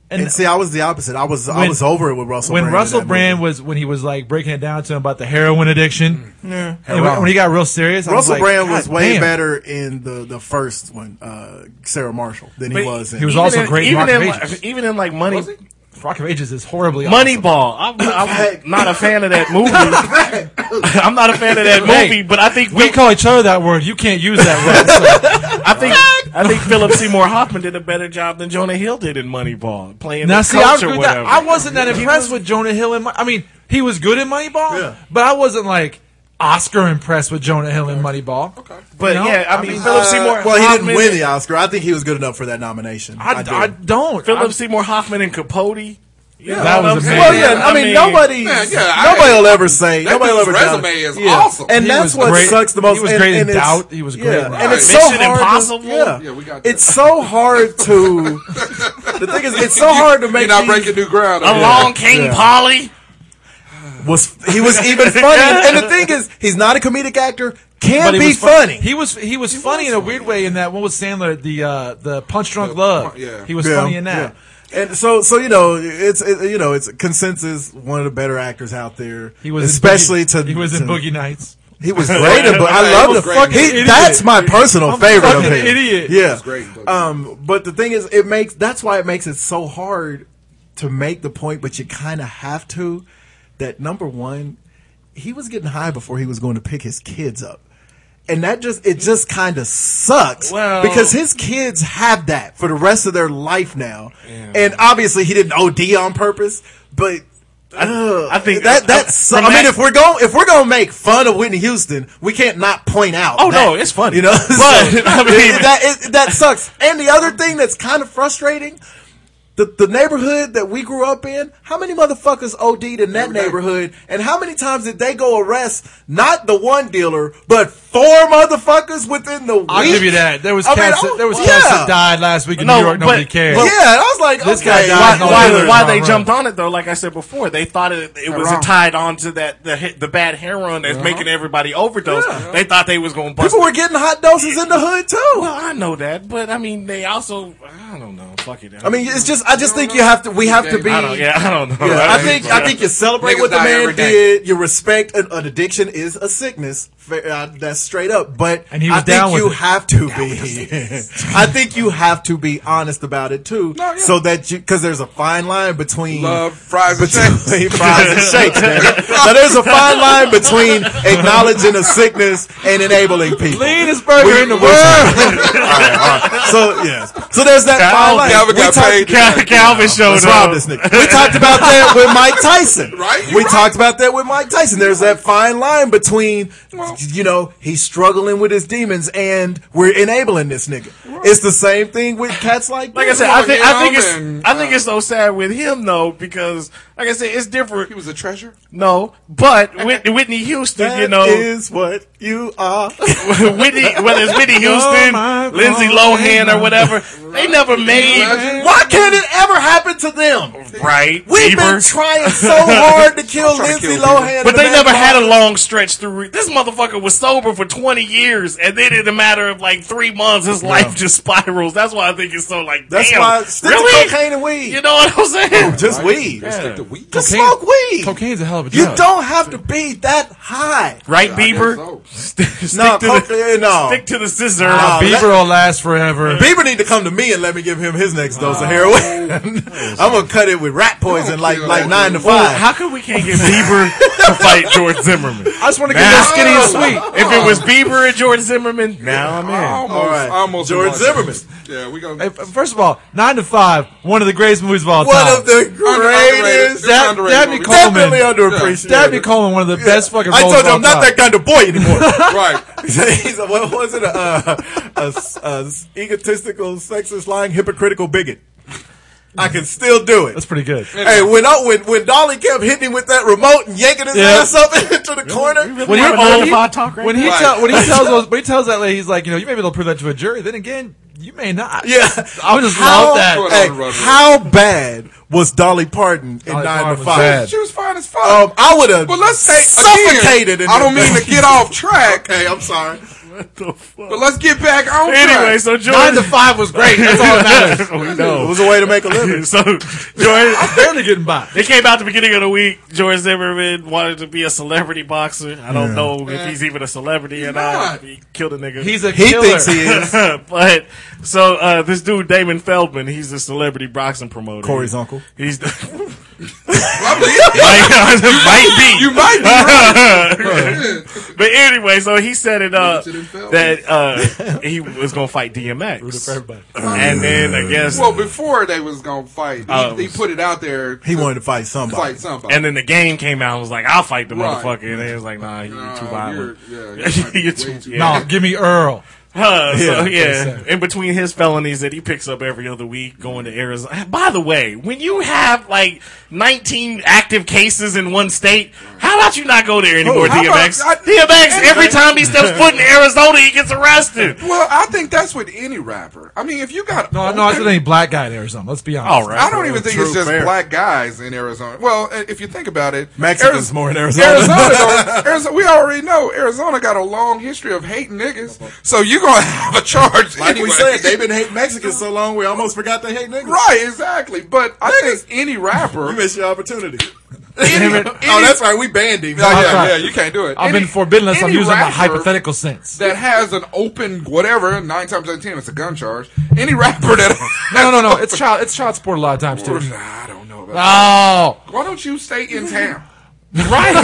Speaker 8: And see, I was the opposite. I was I
Speaker 7: When-
Speaker 8: was over it with Russell.
Speaker 7: when
Speaker 8: Brand in
Speaker 7: Russell
Speaker 8: that
Speaker 7: Brand
Speaker 8: movie.
Speaker 7: was when he was like breaking it down to him about the heroin addiction, and when,
Speaker 8: Mm. Heroin.
Speaker 7: when he got real serious, I was
Speaker 8: Russell
Speaker 7: like,
Speaker 8: Brand was
Speaker 7: "God
Speaker 8: way
Speaker 7: damn."
Speaker 8: better in the the first one, uh, Sarah Marshall, than he
Speaker 6: But
Speaker 8: was. In,
Speaker 7: he was
Speaker 6: Even
Speaker 7: also
Speaker 6: in-
Speaker 7: great in
Speaker 6: Even
Speaker 7: Rock
Speaker 6: in,
Speaker 7: of
Speaker 6: like,
Speaker 7: Ages.
Speaker 6: even in like money,
Speaker 7: Rock of Ages is horribly awesome.
Speaker 6: Moneyball. I'm, I'm not a fan of that movie. I'm not a fan of that
Speaker 7: Hey,
Speaker 6: movie. But I think
Speaker 7: We
Speaker 6: we.
Speaker 7: call each other that word. You can't use that word. So.
Speaker 6: I think I think Philip Seymour Hoffman did a better job than Jonah Hill did in Moneyball, playing
Speaker 7: Now,
Speaker 6: the
Speaker 7: see, I,
Speaker 6: coach
Speaker 7: agree
Speaker 6: or
Speaker 7: with that.
Speaker 6: whatever.
Speaker 7: I wasn't that
Speaker 6: He
Speaker 7: impressed
Speaker 6: was-
Speaker 7: with Jonah Hill. In, Mon- I mean, he was good in Moneyball,
Speaker 8: Yeah.
Speaker 7: but I wasn't like Oscar impressed with Jonah Hill in Moneyball. Okay.
Speaker 6: But
Speaker 7: No,
Speaker 6: yeah, I
Speaker 7: I
Speaker 6: mean,
Speaker 7: mean, uh,
Speaker 6: Philip Seymour.
Speaker 8: well, he
Speaker 6: Hoffman-
Speaker 8: didn't win the Oscar. I think he was good enough for that nomination.
Speaker 7: I,
Speaker 8: do.
Speaker 7: I don't.
Speaker 6: Philip
Speaker 7: I'm-
Speaker 6: Seymour Hoffman and Capote. Yeah,
Speaker 7: That was amazing.
Speaker 8: Well, yeah, I, mean, nobody,
Speaker 9: Man, yeah, I-
Speaker 8: nobody will ever say.
Speaker 9: That
Speaker 8: Nobody will
Speaker 9: dude's
Speaker 8: ever doubt
Speaker 9: resume
Speaker 8: it.
Speaker 9: is awesome.
Speaker 8: And
Speaker 7: He
Speaker 8: that's
Speaker 7: was
Speaker 8: what
Speaker 7: great-
Speaker 8: sucks the most.
Speaker 7: he was
Speaker 8: and,
Speaker 7: great in
Speaker 8: and it's-
Speaker 7: doubt. He was great
Speaker 8: Yeah,
Speaker 7: in
Speaker 8: and it's so
Speaker 6: Mission
Speaker 8: hard. to-
Speaker 6: Impossible?
Speaker 8: yeah.
Speaker 9: Yeah, we got
Speaker 8: It's so hard to. the thing is, it's so hard to make.
Speaker 9: You're not
Speaker 8: these-
Speaker 9: breaking new ground. over here.
Speaker 6: Along King Polly.
Speaker 8: was he was even funny. And the thing is, he's not a comedic actor. Can
Speaker 7: but he
Speaker 8: be
Speaker 7: was
Speaker 8: funny.
Speaker 7: He was he was funny in a weird way in that. What was Sandler? The uh, the Punch Drunk Love.
Speaker 9: yeah.
Speaker 7: He was
Speaker 8: Yeah,
Speaker 7: funny in that.
Speaker 8: yeah. And so, so you know, it's it, you know, it's consensus. One of the better actors out there.
Speaker 7: He was in
Speaker 8: especially
Speaker 7: Boogie-
Speaker 8: to
Speaker 7: he was in
Speaker 8: to-
Speaker 7: Boogie Nights.
Speaker 8: He was great, in, but
Speaker 9: He
Speaker 8: I love
Speaker 9: was
Speaker 8: the
Speaker 9: great
Speaker 8: fuck.
Speaker 9: in
Speaker 8: He,
Speaker 7: Idiot.
Speaker 8: that's my personal favorite of
Speaker 7: fucking
Speaker 8: him.
Speaker 7: idiot.
Speaker 8: Yeah,
Speaker 9: great in Boogie.
Speaker 8: Um, but the thing is, it makes that's why it makes it so hard to make the point, but you kind of have to. That number one, he was getting high before he was going to pick his kids up. And that just it just kind of sucks
Speaker 6: Well-
Speaker 8: because his kids have that for the rest of their life now, and obviously he didn't OD on purpose, but Ugh.
Speaker 6: I think-
Speaker 8: that
Speaker 6: I-
Speaker 8: that's. I,
Speaker 6: from
Speaker 8: mean,
Speaker 6: that-
Speaker 8: if we're going if we're gonna make fun of Whitney Houston, we can't not point out.
Speaker 6: Oh,
Speaker 8: that.
Speaker 6: no, it's funny.
Speaker 8: You know,
Speaker 6: But,
Speaker 8: So,
Speaker 6: I mean-
Speaker 8: that it, that sucks. And the other thing that's kind of frustrating. The, the neighborhood that we grew up in, how many motherfuckers OD'd in that neighborhood? And how many times did they go arrest not the one dealer, but four motherfuckers within the week?
Speaker 7: I'll give you that. There was
Speaker 8: I mean,
Speaker 7: cats.
Speaker 8: oh,
Speaker 7: that, there was
Speaker 8: yeah.
Speaker 7: cats that died last week in
Speaker 6: No,
Speaker 7: New York. Nobody
Speaker 6: but-
Speaker 7: cared.
Speaker 8: Yeah, I was like,
Speaker 7: This guy
Speaker 8: okay,
Speaker 7: died
Speaker 6: why,
Speaker 7: No,
Speaker 6: why,
Speaker 7: they were
Speaker 6: why
Speaker 7: not
Speaker 6: they
Speaker 7: right.
Speaker 6: jumped on it though? Like I said before, they thought it, it was
Speaker 9: wrong.
Speaker 6: tied onto that the hit- the bad heroin
Speaker 8: Uh-huh.
Speaker 6: that's making everybody overdose. They thought they was going to bust.
Speaker 8: people were getting hot doses in the hood too.
Speaker 6: well, I know that, but I mean, they also I don't know. fuck it.
Speaker 8: I mean, it's just I just think you have to. We have to be.
Speaker 6: I don't, yeah, I don't know.
Speaker 8: Yeah, I think I think you celebrate
Speaker 9: Niggas
Speaker 8: what the
Speaker 9: die
Speaker 8: man
Speaker 9: every day.
Speaker 8: did. You respect an, an addiction is a sickness. Fa- Uh, that's straight up. But
Speaker 7: And he was
Speaker 8: I think
Speaker 7: down with
Speaker 8: you
Speaker 7: it.
Speaker 8: have to be. I think you have to be honest about it too,
Speaker 9: No, yeah.
Speaker 8: so that you because there's a fine line between
Speaker 9: Love, fries, and shakes.
Speaker 8: between fries and shakes. nigga. Now there's a fine line between acknowledging a sickness and enabling people.
Speaker 7: Leanest burger in the world.
Speaker 8: So yeah, so there's that fine line.
Speaker 9: Calvin
Speaker 8: We
Speaker 9: got
Speaker 8: talked-
Speaker 9: paid.
Speaker 6: Cal- Calvin showed
Speaker 8: Let's rob
Speaker 6: up.
Speaker 8: this nigga. We talked about that with Mike Tyson.
Speaker 9: Right, you're
Speaker 8: We talked about that with Mike Tyson. There's that fine line between, you know, he's struggling with his demons and we're enabling this nigga. It's the same thing with cats like
Speaker 6: Like I
Speaker 8: this.
Speaker 6: said, I
Speaker 9: Come
Speaker 6: think
Speaker 9: on,
Speaker 6: I think
Speaker 9: Calvin.
Speaker 6: it's I think it's so sad with him though because like I said, it's different.
Speaker 9: He was a treasure.
Speaker 6: No, but Whitney, Whitney Houston,
Speaker 8: That
Speaker 6: you know,
Speaker 8: is what you are.
Speaker 6: Whitney, whether it's Whitney
Speaker 7: Oh,
Speaker 6: Houston,
Speaker 7: my
Speaker 6: Lindsay
Speaker 7: God.
Speaker 6: Lohan, or whatever, they never made
Speaker 8: Why can't it ever happen to them?
Speaker 6: right.
Speaker 8: We've been
Speaker 6: Bieber.
Speaker 8: trying so hard to kill
Speaker 9: trying to
Speaker 8: Lindsay
Speaker 9: kill people.
Speaker 8: Lohan,
Speaker 6: but they never
Speaker 8: had.
Speaker 6: had a long stretch through. This motherfucker was sober for twenty years, and then in a matter of like three months, his life just spirals. That's why I think it's so like.
Speaker 8: That's
Speaker 6: damn,
Speaker 8: why stick
Speaker 6: really?
Speaker 8: to cocaine and weed.
Speaker 6: You know what I'm saying?
Speaker 8: Just weed.
Speaker 9: Let's take the weed.
Speaker 8: Just
Speaker 7: Cocaine-
Speaker 8: smoke weed.
Speaker 7: Cocaine's a hell of a
Speaker 8: You
Speaker 7: drug.
Speaker 8: don't have to be that high.
Speaker 6: Right,
Speaker 9: I guess
Speaker 6: Bieber.
Speaker 8: Oh,
Speaker 9: so.
Speaker 6: stick,
Speaker 8: No,
Speaker 6: to
Speaker 8: coke-
Speaker 6: the,
Speaker 8: eh, no.
Speaker 6: stick to the scissor.
Speaker 8: Nah,
Speaker 7: Bieber will last forever.
Speaker 8: Bieber need to come to me and let me give him his next
Speaker 6: Oh.
Speaker 8: dose of heroin. I'm gonna cut it with rat poison, like
Speaker 9: kill
Speaker 8: like
Speaker 9: him.
Speaker 8: nine to
Speaker 6: Well,
Speaker 8: five.
Speaker 6: how come we can't get Bieber to fight George Zimmerman?
Speaker 7: I just want to get
Speaker 6: Nah.
Speaker 7: that skinny and sweet.
Speaker 6: If it was Bieber and George Zimmerman, now I'm in.
Speaker 9: Almost,
Speaker 8: All right.
Speaker 9: almost
Speaker 8: George
Speaker 9: lost.
Speaker 8: Zimmerman.
Speaker 9: Yeah, we gonna
Speaker 7: Hey, f- First of all, Nine to Five, one of the greatest movies of all time.
Speaker 8: One of the
Speaker 9: Underrated.
Speaker 8: greatest.
Speaker 7: That-
Speaker 9: underrated
Speaker 7: that'd be
Speaker 9: movie.
Speaker 7: Coleman.
Speaker 8: Definitely underappreciated.
Speaker 7: Dabney Coleman, one of the best fucking
Speaker 8: I
Speaker 7: roles
Speaker 8: told
Speaker 7: of
Speaker 8: you
Speaker 7: all
Speaker 8: I'm not
Speaker 7: time.
Speaker 8: that kind of boy anymore.
Speaker 9: right.
Speaker 8: He's a, what was it? A, uh, a s- a s- egotistical, sexist, lying, hypocritical bigot. I can still do it.
Speaker 7: That's pretty good.
Speaker 8: Hey, when I, when when Dolly kept hitting him with that remote and yanking his
Speaker 7: Yeah.
Speaker 8: ass up into the corner,
Speaker 7: When he,
Speaker 6: We're
Speaker 7: when
Speaker 6: old.
Speaker 7: he-
Speaker 6: If I talk right
Speaker 7: when he
Speaker 9: now.
Speaker 7: tell, when he tells those, when he tells that lady, he's like, you know, you may be able to prove that to a jury. Then again, you may not.
Speaker 8: yeah,
Speaker 7: I just
Speaker 8: how,
Speaker 7: love that.
Speaker 8: hey,
Speaker 9: Run, run, run.
Speaker 8: how bad was Dolly Parton in Nine
Speaker 7: Dolly Parton
Speaker 8: to
Speaker 7: was
Speaker 8: Five?
Speaker 7: bad.
Speaker 9: She was fine as fuck.
Speaker 8: Um, I would have
Speaker 9: But let's say
Speaker 8: suffocated.
Speaker 9: Again,
Speaker 8: in
Speaker 9: I don't
Speaker 8: that
Speaker 9: mean
Speaker 8: thing.
Speaker 9: to get off track,
Speaker 8: Okay, I'm sorry.
Speaker 9: but let's get back on
Speaker 6: Anyway,
Speaker 9: track.
Speaker 6: so
Speaker 7: Nine
Speaker 6: George.
Speaker 7: to Five was great. That's all that matters.
Speaker 6: we
Speaker 8: It
Speaker 6: know.
Speaker 8: was a way to make a living.
Speaker 6: So George,
Speaker 7: I'm barely getting by.
Speaker 6: they came out the beginning of the week. George Zimmerman wanted to be a celebrity boxer. I don't know if he's even a celebrity or not.
Speaker 9: not.
Speaker 6: He killed a nigga.
Speaker 7: He's a
Speaker 8: He
Speaker 7: killer.
Speaker 8: thinks he is
Speaker 6: but so uh, this dude Damon Feldman, he's a celebrity boxing promoter.
Speaker 8: Corey's uncle.
Speaker 6: He's might,
Speaker 9: Lovely.
Speaker 6: might be.
Speaker 9: you might be right.
Speaker 6: But anyway, so he set it up
Speaker 9: Rooted in Feldman.
Speaker 6: that uh, he was gonna fight DMX,
Speaker 7: Everybody.
Speaker 6: and then I guess,
Speaker 9: Well, before they was gonna fight, he,
Speaker 6: Oh.
Speaker 9: he put it out there.
Speaker 8: He
Speaker 9: to
Speaker 8: wanted to fight somebody.
Speaker 9: fight somebody.
Speaker 6: and then the game came out. and was like, I'll fight the
Speaker 9: Right.
Speaker 6: motherfucker, and then it was like, Nah, you
Speaker 9: Uh,
Speaker 6: too violent.
Speaker 9: You're, yeah, you might be
Speaker 6: You're
Speaker 9: way
Speaker 6: too-
Speaker 9: too-
Speaker 6: yeah.
Speaker 7: No, give me Earl.
Speaker 6: Huh, so,
Speaker 8: Yeah,
Speaker 6: yeah. In between his felonies that he picks up every other week, going to Arizona. By the way, when you have like 19 active cases in one state, how about you not go there anymore,
Speaker 9: Oh, how
Speaker 6: DMX?
Speaker 9: about- I-
Speaker 6: DMX, every time he steps foot in Arizona, he gets arrested.
Speaker 9: Well, I think that's with any rapper. I mean, if you got
Speaker 7: No, Uh, no, I think any black guy in Arizona. Let's be honest.
Speaker 6: All right.
Speaker 9: I don't even think
Speaker 8: True,
Speaker 9: it's just
Speaker 8: fair.
Speaker 9: black guys in Arizona. Well, i- if you think about it,
Speaker 8: Mexicans
Speaker 9: Ariz-
Speaker 8: more in
Speaker 9: Arizona, don't- Arizona, we already know Arizona got a long history of hating niggas, so you're gonna have a charge
Speaker 8: Like
Speaker 9: anyway.
Speaker 8: we said, they've been hating Mexicans so long, we almost forgot they hate niggas.
Speaker 9: right, exactly. But I think any rapper,
Speaker 8: You missed your opportunity.
Speaker 9: any, any,
Speaker 8: oh, that's right. We banned him.
Speaker 9: yeah,
Speaker 7: That's
Speaker 9: yeah,
Speaker 7: right.
Speaker 9: yeah, you can't do it.
Speaker 7: I've
Speaker 9: Any-
Speaker 7: been forbidden unless I'm
Speaker 9: any
Speaker 7: using a
Speaker 9: rapper
Speaker 7: hypothetical sense.
Speaker 9: That has an open whatever nine times out of ten, it's a gun charge. Any rapper that
Speaker 7: No, no, no, no. It's child. It's child support a lot of times too.
Speaker 9: I don't know about.
Speaker 7: Oh,
Speaker 9: Why don't you stay in town?
Speaker 6: Right.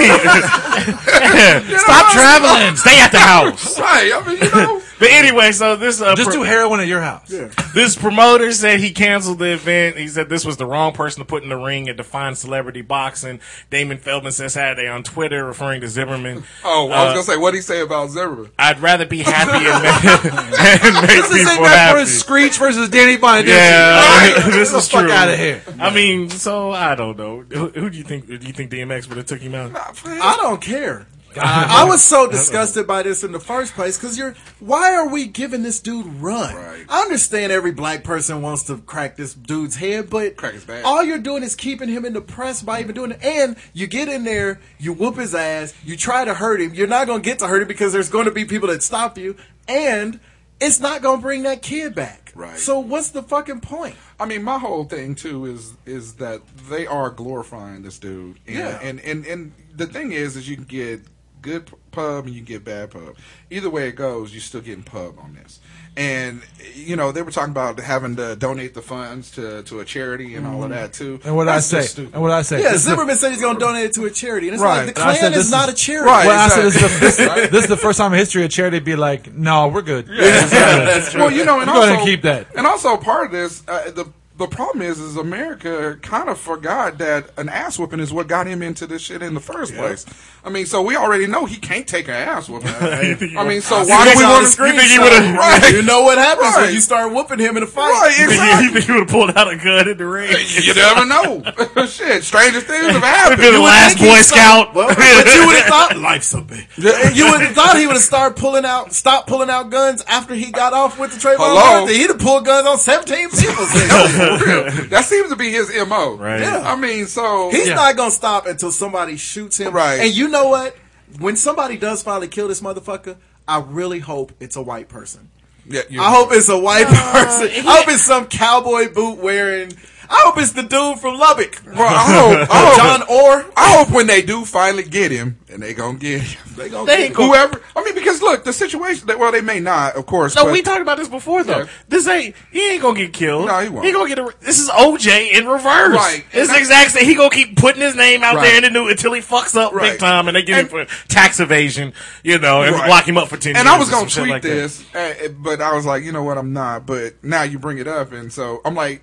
Speaker 9: Stop
Speaker 7: traveling.
Speaker 6: Stay at the house.
Speaker 9: Right, I mean, you know.
Speaker 6: But anyway, so this uh,
Speaker 7: Just
Speaker 6: pro-
Speaker 7: do heroin at your house.
Speaker 6: This promoter said he canceled the event. He said this was the wrong person to put in the ring at Define Celebrity Boxing. Damon Feldman said Saturday on Twitter, referring to Zimmerman.
Speaker 9: Oh, I
Speaker 7: Uh,
Speaker 9: was gonna say, what would he say about Zimmerman?
Speaker 6: I'd rather be happy and make, and make
Speaker 7: This is the same
Speaker 6: people
Speaker 7: guy
Speaker 6: happy.
Speaker 7: for Screech versus Danny Bonaducci.
Speaker 6: Yeah,
Speaker 7: All right,
Speaker 6: this
Speaker 7: get
Speaker 6: is
Speaker 7: the fuck
Speaker 6: true.
Speaker 7: out of here.
Speaker 6: I mean, so I don't know. Who, who do you think? Do you think DMX would have took him out?
Speaker 8: I don't care. I, I was so disgusted by this in the first place because you're. Why are we giving this dude run?
Speaker 9: Right.
Speaker 8: I understand every black person wants to crack this dude's head, but
Speaker 9: Crack his back.
Speaker 8: all you're doing is keeping him in the press by even doing it. And you get in there, you whoop his ass, you try to hurt him. You're not going to get to hurt him because there's going to be people that stop you, and it's not going to bring that kid back.
Speaker 9: Right.
Speaker 8: So what's the fucking point?
Speaker 9: I mean, my whole thing too is is that they are glorifying this dude. And,
Speaker 8: Yeah.
Speaker 9: And and and the thing is, is you can get good p- pub and you can get bad pub. Either way it goes, you're still getting pub on this. And you know they were talking about having to donate the funds to, to a charity and all of that too.
Speaker 7: Mm-hmm. And what did I
Speaker 9: That's
Speaker 7: say?
Speaker 9: just stupid.
Speaker 7: And what did I say?
Speaker 8: Yeah,
Speaker 7: This is the-
Speaker 8: Zimmerman said he's going to donate it to a charity, and it's
Speaker 7: Right.
Speaker 8: like the
Speaker 7: And I
Speaker 8: Klan
Speaker 7: said this
Speaker 8: is
Speaker 7: is-
Speaker 8: not a charity.
Speaker 9: Right.
Speaker 7: Well, I said this
Speaker 9: exactly.
Speaker 7: is, the, this, this is the first time in history a charity be like, no, we're good.
Speaker 9: Well, you know, and
Speaker 7: Go ahead
Speaker 9: also
Speaker 7: and keep that.
Speaker 9: And also, part of this, uh, the the problem is, is America kind of forgot that an ass whooping is what got him into this shit in the first place. I mean, so we already know he can't take an ass whooping. I mean, so why do we want to
Speaker 6: You think he would've-
Speaker 9: Right,
Speaker 8: You know what happens
Speaker 9: Right.
Speaker 8: when you start whooping him in a fight.
Speaker 9: right,
Speaker 6: you
Speaker 9: exactly.
Speaker 6: think you would have pulled out a gun in the rain?
Speaker 9: You never know. shit, stranger things have happened.
Speaker 6: Been the
Speaker 9: You would
Speaker 6: last
Speaker 9: think he-
Speaker 6: Boy Scout.
Speaker 8: Well, but you would have thought life's a bitch. You would have thought he would have started pulling out, stopped pulling out guns after he got off with the Trayvon
Speaker 9: Hello?
Speaker 8: Martin. He'd have pulled guns on seventeen people.
Speaker 9: "Oh, That seems to be his mo.
Speaker 6: Right.
Speaker 8: Yeah.
Speaker 9: I mean, so
Speaker 8: He's
Speaker 7: Yeah.
Speaker 8: not gonna stop until somebody shoots him.
Speaker 9: Right.
Speaker 8: And you know what? When somebody does finally kill this motherfucker, I really hope it's a white person.
Speaker 9: yeah, you-
Speaker 8: I hope it's a white person. I hope it's some cowboy boot wearing. I hope it's the dude from Lubbock,
Speaker 9: Bro, I hope, I hope,
Speaker 8: John Orr.
Speaker 9: I hope when they do finally get him, and they gonna get him. They gonna
Speaker 6: They
Speaker 9: get
Speaker 6: ain't gonna-
Speaker 9: whoever. I mean, because look, the situation. That, well, they may not, of course.
Speaker 6: No,
Speaker 9: but
Speaker 6: we talked about this before though.
Speaker 9: Yeah.
Speaker 6: This ain't he ain't gonna get killed.
Speaker 9: No, he won't.
Speaker 6: gonna get a, this is OJ in reverse.
Speaker 9: Right.
Speaker 6: It's
Speaker 9: And
Speaker 6: the exact same. He gonna keep putting his name out
Speaker 9: Right.
Speaker 6: there in the new until he fucks up
Speaker 9: Right.
Speaker 6: big time, and they get
Speaker 9: And-
Speaker 6: him for tax evasion. You know, and
Speaker 9: Right.
Speaker 6: lock him up for ten.
Speaker 9: and
Speaker 6: years
Speaker 9: I was
Speaker 6: or
Speaker 9: gonna
Speaker 6: some shit
Speaker 9: tweet
Speaker 6: like that.
Speaker 9: this, uh, but I was like, you know what, I'm not. But now you bring it up, and so I'm like,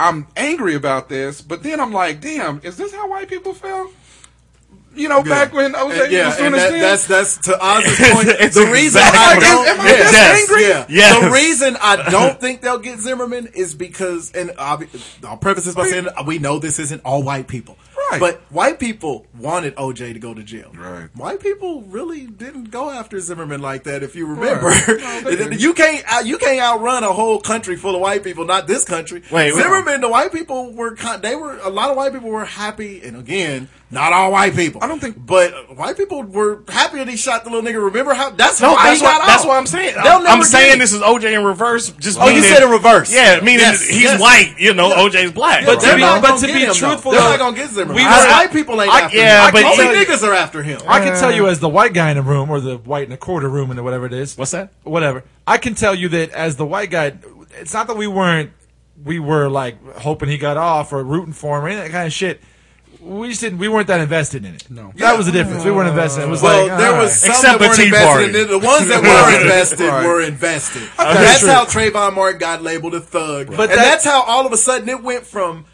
Speaker 9: I'm angry about this. But then I'm like, damn, is this how white people felt? You know, back when OJ
Speaker 8: And yeah,
Speaker 9: was doing
Speaker 8: and
Speaker 9: his
Speaker 8: that,
Speaker 9: thing?
Speaker 8: that's that's to Oz's point.
Speaker 6: It's
Speaker 8: the reason
Speaker 6: exactly-
Speaker 8: I don't,
Speaker 9: Am I
Speaker 6: just
Speaker 8: yeah,
Speaker 9: angry?
Speaker 6: Yes.
Speaker 8: The reason I don't think they'll get Zimmerman is because, and I'll, be, I'll preface this by saying we know this isn't all white people,
Speaker 9: Right.
Speaker 8: But white people wanted OJ to go to jail,
Speaker 9: Right.
Speaker 8: White people really didn't go after Zimmerman like that, if you remember.
Speaker 9: Right. No, they didn't.
Speaker 8: you can't out- you can't outrun a whole country full of white people. Not this country.
Speaker 6: Wait, wait.
Speaker 8: Zimmerman, the white people were con- they were a lot of white people were happy, and again, not all white people.
Speaker 9: I don't think-
Speaker 8: but uh, white people were happy that he shot the little nigga. Remember how? That's
Speaker 6: No,
Speaker 8: why
Speaker 6: that's
Speaker 8: he
Speaker 6: what
Speaker 8: got
Speaker 6: that's
Speaker 8: off.
Speaker 6: what I'm saying.
Speaker 8: They'll
Speaker 6: I'm,
Speaker 8: never
Speaker 6: I'm
Speaker 8: get
Speaker 6: saying
Speaker 8: it.
Speaker 6: this is OJ in reverse. Just
Speaker 8: Oh, you
Speaker 6: meaning-
Speaker 8: said in reverse.
Speaker 6: Yeah, meaning
Speaker 8: Yes,
Speaker 6: he's
Speaker 8: yes.
Speaker 6: white. You know, OJ's black.
Speaker 8: But
Speaker 7: to
Speaker 8: they're
Speaker 7: be-
Speaker 8: not
Speaker 7: but
Speaker 8: gonna
Speaker 7: to
Speaker 8: get
Speaker 7: be
Speaker 8: him,
Speaker 7: truthful,
Speaker 8: though.
Speaker 7: though,
Speaker 8: they're not gonna get Zimmerman.
Speaker 7: we
Speaker 8: Us
Speaker 7: were-
Speaker 8: white people ain't
Speaker 6: I-
Speaker 8: after
Speaker 6: yeah,
Speaker 8: him.
Speaker 6: but
Speaker 8: only
Speaker 6: you-
Speaker 8: niggas are after him.
Speaker 7: I can tell you as the white guy in a room or the white and a quarter room and whatever it is.
Speaker 6: What's that?
Speaker 7: Whatever. I can tell you that as the white guy, it's not that we weren't, we were like hoping he got off or rooting for him or any of that kind of shit. We just didn't. We weren't that invested in it. No, that was the difference. We weren't invested. It was
Speaker 8: Well,
Speaker 7: like
Speaker 8: there
Speaker 7: all
Speaker 8: was
Speaker 7: right.
Speaker 8: some that
Speaker 6: Except the
Speaker 8: weren't
Speaker 6: Tea Party.
Speaker 8: invested. and The ones that were invested
Speaker 9: Right.
Speaker 8: were invested. That's
Speaker 7: true.
Speaker 8: how Trayvon Martin got labeled a thug.
Speaker 7: But
Speaker 8: and
Speaker 7: that-
Speaker 8: that's how all of a sudden it went from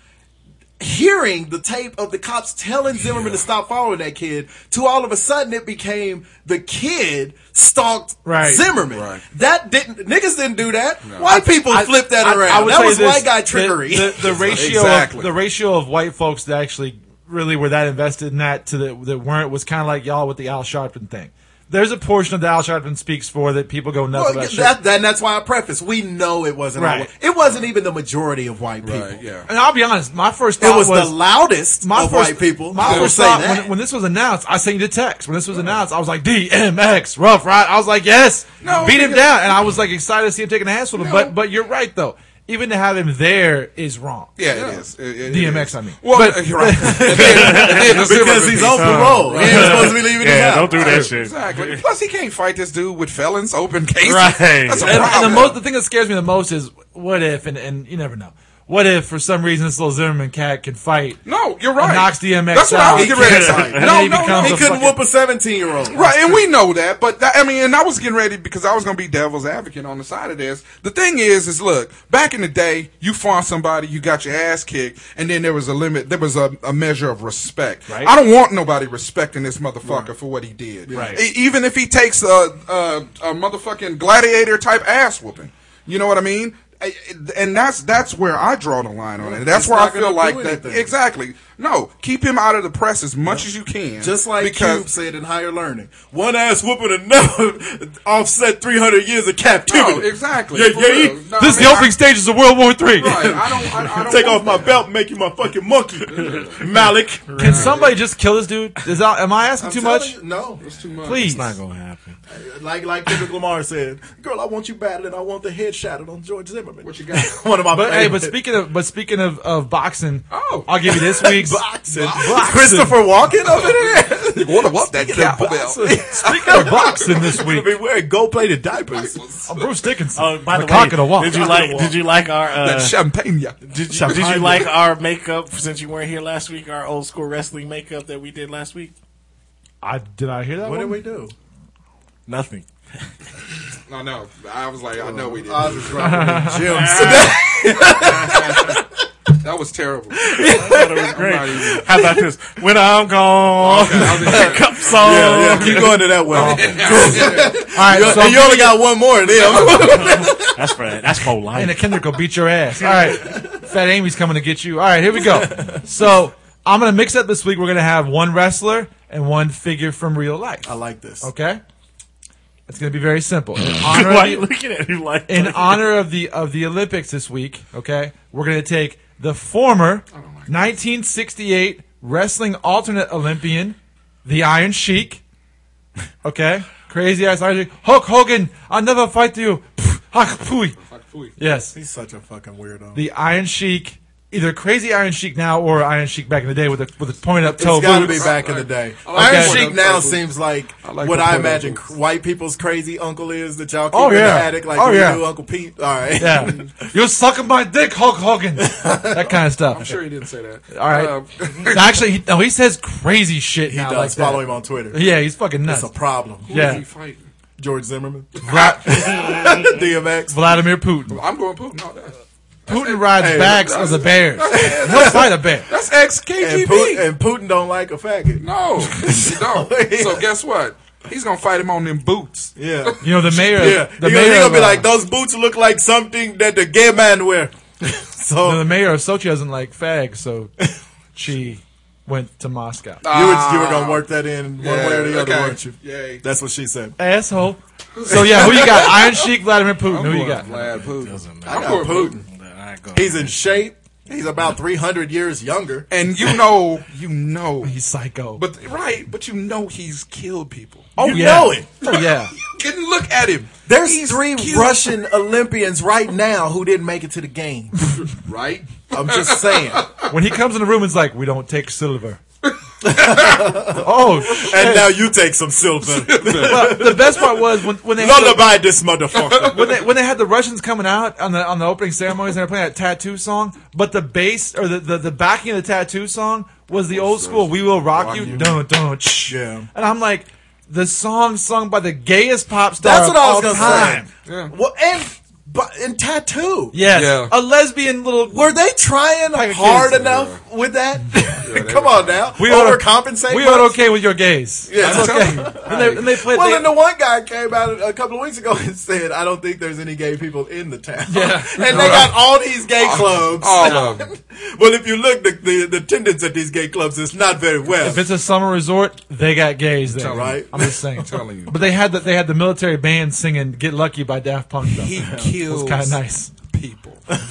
Speaker 8: hearing the tape of the cops telling Zimmerman to stop following that kid to all of a sudden it became the kid stalked
Speaker 7: Right.
Speaker 8: Zimmerman.
Speaker 9: Right.
Speaker 8: That didn't niggas didn't do that. White people flipped that
Speaker 7: I-
Speaker 8: around.
Speaker 7: I would
Speaker 8: that
Speaker 7: say
Speaker 8: was
Speaker 7: this,
Speaker 8: white guy
Speaker 7: the-
Speaker 8: trickery.
Speaker 7: The, the ratio,
Speaker 9: Exactly.
Speaker 7: of, the ratio of white folks that actually really were that invested in that to the that weren't was kind of like y'all with the Al Sharpton thing. There's a portion of the Al Sharpton speaks for that people go nuts
Speaker 8: Well,
Speaker 7: about. shit.
Speaker 8: that, that, that's why I preface. We know it wasn't.
Speaker 7: Right.
Speaker 8: All, it wasn't even the majority of white people.
Speaker 9: Right, yeah.
Speaker 7: and I'll be honest, my first
Speaker 8: It
Speaker 7: thought
Speaker 8: was, the loudest
Speaker 7: my
Speaker 8: of
Speaker 7: first,
Speaker 8: white people.
Speaker 7: My
Speaker 8: I will
Speaker 7: first
Speaker 8: say
Speaker 7: thought
Speaker 8: that.
Speaker 7: when, when this was announced, I sent you the text. When this was announced, I was like DMX, rough right. I was like, yes,
Speaker 9: No,
Speaker 7: beat him
Speaker 9: nigga.
Speaker 7: down, and I was like excited to see him taking a ass with him.
Speaker 9: No.
Speaker 7: But but you're right though. Even to have him there is wrong.
Speaker 9: yeah, it is. It- it- it
Speaker 7: DMX,
Speaker 9: is.
Speaker 7: I mean.
Speaker 9: Well,
Speaker 7: But-
Speaker 9: uh, you're right. And then- and then the
Speaker 8: because
Speaker 9: Zimmerman
Speaker 8: he's
Speaker 9: piece.
Speaker 8: on parole. He ain't supposed to be leaving his
Speaker 6: yeah,
Speaker 8: house.
Speaker 6: don't do that shit.
Speaker 9: Exactly. Plus, he can't fight this dude with felons open cases.
Speaker 6: Right.
Speaker 9: That's a
Speaker 7: And,
Speaker 9: problem.
Speaker 7: and the most, the thing that scares me the most is what if, and, and you never know. What if for some reason this little Zimmerman cat can fight?
Speaker 9: no, you're right.
Speaker 7: knocks DMX
Speaker 9: That's what I
Speaker 7: out.
Speaker 9: was getting ready to
Speaker 7: And
Speaker 9: say.
Speaker 7: then
Speaker 9: No,
Speaker 7: he
Speaker 9: no, no.
Speaker 7: becomes
Speaker 8: He
Speaker 7: a
Speaker 8: couldn't
Speaker 7: fucking-
Speaker 8: whoop a seventeen-year-old.
Speaker 9: Right, and we know that, but that, I mean, and I was getting ready because I was going to be devil's advocate on the side of this. The thing is, is look, back in the day, you fought somebody, you got your ass kicked, and then there was a limit, there was a, a measure of respect.
Speaker 7: Right.
Speaker 9: I don't want nobody respecting this motherfucker for what he did.
Speaker 7: Right.
Speaker 9: E- even if he takes a, a, a motherfucking gladiator type ass whooping. You know what I mean? I- And that's that's where I draw the line on it. That's
Speaker 8: It's
Speaker 9: where I
Speaker 8: not gonna
Speaker 9: feel
Speaker 8: do
Speaker 9: like that.
Speaker 8: anything.
Speaker 9: Exactly. No, keep him out of the press as much as you can.
Speaker 8: Just like
Speaker 9: because
Speaker 8: Cube said in Higher Learning, one ass whooping another offset 300 years of captivity.
Speaker 9: no, exactly.
Speaker 8: Yeah,
Speaker 9: for
Speaker 8: yeah,
Speaker 9: real.
Speaker 8: he-
Speaker 9: No,
Speaker 7: this is
Speaker 9: I
Speaker 7: the
Speaker 9: mean,
Speaker 7: opening stages of World War Three.
Speaker 9: I, right, I don't. I, I don't
Speaker 8: Take
Speaker 9: want
Speaker 8: off my
Speaker 9: that.
Speaker 8: belt, make you my fucking monkey, Malik.
Speaker 7: Can somebody just kill this dude? Is that, am I asking
Speaker 8: I'm
Speaker 7: too
Speaker 8: telling
Speaker 7: much?
Speaker 8: you, no,
Speaker 9: It's too much.
Speaker 7: Please.
Speaker 6: gonna happen.
Speaker 8: like like Kendrick Lamar said, "Girl, I want you battered, and I want the head shattered on George Zimmerman."
Speaker 9: What you got?
Speaker 8: One of my
Speaker 7: But hey, but
Speaker 8: favorite-
Speaker 7: speaking of but speaking of, of boxing,
Speaker 9: Oh.
Speaker 7: I'll give you this week's
Speaker 8: boxing. Christopher Walken over there.
Speaker 9: What about that cowbell?
Speaker 7: Speaking of boxing this
Speaker 8: We
Speaker 7: week,
Speaker 8: be wearing gold plated diapers.
Speaker 7: I'm Bruce Dickinson.
Speaker 6: Oh, by the,
Speaker 7: cock of the
Speaker 6: way,
Speaker 7: walk.
Speaker 6: did you like? Did you like our?
Speaker 9: That
Speaker 6: Uh,
Speaker 9: champagne. yeah.
Speaker 6: did, you, did you like our makeup since you weren't here last week? Our old school wrestling makeup that we did last week.
Speaker 7: I did I hear that?
Speaker 8: What
Speaker 7: one?
Speaker 8: did we do?
Speaker 6: Nothing.
Speaker 9: I know. I was like, I know we did. that was terrible.
Speaker 6: Great. How about this? When I'm gone, cup song.
Speaker 8: Yeah, yeah. Keep going to that well.
Speaker 7: All right, so
Speaker 8: and you only got one more of them.
Speaker 6: That's for that's for
Speaker 7: and a
Speaker 6: life.
Speaker 7: Kendrick will beat your ass. All right, Fat Amy's coming to get you. All right, here we go. So I'm gonna mix up this week. We're gonna have one wrestler and one figure from real life.
Speaker 8: I like this.
Speaker 7: Okay, it's gonna be very simple. In honor
Speaker 6: Why
Speaker 7: of
Speaker 6: are you
Speaker 7: the-
Speaker 6: looking at you like?
Speaker 7: in
Speaker 6: like-
Speaker 7: honor of the of the Olympics this week, okay, we're gonna take the former 1968 wrestling alternate Olympian, the Iron Sheik, okay, crazy ass Iron Sheik, Hulk Hogan. I'll never fight you. Pff, Hak pui. Yes,
Speaker 8: He's such a fucking weirdo.
Speaker 7: the Iron Sheik, either crazy Iron Sheik now or Iron Sheik back in the day with a with a point up toe
Speaker 8: it's got to be
Speaker 7: boots.
Speaker 8: back in the day.
Speaker 9: like
Speaker 8: Iron
Speaker 7: the
Speaker 8: Sheik
Speaker 9: photo
Speaker 8: now
Speaker 9: booth.
Speaker 8: seems like,
Speaker 9: I like
Speaker 8: what
Speaker 9: the
Speaker 8: I
Speaker 9: photo
Speaker 8: imagine
Speaker 9: booth.
Speaker 8: white people's crazy uncle is that y'all keep
Speaker 7: Oh,
Speaker 8: in
Speaker 7: yeah.
Speaker 8: the attic like
Speaker 7: Oh,
Speaker 8: you
Speaker 7: yeah.
Speaker 8: do Uncle Pete. All right.
Speaker 7: Yeah, you're sucking my dick, Hulk Hogan. That kind of stuff.
Speaker 9: I'm sure he didn't say that.
Speaker 7: All right.
Speaker 9: Um,
Speaker 7: Actually, he, no, he says crazy shit
Speaker 8: He
Speaker 7: now.
Speaker 8: does.
Speaker 7: like that.
Speaker 8: Follow him on Twitter.
Speaker 7: Yeah, he's fucking nuts.
Speaker 8: That's a problem.
Speaker 9: who
Speaker 7: Yeah,
Speaker 9: is he fighting?
Speaker 8: George Zimmerman.
Speaker 7: Vla-
Speaker 8: DMX.
Speaker 7: Vladimir Putin.
Speaker 9: I'm going Putin. No, that's,
Speaker 7: Putin rides
Speaker 8: Hey,
Speaker 7: backs of the bears. He'll fight a bear.
Speaker 9: that's ex
Speaker 8: And,
Speaker 9: KGB.
Speaker 8: Putin and Putin don't like a faggot.
Speaker 9: No, he don't. So guess what? He's gonna fight him on them boots.
Speaker 8: Yeah.
Speaker 7: You know the mayor.
Speaker 8: Yeah.
Speaker 7: the
Speaker 8: he gonna,
Speaker 7: mayor.
Speaker 8: he
Speaker 7: of,
Speaker 8: gonna be
Speaker 7: uh,
Speaker 8: like, those boots look like something that the gay man wear. so
Speaker 7: the mayor of Sochi doesn't like fags, so she went to Moscow.
Speaker 8: you, were, you were gonna work that in one way or the other,
Speaker 9: okay.
Speaker 8: weren't you?
Speaker 9: Yay.
Speaker 8: That's what she said.
Speaker 7: Asshole. So yeah, who you got? Iron Sheik, Vladimir Putin. who you got?
Speaker 9: Vlad Putin.
Speaker 8: I
Speaker 9: I'm
Speaker 8: got
Speaker 9: going Putin.
Speaker 8: Putin. He's in shape. He's about 300 years younger.
Speaker 9: And you know, you know,
Speaker 7: He's psycho.
Speaker 9: but right, but you know he's killed people.
Speaker 8: Oh, you
Speaker 7: yeah.
Speaker 8: know it.
Speaker 7: oh yeah.
Speaker 9: Didn't look at him.
Speaker 8: There's
Speaker 9: He's
Speaker 8: three
Speaker 9: cute.
Speaker 8: Russian Olympians right now who didn't make it to the game.
Speaker 9: Right?
Speaker 8: I'm just saying.
Speaker 7: When he comes in the room, it's like we don't take silver. oh, shit.
Speaker 8: And now you take some silver.
Speaker 7: well, the best part was when, when they had the-
Speaker 8: Lullaby this motherfucker.
Speaker 7: when they when they had the Russians coming out on the on the opening ceremonies, they were playing that tattoo song. But the bass or the, the, the backing of the tattoo song was the old school "We Will Rock, You." Don't don't. shh.
Speaker 8: Yeah.
Speaker 7: And I'm like, the song sung by the gayest pop star.
Speaker 8: That's what I was
Speaker 7: of Uh, all
Speaker 8: gonna
Speaker 7: time.
Speaker 8: say. Well, and but and tattoo.
Speaker 7: Yes,
Speaker 9: Yeah.
Speaker 7: a lesbian little.
Speaker 8: Were they trying
Speaker 7: of
Speaker 8: hard
Speaker 7: kids,
Speaker 8: enough with that?
Speaker 9: they
Speaker 8: uh, Come
Speaker 9: were.
Speaker 8: on now. We
Speaker 7: are-
Speaker 8: overcompensate.
Speaker 7: We
Speaker 8: folks?
Speaker 7: are okay with your gays.
Speaker 8: Yeah,
Speaker 7: That's
Speaker 8: I'm
Speaker 7: okay. and, they, and they played.
Speaker 8: Well,
Speaker 7: they-
Speaker 8: then the one guy came out a couple of weeks ago and said, "I don't think there's any gay people in the town."
Speaker 7: Yeah.
Speaker 8: and they got all these gay clubs.
Speaker 9: All of them.
Speaker 8: well, if you look, the, the the attendance at these gay clubs is not very well.
Speaker 7: if it's a summer resort, they got gays there.
Speaker 8: Telling you. Right.
Speaker 7: I'm just saying.
Speaker 9: telling you.
Speaker 7: But they had the, they had the military band singing "Get Lucky" by Daft Punk. Though.
Speaker 9: He
Speaker 7: It was
Speaker 9: kills
Speaker 7: kind of nice.
Speaker 9: people.
Speaker 7: Just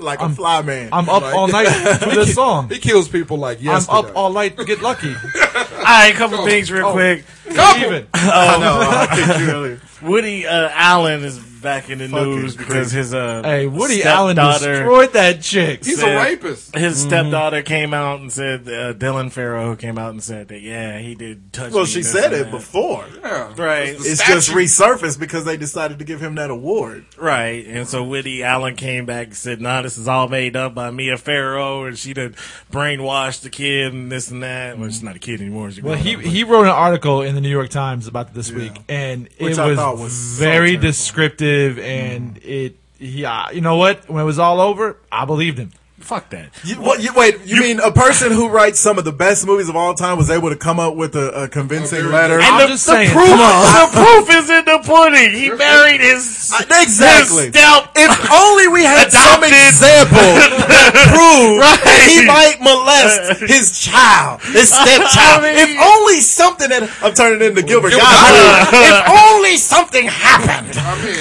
Speaker 8: like a fly man.
Speaker 7: I'm up all night to this song.
Speaker 9: He kills people like
Speaker 7: I'm
Speaker 9: yesterday.
Speaker 7: up all night to get lucky.
Speaker 6: All right, couple things real quick. Um,
Speaker 7: Even.
Speaker 8: Oh, I know. Oh, I kicked you earlier.
Speaker 6: Woody uh, Allen is back in the
Speaker 8: Fucking
Speaker 6: news because his uh,
Speaker 7: Hey, Woody Allen
Speaker 6: stepdaughter-
Speaker 7: destroyed Mm-hmm. that chick.
Speaker 9: He's
Speaker 6: said-
Speaker 9: a rapist.
Speaker 6: His stepdaughter came out and said uh, Dylan Farrow came out and said that yeah he did touch.
Speaker 8: Well,
Speaker 6: me,
Speaker 8: she
Speaker 6: this
Speaker 8: said
Speaker 6: and
Speaker 8: it
Speaker 6: that.
Speaker 8: before.
Speaker 9: Yeah.
Speaker 6: Right,
Speaker 8: It's just resurfaced because they decided to give him that award.
Speaker 6: right, and so Woody Allen came back and said, "Nah, this is all made up by Mia Farrow, and she done brainwashed the kid and this and that." Well, she's not a kid anymore. She's
Speaker 7: Well,
Speaker 6: grown
Speaker 7: he
Speaker 6: up, but-
Speaker 7: he wrote an article in the New York Times about this week, and
Speaker 8: Which
Speaker 7: it
Speaker 8: I
Speaker 7: was,
Speaker 8: thought was so
Speaker 7: very
Speaker 8: terrible. Hmm.
Speaker 7: uh, descriptive. And it, yeah, you know what? When it was all over, I believed him.
Speaker 6: Fuck that.
Speaker 8: You, what, you, wait, you, mean a person who writes some of the best movies of all time was able to come up with a, a convincing letter?
Speaker 6: And
Speaker 7: I'm
Speaker 6: the,
Speaker 7: just
Speaker 6: the
Speaker 7: saying,
Speaker 6: proof,
Speaker 7: come
Speaker 6: the proof is in the pudding. He married his
Speaker 8: I- exactly.
Speaker 6: His stout
Speaker 8: If only we had some
Speaker 6: Adopted.
Speaker 8: example that proved
Speaker 6: Right.
Speaker 8: he might molest his child, his stepchild.
Speaker 6: I mean-
Speaker 8: if only something that I'm turning into Gilbert Gottfried. if only something happened.
Speaker 9: I mean,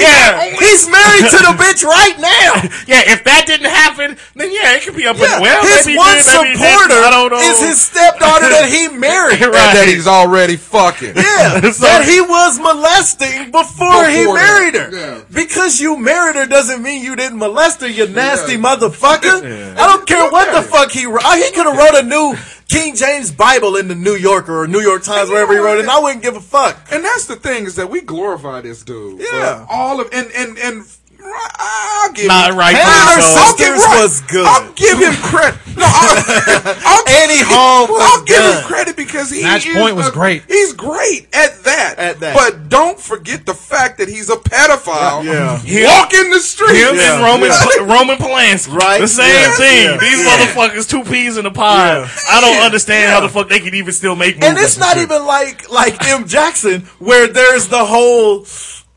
Speaker 6: yeah.
Speaker 8: He's married to the bitch right now.
Speaker 6: Yeah, if that didn't happen, then yeah, it could be up in
Speaker 8: Yeah,
Speaker 6: well.
Speaker 8: his
Speaker 6: maybe
Speaker 8: one
Speaker 6: did, maybe didn't.
Speaker 8: supporter
Speaker 6: I don't know.
Speaker 8: is his stepdaughter that he married.
Speaker 6: Right.
Speaker 9: that he's already fucking.
Speaker 8: Yeah,
Speaker 6: So-
Speaker 8: that he was molesting before, he
Speaker 9: Before
Speaker 8: married
Speaker 9: that,
Speaker 8: her.
Speaker 9: yeah.
Speaker 8: Because you married her doesn't mean you didn't molest her, you nasty
Speaker 9: Yeah.
Speaker 8: motherfucker. I don't care what the fuck he wrote. He could have wrote a new King James Bible in the New Yorker or New York Times, wherever he wrote it, and I wouldn't give a fuck.
Speaker 9: And that's the thing is that we glorify this dude.
Speaker 8: Yeah.
Speaker 9: But all of and and and I'll give
Speaker 6: Not
Speaker 9: him-
Speaker 6: right.
Speaker 8: Hannah
Speaker 6: so.
Speaker 9: I'll give
Speaker 8: Sisters
Speaker 9: right-
Speaker 8: was good.
Speaker 9: I'll give him credit. No, I'll, I'll,
Speaker 8: Annie Hall was
Speaker 9: I'll give
Speaker 8: good.
Speaker 9: him credit because he
Speaker 7: Match
Speaker 9: is
Speaker 7: Point was
Speaker 9: a-
Speaker 7: great.
Speaker 9: He's great at that.
Speaker 8: At that.
Speaker 9: But don't forget the fact that he's a pedophile.
Speaker 8: Yeah.
Speaker 9: Walking the street.
Speaker 6: Him
Speaker 8: Yeah.
Speaker 6: and Roman
Speaker 8: Yeah.
Speaker 6: Pol- Roman Polanski,
Speaker 8: Right.
Speaker 6: The same
Speaker 8: Yeah.
Speaker 6: thing.
Speaker 8: Yeah.
Speaker 6: These
Speaker 8: Yeah.
Speaker 6: motherfuckers, two peas in a pod. I don't understand how the fuck they can even still make movies.
Speaker 8: And it's not
Speaker 6: shit.
Speaker 8: even like like M. Jackson, where there's the whole.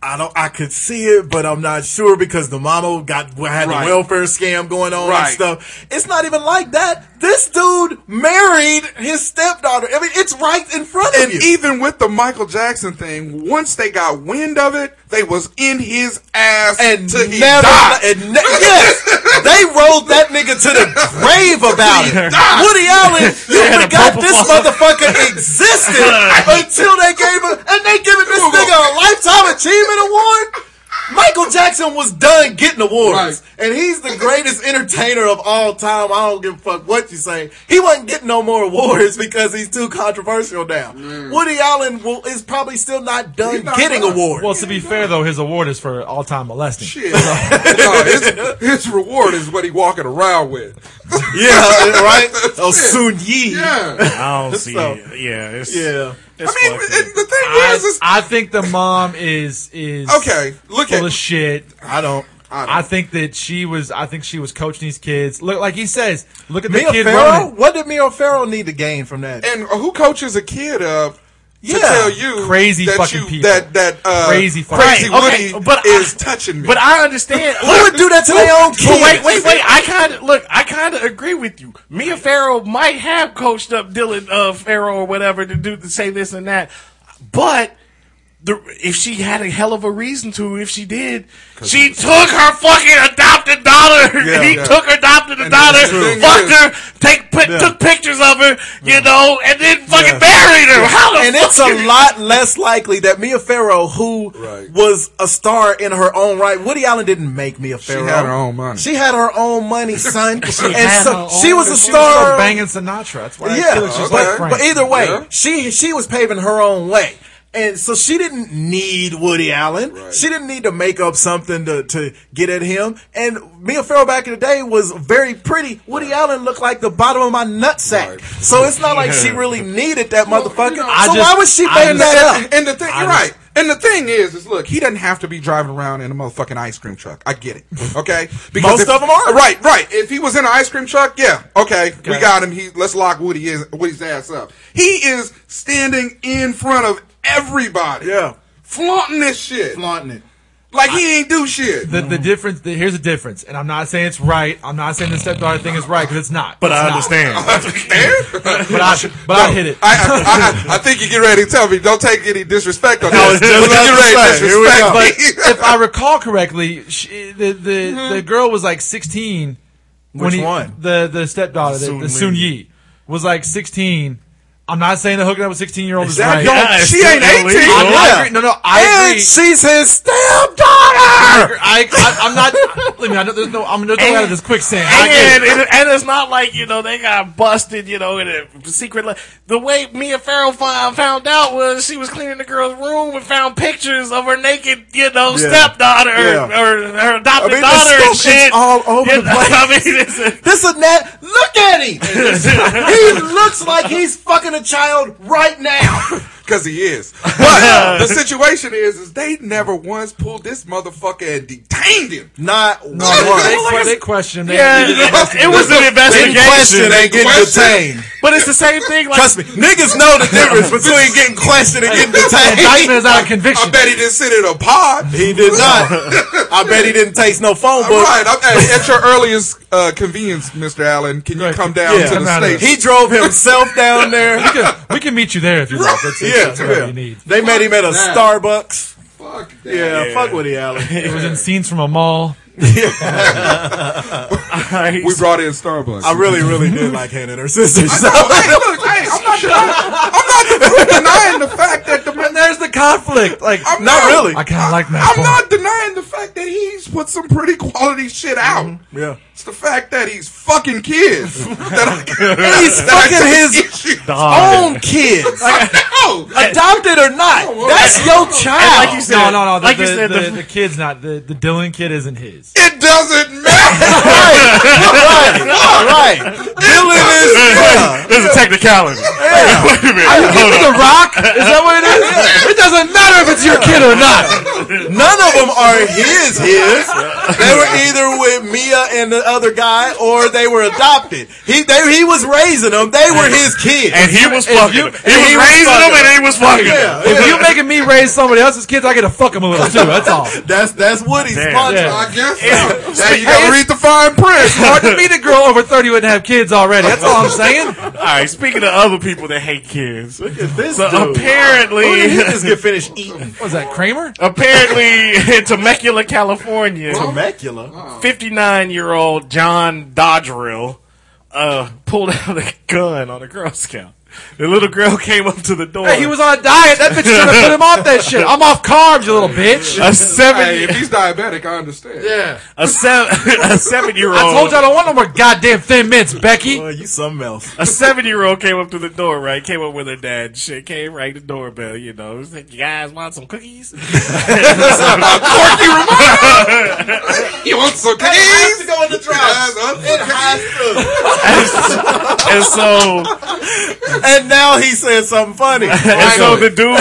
Speaker 8: I don't. I could see it, but I'm not sure because the mama got had the
Speaker 9: Right.
Speaker 8: welfare scam going on and
Speaker 9: Right.
Speaker 8: stuff. It's not even like that. This dude married his stepdaughter. I mean, it's right in front of
Speaker 9: And
Speaker 8: you.
Speaker 9: even with the Michael Jackson thing, once they got wind of it, they was in his ass
Speaker 8: and
Speaker 9: till he
Speaker 8: never,
Speaker 9: died.
Speaker 8: and ne- yes, they rolled that nigga to the grave about it. Woody Allen, you
Speaker 6: had a
Speaker 8: forgot
Speaker 6: purple
Speaker 8: this
Speaker 6: ball.
Speaker 8: motherfucker existed until they gave him, and they giving this nigga a lifetime achievement award. Michael Jackson was done getting awards, and he's the greatest entertainer of all time. I don't give a fuck what you say. He wasn't getting no more awards because he's too controversial now. Woody Allen will, is probably still not done
Speaker 9: He's not
Speaker 8: getting
Speaker 9: done.
Speaker 8: awards.
Speaker 7: Well, to be fair though, his award is for all time molesting.
Speaker 9: Shit. No, his, his reward is what he walking around with.
Speaker 8: Yeah, right? Oh, Soon Yi.
Speaker 9: Yeah.
Speaker 6: I don't see.
Speaker 8: So-
Speaker 6: it. Yeah, it's,
Speaker 8: Yeah.
Speaker 6: It's
Speaker 9: I mean,
Speaker 6: fucked
Speaker 9: and
Speaker 6: up.
Speaker 9: the thing
Speaker 7: I,
Speaker 9: is, is
Speaker 7: I think the mom is is
Speaker 9: okay. Look
Speaker 7: full of
Speaker 9: at
Speaker 7: shit.
Speaker 8: I don't.
Speaker 7: I think that she was. I think she was coaching these kids. Look, like he says, look at the
Speaker 8: Mia
Speaker 7: kid
Speaker 8: Farrow?
Speaker 7: running.
Speaker 8: What did Mia Farrow need to gain from that?
Speaker 9: and who coaches a kid up
Speaker 8: Yeah.
Speaker 9: to tell you
Speaker 7: Crazy
Speaker 9: that
Speaker 7: fucking
Speaker 9: you,
Speaker 7: people.
Speaker 9: that that uh,
Speaker 7: Crazy fucking
Speaker 9: crazy
Speaker 6: Right, okay,
Speaker 9: Woody
Speaker 6: but I-
Speaker 9: is touching me.
Speaker 6: But I understand.
Speaker 8: Who would do that to their own
Speaker 6: But
Speaker 8: kids?
Speaker 6: wait, wait, wait! I kind of look. I kind of agree with you. Mia Farrow might have coached up Dylan uh, Farrow or whatever to do to say this and that, but the, if she had a hell of a reason to, if she did, she took her fucking adopted daughter. he
Speaker 9: yeah.
Speaker 6: took her adopted
Speaker 9: And
Speaker 6: daughter,
Speaker 9: that's true.
Speaker 6: fucked
Speaker 9: Yeah.
Speaker 6: her, take put,
Speaker 8: Yeah.
Speaker 6: took pictures of her, you know, and then fucking buried her. How the
Speaker 8: And
Speaker 6: fuck
Speaker 8: it's a
Speaker 6: you-
Speaker 8: lot less likely that Mia Farrow, who
Speaker 9: Right.
Speaker 8: was a star in her own right, Woody Allen didn't make Mia Farrow.
Speaker 9: had her own money.
Speaker 8: She had her own money, son. and
Speaker 7: had
Speaker 8: so
Speaker 7: her
Speaker 8: she
Speaker 7: own-
Speaker 8: was a
Speaker 7: she was
Speaker 8: star.
Speaker 7: banging Sinatra. That's why.
Speaker 8: yeah,
Speaker 7: I feel like she's
Speaker 9: okay.
Speaker 7: like
Speaker 8: but,
Speaker 7: Frank.
Speaker 8: but either way,
Speaker 9: Yeah.
Speaker 8: she she was paving her own way, and so she didn't need Woody Allen.
Speaker 9: Right.
Speaker 8: She didn't need to make up something to, to get at him. And Mia Farrow back in the day was very pretty. Woody Allen looked like the bottom of my nutsack,
Speaker 9: Right.
Speaker 8: so it's not like she really needed that motherfucker.
Speaker 9: you know,
Speaker 8: so
Speaker 7: I
Speaker 8: why
Speaker 7: just-
Speaker 8: was she
Speaker 7: I
Speaker 8: making
Speaker 7: just-
Speaker 8: that up?
Speaker 9: and the thing, you're right. And the thing is, is look, he doesn't have to be driving around in a motherfucking ice cream truck. I get it, okay? Because
Speaker 8: Most
Speaker 9: if-
Speaker 8: of 'em are.
Speaker 9: right, right. If he was in an ice cream truck, yeah, okay, we got him. He let's lock Woody is Woody's ass up. He is standing in front of everybody,
Speaker 8: Yeah.
Speaker 9: flaunting this shit,
Speaker 8: Flaunting it.
Speaker 9: like he ain't do shit.
Speaker 7: The, the difference. The, here's the difference, and I'm not saying it's right. I'm not saying the stepdaughter thing is right because it's not. But
Speaker 6: I understand.
Speaker 7: But I, but I hit it.
Speaker 9: I, I, I, I think you get ready to tell me. Don't take any disrespect on that.
Speaker 8: it's just
Speaker 9: Don't get
Speaker 8: disrespect. Here we go.
Speaker 9: ready to disrespect me.
Speaker 7: if I recall correctly, she, the the the girl was like 16.
Speaker 8: Which one?
Speaker 7: The the stepdaughter, the, the
Speaker 6: Soon
Speaker 7: Soon
Speaker 6: Lee.
Speaker 7: Yi, was like 16. I'm not saying that hooking up with 16 year olds is
Speaker 8: That
Speaker 7: right.
Speaker 8: don't-
Speaker 6: Yeah,
Speaker 8: she
Speaker 6: it's
Speaker 8: ain't
Speaker 6: illegal.
Speaker 8: eighteen.
Speaker 6: I
Speaker 8: Yeah.
Speaker 7: agree. No, no, I
Speaker 8: and
Speaker 7: agree.
Speaker 8: she's his stepdaughter.
Speaker 7: I, I, am not. Let me. I know there's no. I'm gonna throw out of this quicksand. I get
Speaker 6: And, and, and it's not like, you know, they got busted, you know, in a secret. Le- the way Mia Farrow found, found out was she was cleaning the girl's room and found pictures of her naked, you know, stepdaughter
Speaker 8: Yeah.
Speaker 6: or, or her adopted
Speaker 8: I mean, the
Speaker 6: daughter and
Speaker 8: stuff is
Speaker 6: shit.
Speaker 8: all over
Speaker 6: You
Speaker 8: the
Speaker 6: know,
Speaker 8: place.
Speaker 6: I mean, it's a,
Speaker 8: This is that. Look at him. he looks like he's fucking a child right now.
Speaker 9: because he is. But the situation is, is they never once pulled this motherfucker and detained him.
Speaker 8: Not
Speaker 7: No,
Speaker 8: one.
Speaker 7: they, they, they question. They,
Speaker 6: Yeah,
Speaker 7: they-
Speaker 6: it was an
Speaker 8: In question
Speaker 6: investigation,
Speaker 8: ain't getting
Speaker 9: Question.
Speaker 8: detained.
Speaker 6: but it's the same thing. Like,
Speaker 8: Trust me, niggas know the difference between getting questioned and getting
Speaker 7: indictment
Speaker 8: detained.
Speaker 7: is out of
Speaker 9: I
Speaker 7: conviction.
Speaker 9: bet he didn't sit in a pod.
Speaker 8: He did not. I bet he didn't taste no phone book.
Speaker 9: right. I'm, at, at your earliest uh, convenience, Mr. Allen, can you come down
Speaker 7: Yeah.
Speaker 9: to
Speaker 7: Come
Speaker 9: the
Speaker 7: out of
Speaker 9: station?
Speaker 8: He drove himself down there.
Speaker 7: we can meet you there if you want. That's,
Speaker 8: Yeah,
Speaker 7: that's what you need.
Speaker 8: They met him at a
Speaker 9: that.
Speaker 8: Starbucks.
Speaker 9: Fuck that.
Speaker 8: Yeah, fuck Woody Allen.
Speaker 7: It was in scenes from a mall.
Speaker 9: We brought in Starbucks.
Speaker 8: I really, really did like Hannah and her sister. So.
Speaker 9: No, hey, look, hey, I'm not denying, I'm not denying the fact that the man.
Speaker 7: And there's the conflict. Like
Speaker 9: I'm
Speaker 8: Not really.
Speaker 7: I kind of like that.
Speaker 9: I'm not denying the fact that he's put some pretty quality shit out.
Speaker 8: Yeah.
Speaker 9: It's the fact that he's fucking kids. that I,
Speaker 8: He's fucking his
Speaker 9: issue.
Speaker 8: own kids.
Speaker 9: No,
Speaker 8: Adopted or not. That's your child.
Speaker 6: like you said,
Speaker 7: No, no, no. The,
Speaker 6: like
Speaker 7: the,
Speaker 6: you said,
Speaker 7: the,
Speaker 6: the-
Speaker 7: the kid's not the, the Dylan kid isn't his.
Speaker 9: it doesn't matter.
Speaker 8: right. Right. Dylan is. Yeah.
Speaker 10: There's a technicality. Wait a minute.
Speaker 7: Are you giving the rock? Is that what it is? It doesn't matter if it's your kid or not.
Speaker 8: None of them are his. His. They were either with Mia and the other guy, or they were adopted. He they, he was raising them. They were his kids.
Speaker 10: and he was fucking
Speaker 7: you-
Speaker 10: him. He was
Speaker 8: he was
Speaker 10: raising
Speaker 8: fucking
Speaker 10: him and he was fucking
Speaker 8: Yeah,
Speaker 10: him.
Speaker 7: If you're making me raise somebody else's kids, I get to fuck them a little too. That's all.
Speaker 8: That's that's Woody's
Speaker 10: Damn.
Speaker 8: punchline.
Speaker 9: I guess so. Now you gotta read the fine print.
Speaker 7: Hard to meet a girl over 30 wouldn't have kids already. That's all I'm saying.
Speaker 6: all right. Speaking of other people that hate kids,
Speaker 8: This
Speaker 6: so
Speaker 8: dude. Who did he
Speaker 6: apparently,
Speaker 8: just get finished eating?
Speaker 7: Was that Kramer?
Speaker 6: apparently in Temecula, California,
Speaker 8: Temecula.
Speaker 6: 59 year old John Dodgerill uh, pulled out a gun on a Girl Scout. The little girl came up to the door.
Speaker 7: Hey, he was on a diet. That bitch should have put him off that shit. I'm off carbs, you little bitch.
Speaker 6: a seven,
Speaker 9: Hey, if he's diabetic, I understand. Yeah.
Speaker 6: a seven, a seven year
Speaker 7: I told
Speaker 6: old,
Speaker 7: you I don't want no more goddamn thin mints, Becky.
Speaker 8: Boy, you something else.
Speaker 6: a seven year old came up to the door. Right, came up with her dad. and Shit, came right the doorbell. You know, was like, you guys want some cookies?
Speaker 9: You want some cookies?
Speaker 8: go in the
Speaker 9: Guys, huh?
Speaker 6: and so,
Speaker 8: And now he said something funny.
Speaker 6: and so the dude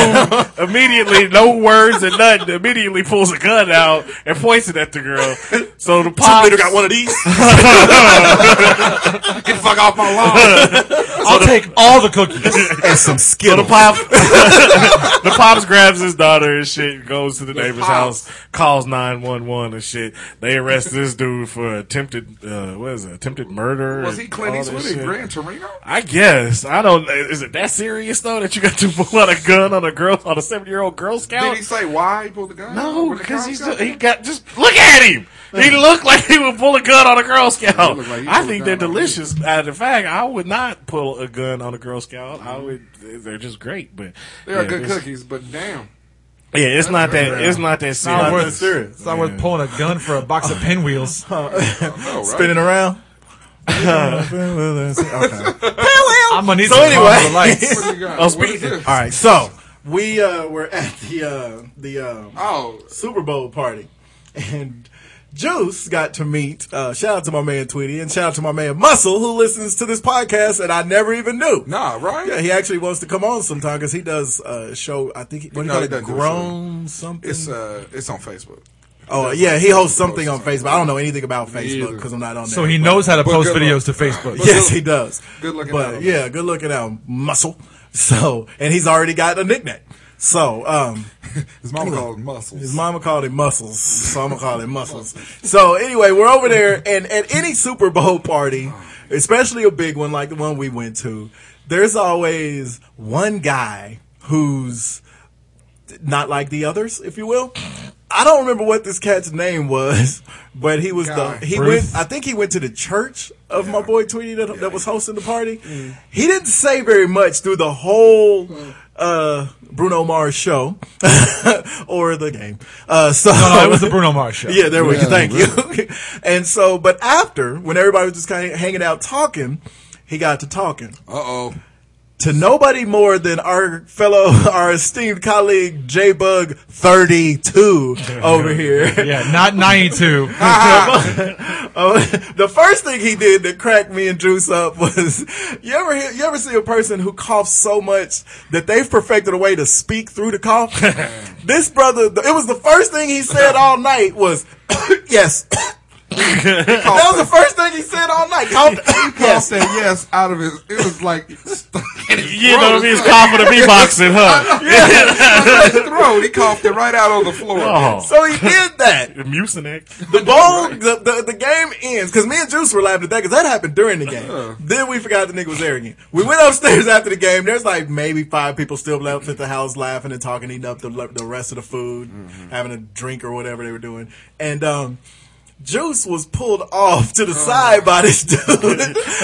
Speaker 6: immediately, no words and nothing, immediately pulls a gun out and points it at the girl. So the
Speaker 8: Pop
Speaker 6: pops,
Speaker 8: later got one of these.
Speaker 9: Get the fuck off my lawn.
Speaker 7: I'll take all the cookies.
Speaker 8: and some
Speaker 6: So the
Speaker 8: Skittles.
Speaker 6: pop, the pops grabs his daughter and shit, goes to the, neighbor's
Speaker 9: pops.
Speaker 6: house, calls nine one one and shit. They arrest this dude for attempted, uh, what is it, attempted murder?
Speaker 9: Was
Speaker 6: and
Speaker 9: he Clint
Speaker 6: all
Speaker 9: Eastwood
Speaker 6: this
Speaker 9: in
Speaker 6: shit.
Speaker 9: Gran Torino?
Speaker 6: I guess I don't. Is it that serious though that you got to pull out a gun on a girl on a seven year old Girl Scout?
Speaker 9: Did he say why he pulled the gun?
Speaker 6: no,
Speaker 9: When the
Speaker 6: because
Speaker 9: cops
Speaker 6: he's
Speaker 9: got
Speaker 6: he got just look at him. He looked like he would pull a gun on a Girl Scout.
Speaker 9: looked like he
Speaker 6: I
Speaker 9: pulled a
Speaker 6: think
Speaker 9: gun
Speaker 6: they're
Speaker 9: on me.
Speaker 6: delicious. Matter of fact, I would not pull a gun on a Girl Scout. I would. They're just great, but
Speaker 9: They're
Speaker 6: yeah,
Speaker 9: good
Speaker 6: it's-
Speaker 9: cookies, but damn.
Speaker 6: Yeah, it's not that. It's not that
Speaker 7: Not
Speaker 6: serious.
Speaker 7: worth- It's not worth pulling a gun for a box of pinwheels.
Speaker 9: No, right?
Speaker 8: Spinning around. okay.
Speaker 7: I'm gonna need
Speaker 8: So
Speaker 7: some
Speaker 8: anyway.
Speaker 7: anyway. lights.
Speaker 9: What do you got?
Speaker 6: Oh,
Speaker 9: What is
Speaker 6: speaking-
Speaker 9: this?
Speaker 8: All right, so we uh, were at the uh, the um,
Speaker 9: Oh,
Speaker 8: Super Bowl party, and Juice got to meet. Uh, shout out to my man Tweety, and shout out to my man Muscle who listens to this podcast, and I never even knew.
Speaker 9: nah, right?
Speaker 8: Yeah, he actually wants to come on sometime because he does a show. I think what do
Speaker 9: No,
Speaker 8: you call
Speaker 9: he
Speaker 8: it?
Speaker 9: doesn't do a show.
Speaker 8: Grown something.
Speaker 9: It's uh, it's on Facebook.
Speaker 8: oh yeah, he hosts something on Facebook. I don't know anything about Facebook
Speaker 9: either.
Speaker 8: because I'm not on there.
Speaker 7: So he
Speaker 8: but-
Speaker 7: knows how to
Speaker 9: But
Speaker 7: post
Speaker 9: good
Speaker 7: videos
Speaker 9: luck.
Speaker 7: to Facebook.
Speaker 9: But
Speaker 8: yes,
Speaker 9: good-
Speaker 8: he does.
Speaker 9: good looking
Speaker 8: but
Speaker 9: out.
Speaker 8: yeah, good looking out, muscle. So, and he's already got a nickname. So, um,
Speaker 9: His mama called muscles.
Speaker 8: his mama called him muscles, so I'm gonna call him muscles. So anyway, we're over there, and at any Super Bowl party, especially a big one like the one we went to, there's always one guy who's not like the others, if you will. I don't remember what this cat's name was, but he was
Speaker 9: Guy.
Speaker 8: the he
Speaker 7: Bruce?
Speaker 8: went. I think he went to the church of my boy Tweety that, that was hosting the party. He didn't say very much through the whole uh, Bruno Mars show or the game. Uh, so
Speaker 7: No, it was the Bruno Mars show.
Speaker 8: yeah, there we go. Thank you. and so, but after, when everybody was just kind of hanging out talking, he got to talking.
Speaker 9: Uh oh.
Speaker 8: to nobody more than our fellow, our esteemed colleague J Bug thirty two over here.
Speaker 7: Yeah, not 92.
Speaker 8: Oh, the first thing he did that cracked me and Juice up was you ever hear, you ever see a person who coughs so much that they've perfected a way to speak through the cough. this brother, it was the first thing he said all night was yes. that was the first thing he said all night. Coughed-
Speaker 9: Paul
Speaker 8: yes.
Speaker 9: said yes out of his. It was like stuck in his
Speaker 6: You know what I
Speaker 9: throat.
Speaker 6: mean? It's called for the beatboxing, huh?
Speaker 9: His throat. He coughed it right out on the floor.
Speaker 6: Oh,
Speaker 8: So he did that.
Speaker 6: the Mucinex.
Speaker 8: The bowl, the, the, the game ends because me and Juice were laughing at that because that happened during the game. then we forgot the nigga was there again. We went upstairs after the game. There's like maybe five people still left at the house laughing and talking, eating up the the rest of the food, having a drink or whatever they were doing, and um. Juice was pulled off to the side by this dude. Let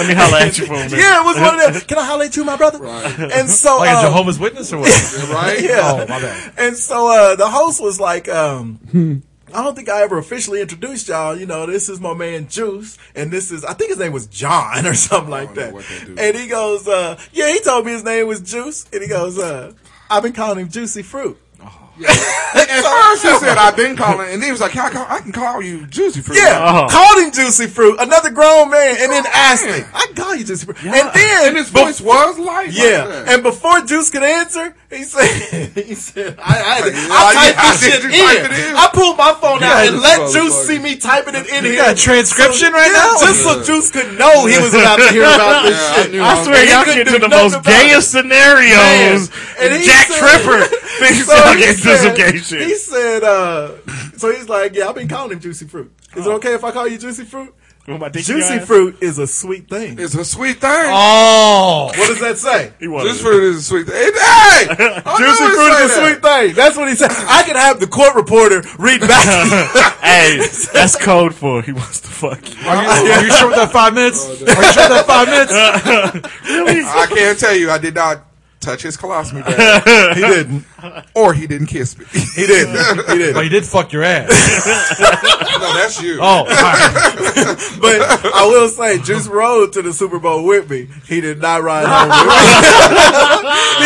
Speaker 6: me holler at you for a minute.
Speaker 8: Yeah, it was one of them. Can I holler at you, my brother? And so,
Speaker 7: Like a
Speaker 8: um,
Speaker 7: Jehovah's Witness or what?
Speaker 9: Right?
Speaker 8: yeah.
Speaker 7: Oh, my bad.
Speaker 8: And so uh, the host was like, um, I don't think I ever officially introduced y'all. You know, this is my man Juice, and this is I think his name was John or something like
Speaker 9: know
Speaker 8: that.
Speaker 9: what that dude-
Speaker 8: And he goes, uh, yeah, he told me his name was Juice, and he goes, uh, I've been calling him Juicy Fruit.
Speaker 9: At first he said I've been calling, and then he was like, "Can I, call, I can call you Juicy for
Speaker 8: Yeah,
Speaker 6: Oh.
Speaker 8: called him Juicy Fruit. Another grown man, and then asked me, I can call you Juicy Fruit, and then
Speaker 9: And his voice was like, like
Speaker 8: Yeah,
Speaker 9: that.
Speaker 8: and before Juice could answer, he said, "He said I, I, had to-
Speaker 9: I-
Speaker 8: I
Speaker 9: I
Speaker 8: typed this
Speaker 9: had
Speaker 8: shit
Speaker 9: to
Speaker 8: in.
Speaker 9: type it in.
Speaker 8: I pulled my phone out
Speaker 9: Yeah,
Speaker 8: and
Speaker 9: this
Speaker 8: let Juice
Speaker 9: motherfucker.
Speaker 8: see me typing it in here.
Speaker 7: got a transcription right
Speaker 8: Yeah,
Speaker 7: now?
Speaker 8: just so Juice could know he was about to hear about this
Speaker 9: Yeah, I
Speaker 8: shit.
Speaker 9: knew
Speaker 6: I swear,
Speaker 8: He
Speaker 6: y'all
Speaker 8: couldn't
Speaker 6: get
Speaker 8: do
Speaker 6: to the
Speaker 8: nothing
Speaker 6: most
Speaker 8: about it.
Speaker 6: gayest scenarios.
Speaker 8: And he
Speaker 6: Jack
Speaker 8: said-
Speaker 6: Tripper thinks
Speaker 8: So
Speaker 6: y'all
Speaker 8: he
Speaker 6: get to
Speaker 8: said-
Speaker 6: some gay shit.
Speaker 8: He said, uh, so he's like, yeah, I've been calling him Juicy Fruit. Is it okay if I call you Juicy Fruit?
Speaker 6: With my dick in your
Speaker 8: Juicy
Speaker 6: ass.
Speaker 8: Fruit is a sweet thing.
Speaker 9: it's a sweet thing.
Speaker 7: Oh.
Speaker 8: What does that say?
Speaker 6: He wanted
Speaker 9: Juicy
Speaker 6: it.
Speaker 9: fruit is a sweet thing. Hey, hey! I
Speaker 8: Juicy
Speaker 9: know it
Speaker 8: fruit
Speaker 9: say
Speaker 8: is a
Speaker 9: that.
Speaker 8: sweet thing. That's what he said. I could have the court reporter read back.
Speaker 6: Hey, that's code for he wants to fuck you.
Speaker 7: Are you, are you sure with that five minutes? Are you sure with that five minutes?
Speaker 9: I can't tell you. I did not touch his colostomy bag. he didn't, or he didn't kiss me.
Speaker 8: he didn't. He
Speaker 7: Well,
Speaker 8: didn't.
Speaker 7: you did fuck your ass.
Speaker 9: no, that's you.
Speaker 7: Oh, all right.
Speaker 8: But I will say, Juice rode to the Super Bowl with me. He did not ride home with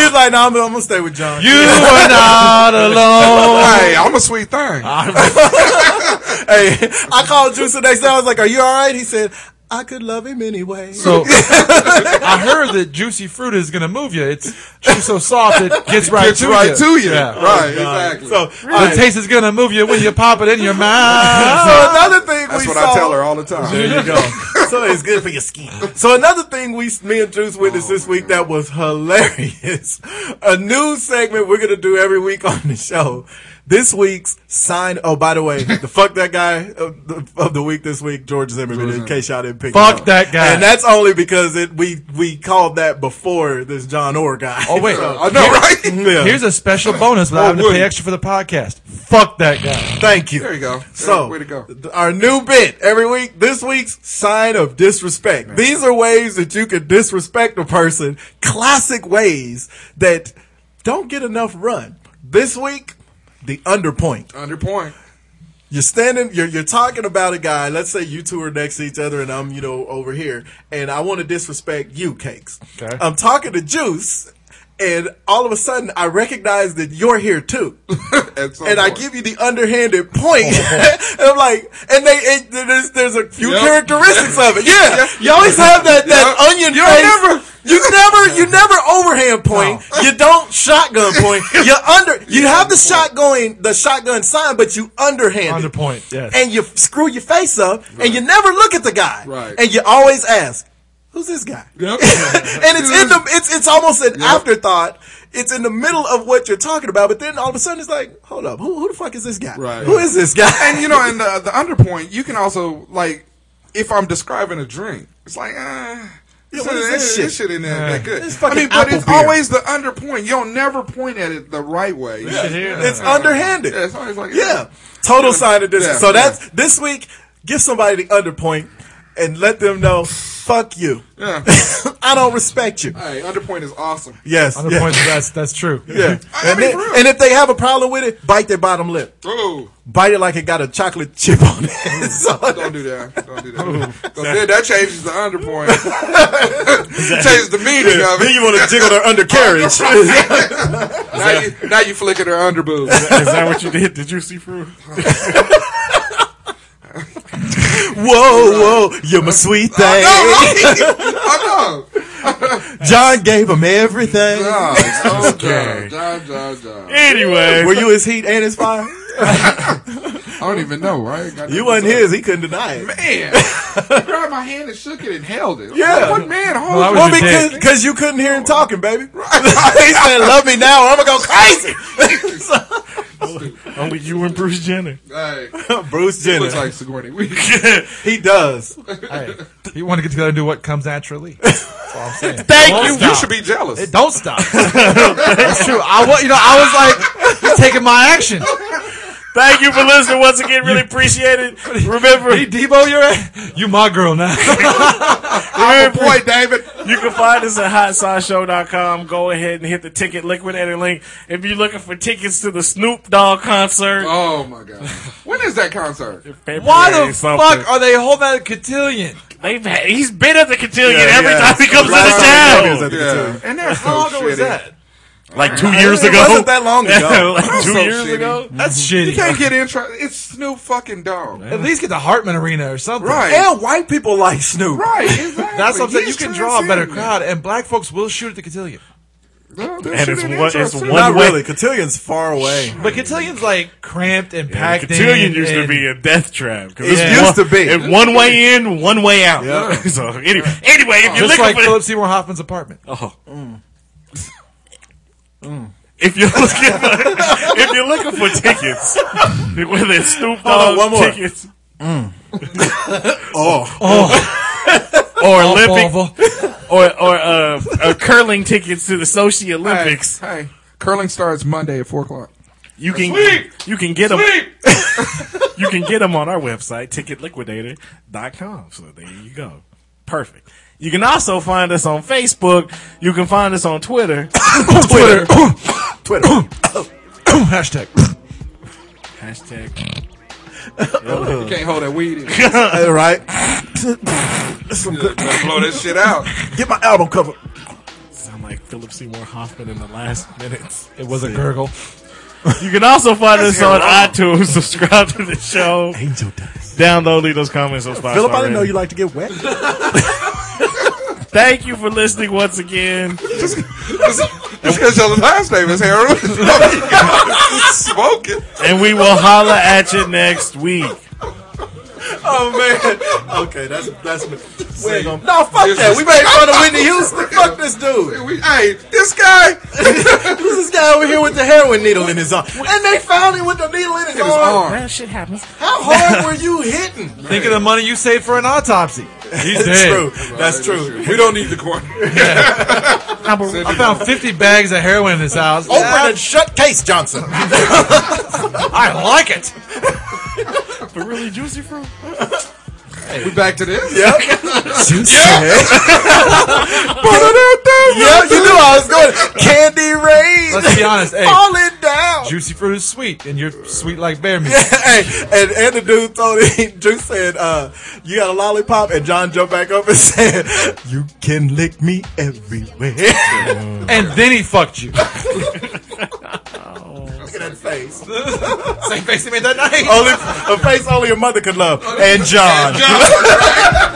Speaker 8: me. He's like, no, I'm, I'm gonna stay with John.
Speaker 7: You are not alone.
Speaker 9: Hey, I'm a sweet
Speaker 8: hey,
Speaker 9: thing.
Speaker 8: I called Juice the next day. I was like, are you all right? He said, I could love him anyway.
Speaker 7: So I heard that juicy fruit is gonna move you. It's juice so soft it gets right
Speaker 9: Gets
Speaker 7: to
Speaker 9: right
Speaker 7: you.
Speaker 9: to you.
Speaker 7: Yeah.
Speaker 9: Right, exactly.
Speaker 8: Oh, so,
Speaker 7: The taste is gonna move you when you pop it in your mouth.
Speaker 8: so another thing
Speaker 9: that's
Speaker 8: we
Speaker 9: what
Speaker 8: saw-
Speaker 9: I tell her all the time.
Speaker 7: There you go.
Speaker 8: so it's good for your skin. So another thing we, me and Juice witnessed this week that was hilarious. A new segment we're gonna do every week on the show. This week's sign. Oh, by the way, the fuck that guy of the, of the week this week, George Zimmerman. in case y'all didn't pick. it
Speaker 7: Fuck
Speaker 8: up.
Speaker 7: that guy.
Speaker 8: And that's only because it we we called that before this John Orr guy.
Speaker 7: Oh wait.
Speaker 8: So,
Speaker 9: I know, right?
Speaker 8: yeah.
Speaker 7: Here's a special bonus without having to
Speaker 9: Woody.
Speaker 7: pay extra for the podcast. Fuck that guy.
Speaker 8: Thank you.
Speaker 9: There you go.
Speaker 8: So,
Speaker 9: Way to go.
Speaker 8: th- our new bit every week, this week's sign of disrespect. These are ways that you can disrespect a person, classic ways that don't get enough run. This week, the underpoint.
Speaker 9: Under point.
Speaker 8: You're standing, you're, you're talking about a guy. Let's say you two are next to each other and I'm, you know, over here and I want to disrespect you, Cakes.
Speaker 7: Okay.
Speaker 8: I'm talking to Juice and all of a sudden I recognize that you're here too
Speaker 9: At some
Speaker 8: and I
Speaker 9: point.
Speaker 8: give you the underhanded point, and I'm like, and they and there's there's a few
Speaker 9: Yep.
Speaker 8: characteristics of it. Yeah, you always have that that
Speaker 9: Yep.
Speaker 8: onion
Speaker 9: You'll
Speaker 8: face.
Speaker 9: never-
Speaker 8: you never you never overhand point. You don't shotgun point. You under you have the shotgun the shotgun sign, but you underhand
Speaker 7: Under
Speaker 8: it.
Speaker 7: point. Yes.
Speaker 8: and you screw your face up, and you never look at the guy,
Speaker 9: Right.
Speaker 8: and you always ask, "Who's this guy?" and it's in the it's it's almost an afterthought. It's in the middle of what you're talking about, but then all of a sudden it's like, hold up, who, who the fuck is this guy?
Speaker 9: Right.
Speaker 8: Who is this guy?
Speaker 9: and you know, and the the underpoint, you can also like if I'm describing a drink, it's like ah. This,
Speaker 8: what is this
Speaker 9: this,
Speaker 8: shit?
Speaker 9: shit in there that good.
Speaker 8: This
Speaker 9: I
Speaker 8: fucking
Speaker 9: mean, but
Speaker 8: apple
Speaker 9: it's
Speaker 8: beer.
Speaker 9: always the underpoint. You'll never point at it the right way. Yeah.
Speaker 8: it's underhanded.
Speaker 9: Yeah, it's always like
Speaker 8: Yeah. Total sign of disrespect.
Speaker 9: Yeah.
Speaker 8: So that's this week, give somebody the underpoint and let them know Fuck you.
Speaker 9: Yeah.
Speaker 8: I don't respect you.
Speaker 9: Hey, Underpoint is awesome.
Speaker 8: Yes.
Speaker 7: Other
Speaker 8: yeah.
Speaker 7: points, that's that's true.
Speaker 8: Yeah.
Speaker 9: I
Speaker 8: and,
Speaker 9: mean,
Speaker 8: then-
Speaker 9: for real.
Speaker 8: and if they have a problem with it, bite their bottom lip.
Speaker 9: Oh,
Speaker 8: Bite it like it got a chocolate chip on it. so,
Speaker 9: don't do that. Don't do that. So then that changes the Underpoint. changes the meaning of
Speaker 8: then
Speaker 9: it.
Speaker 8: you want to jiggle their undercarriage.
Speaker 9: Now you, now you flicking her underboob.
Speaker 6: Is that what you did? Did you see through?
Speaker 8: whoa, whoa, you're my sweet thing.
Speaker 9: I know.
Speaker 8: John gave him everything.
Speaker 9: Oh, okay. John, John, John.
Speaker 6: Anyway,
Speaker 8: Were you his heat and his fire?
Speaker 9: I don't even know, right? Got
Speaker 8: You
Speaker 9: nothing
Speaker 8: wasn't
Speaker 9: to say.
Speaker 8: his. He couldn't deny it.
Speaker 9: Man, I grabbed my hand and shook it and held it.
Speaker 8: Yeah.
Speaker 9: what man? Hold
Speaker 7: Well, I
Speaker 8: Well,
Speaker 9: on.
Speaker 7: was your
Speaker 8: because
Speaker 7: dick.
Speaker 8: cause you couldn't hear him talking, baby. he said, "Love me now, or I'm gonna go crazy."
Speaker 6: only you and Bruce Jenner.
Speaker 9: Hey,
Speaker 8: Bruce
Speaker 9: it
Speaker 8: Jenner,
Speaker 9: looks like Sigourney Weaver.
Speaker 8: he does.
Speaker 7: Hey, you want to get together and do what comes naturally. That's all I'm saying.
Speaker 9: Thank you. You should be jealous.
Speaker 7: It don't stop. That's true. I was, you know, I was like he's taking my action.
Speaker 6: Thank you for listening once again. Really appreciate it. Remember,
Speaker 7: Hey, Debo, you're at, you my girl now.
Speaker 6: remember
Speaker 9: Boy, David.
Speaker 6: You can find us at hotsauceshow.com. Go ahead and hit the ticket liquidator link. If you're looking for tickets to the Snoop Dogg concert,
Speaker 9: Oh my God. When is that concert?
Speaker 6: February
Speaker 7: Why the
Speaker 6: something.
Speaker 7: fuck are they holding out a cotillion?
Speaker 6: They've had, he's been at the cotillion
Speaker 8: Yeah,
Speaker 6: every
Speaker 8: yeah.
Speaker 6: time he comes to
Speaker 8: Last time he was
Speaker 6: the
Speaker 8: at the
Speaker 9: Yeah. And that's so
Speaker 7: How long ago was
Speaker 9: shitty.
Speaker 7: that?
Speaker 6: town. Like two years
Speaker 8: It
Speaker 6: ago.
Speaker 8: wasn't that long ago.
Speaker 6: like two
Speaker 9: So
Speaker 6: years
Speaker 9: shitty.
Speaker 6: ago.
Speaker 7: That's
Speaker 9: You
Speaker 7: shitty.
Speaker 9: can't get intro. It's Snoop fucking Dogg.
Speaker 7: At least get the Hartman Arena or something.
Speaker 9: Right.
Speaker 8: And white people like Snoop.
Speaker 9: Right. Exactly.
Speaker 7: That's what I'm saying. You
Speaker 9: He's
Speaker 7: can draw a better
Speaker 9: transcending
Speaker 7: crowd, and black folks will shoot at the cotillion.
Speaker 9: it. No, they're
Speaker 6: And it's
Speaker 9: shooting
Speaker 6: one- it's
Speaker 9: intro, too.
Speaker 6: one-
Speaker 8: Not really. Cotillion's far away.
Speaker 7: But cotilion's like cramped and
Speaker 6: The
Speaker 7: packed.
Speaker 6: cotillion
Speaker 7: in,
Speaker 6: used to
Speaker 7: and-
Speaker 6: be a death trap. 'Cause
Speaker 8: It
Speaker 6: it's
Speaker 8: used
Speaker 6: one-
Speaker 8: to be.
Speaker 6: it- one way in, one way out.
Speaker 8: Yeah.
Speaker 6: so anyway, anyway, if you're
Speaker 7: just
Speaker 6: looking
Speaker 7: like
Speaker 6: for
Speaker 7: Philip Seymour Hoffman's apartment.
Speaker 6: If you're looking for, if you're looking for tickets, whether it's Snoop
Speaker 8: Hold on,
Speaker 6: Dogg
Speaker 8: one more. Mm.
Speaker 6: tickets
Speaker 8: Oh,
Speaker 6: or Olympic
Speaker 7: Volvo.
Speaker 6: or or uh, uh, curling tickets to the Sochi Olympics,
Speaker 9: Hey, hey, curling starts Monday at four o'clock.
Speaker 6: you can you can get them you can get them on our website ticketliquidator.com. So there you go, perfect. You can also find us on Facebook. You can find us on Twitter.
Speaker 8: Twitter, Twitter.
Speaker 7: Hashtag.
Speaker 6: Hashtag.
Speaker 9: You can't hold that weed in.
Speaker 8: All right,
Speaker 9: Better blow that shit out.
Speaker 8: get my album cover.
Speaker 6: Sound like Philip Seymour Hoffman in the last minutes.
Speaker 7: It was a gurgle.
Speaker 6: You can also find us on iTunes. Subscribe to the show.
Speaker 8: Angel dust.
Speaker 6: Download, leave those comments on Spotify.
Speaker 8: Philip, I didn't know
Speaker 6: Reddit.
Speaker 8: you like to get wet.
Speaker 6: Thank you for listening once again.
Speaker 9: Just because your last name is Harold. Smoking.
Speaker 6: And we will holla at you next week.
Speaker 8: oh man. Okay, that's that's. We're gonna- No, fuck that. We made fun of Whitney Houston. Fuck this dude.
Speaker 9: We, hey, this guy.
Speaker 8: Who's this guy over here with the heroin needle in his arm? And they found him with the needle in his,
Speaker 9: His
Speaker 8: arm.
Speaker 9: arm.
Speaker 6: That shit happens.
Speaker 8: How hard were you hitting?
Speaker 7: Think of the money you saved for an autopsy. He's
Speaker 8: That's
Speaker 7: dead.
Speaker 8: true. That's true.
Speaker 9: We don't need the corner.
Speaker 7: I found 50 bags of heroin in this house.
Speaker 8: Open and shut case, Johnson.
Speaker 7: I like it.
Speaker 6: But really juicy fruit.
Speaker 9: We back to this.
Speaker 8: Yep. You said- Yep, you knew I was going. Candy rain.
Speaker 7: Let's be honest. Hey,
Speaker 8: Falling down.
Speaker 7: juicy fruit is sweet, and you're sweet like bear meat.
Speaker 8: hey, and, and the dude told him, Drew said, uh, you got a lollipop? And John jumped back up and said, you can lick me everywhere. Look
Speaker 7: And then he fucked you.
Speaker 8: at that face.
Speaker 7: Same face he made that night.
Speaker 8: Only, a face only a mother could love. And John.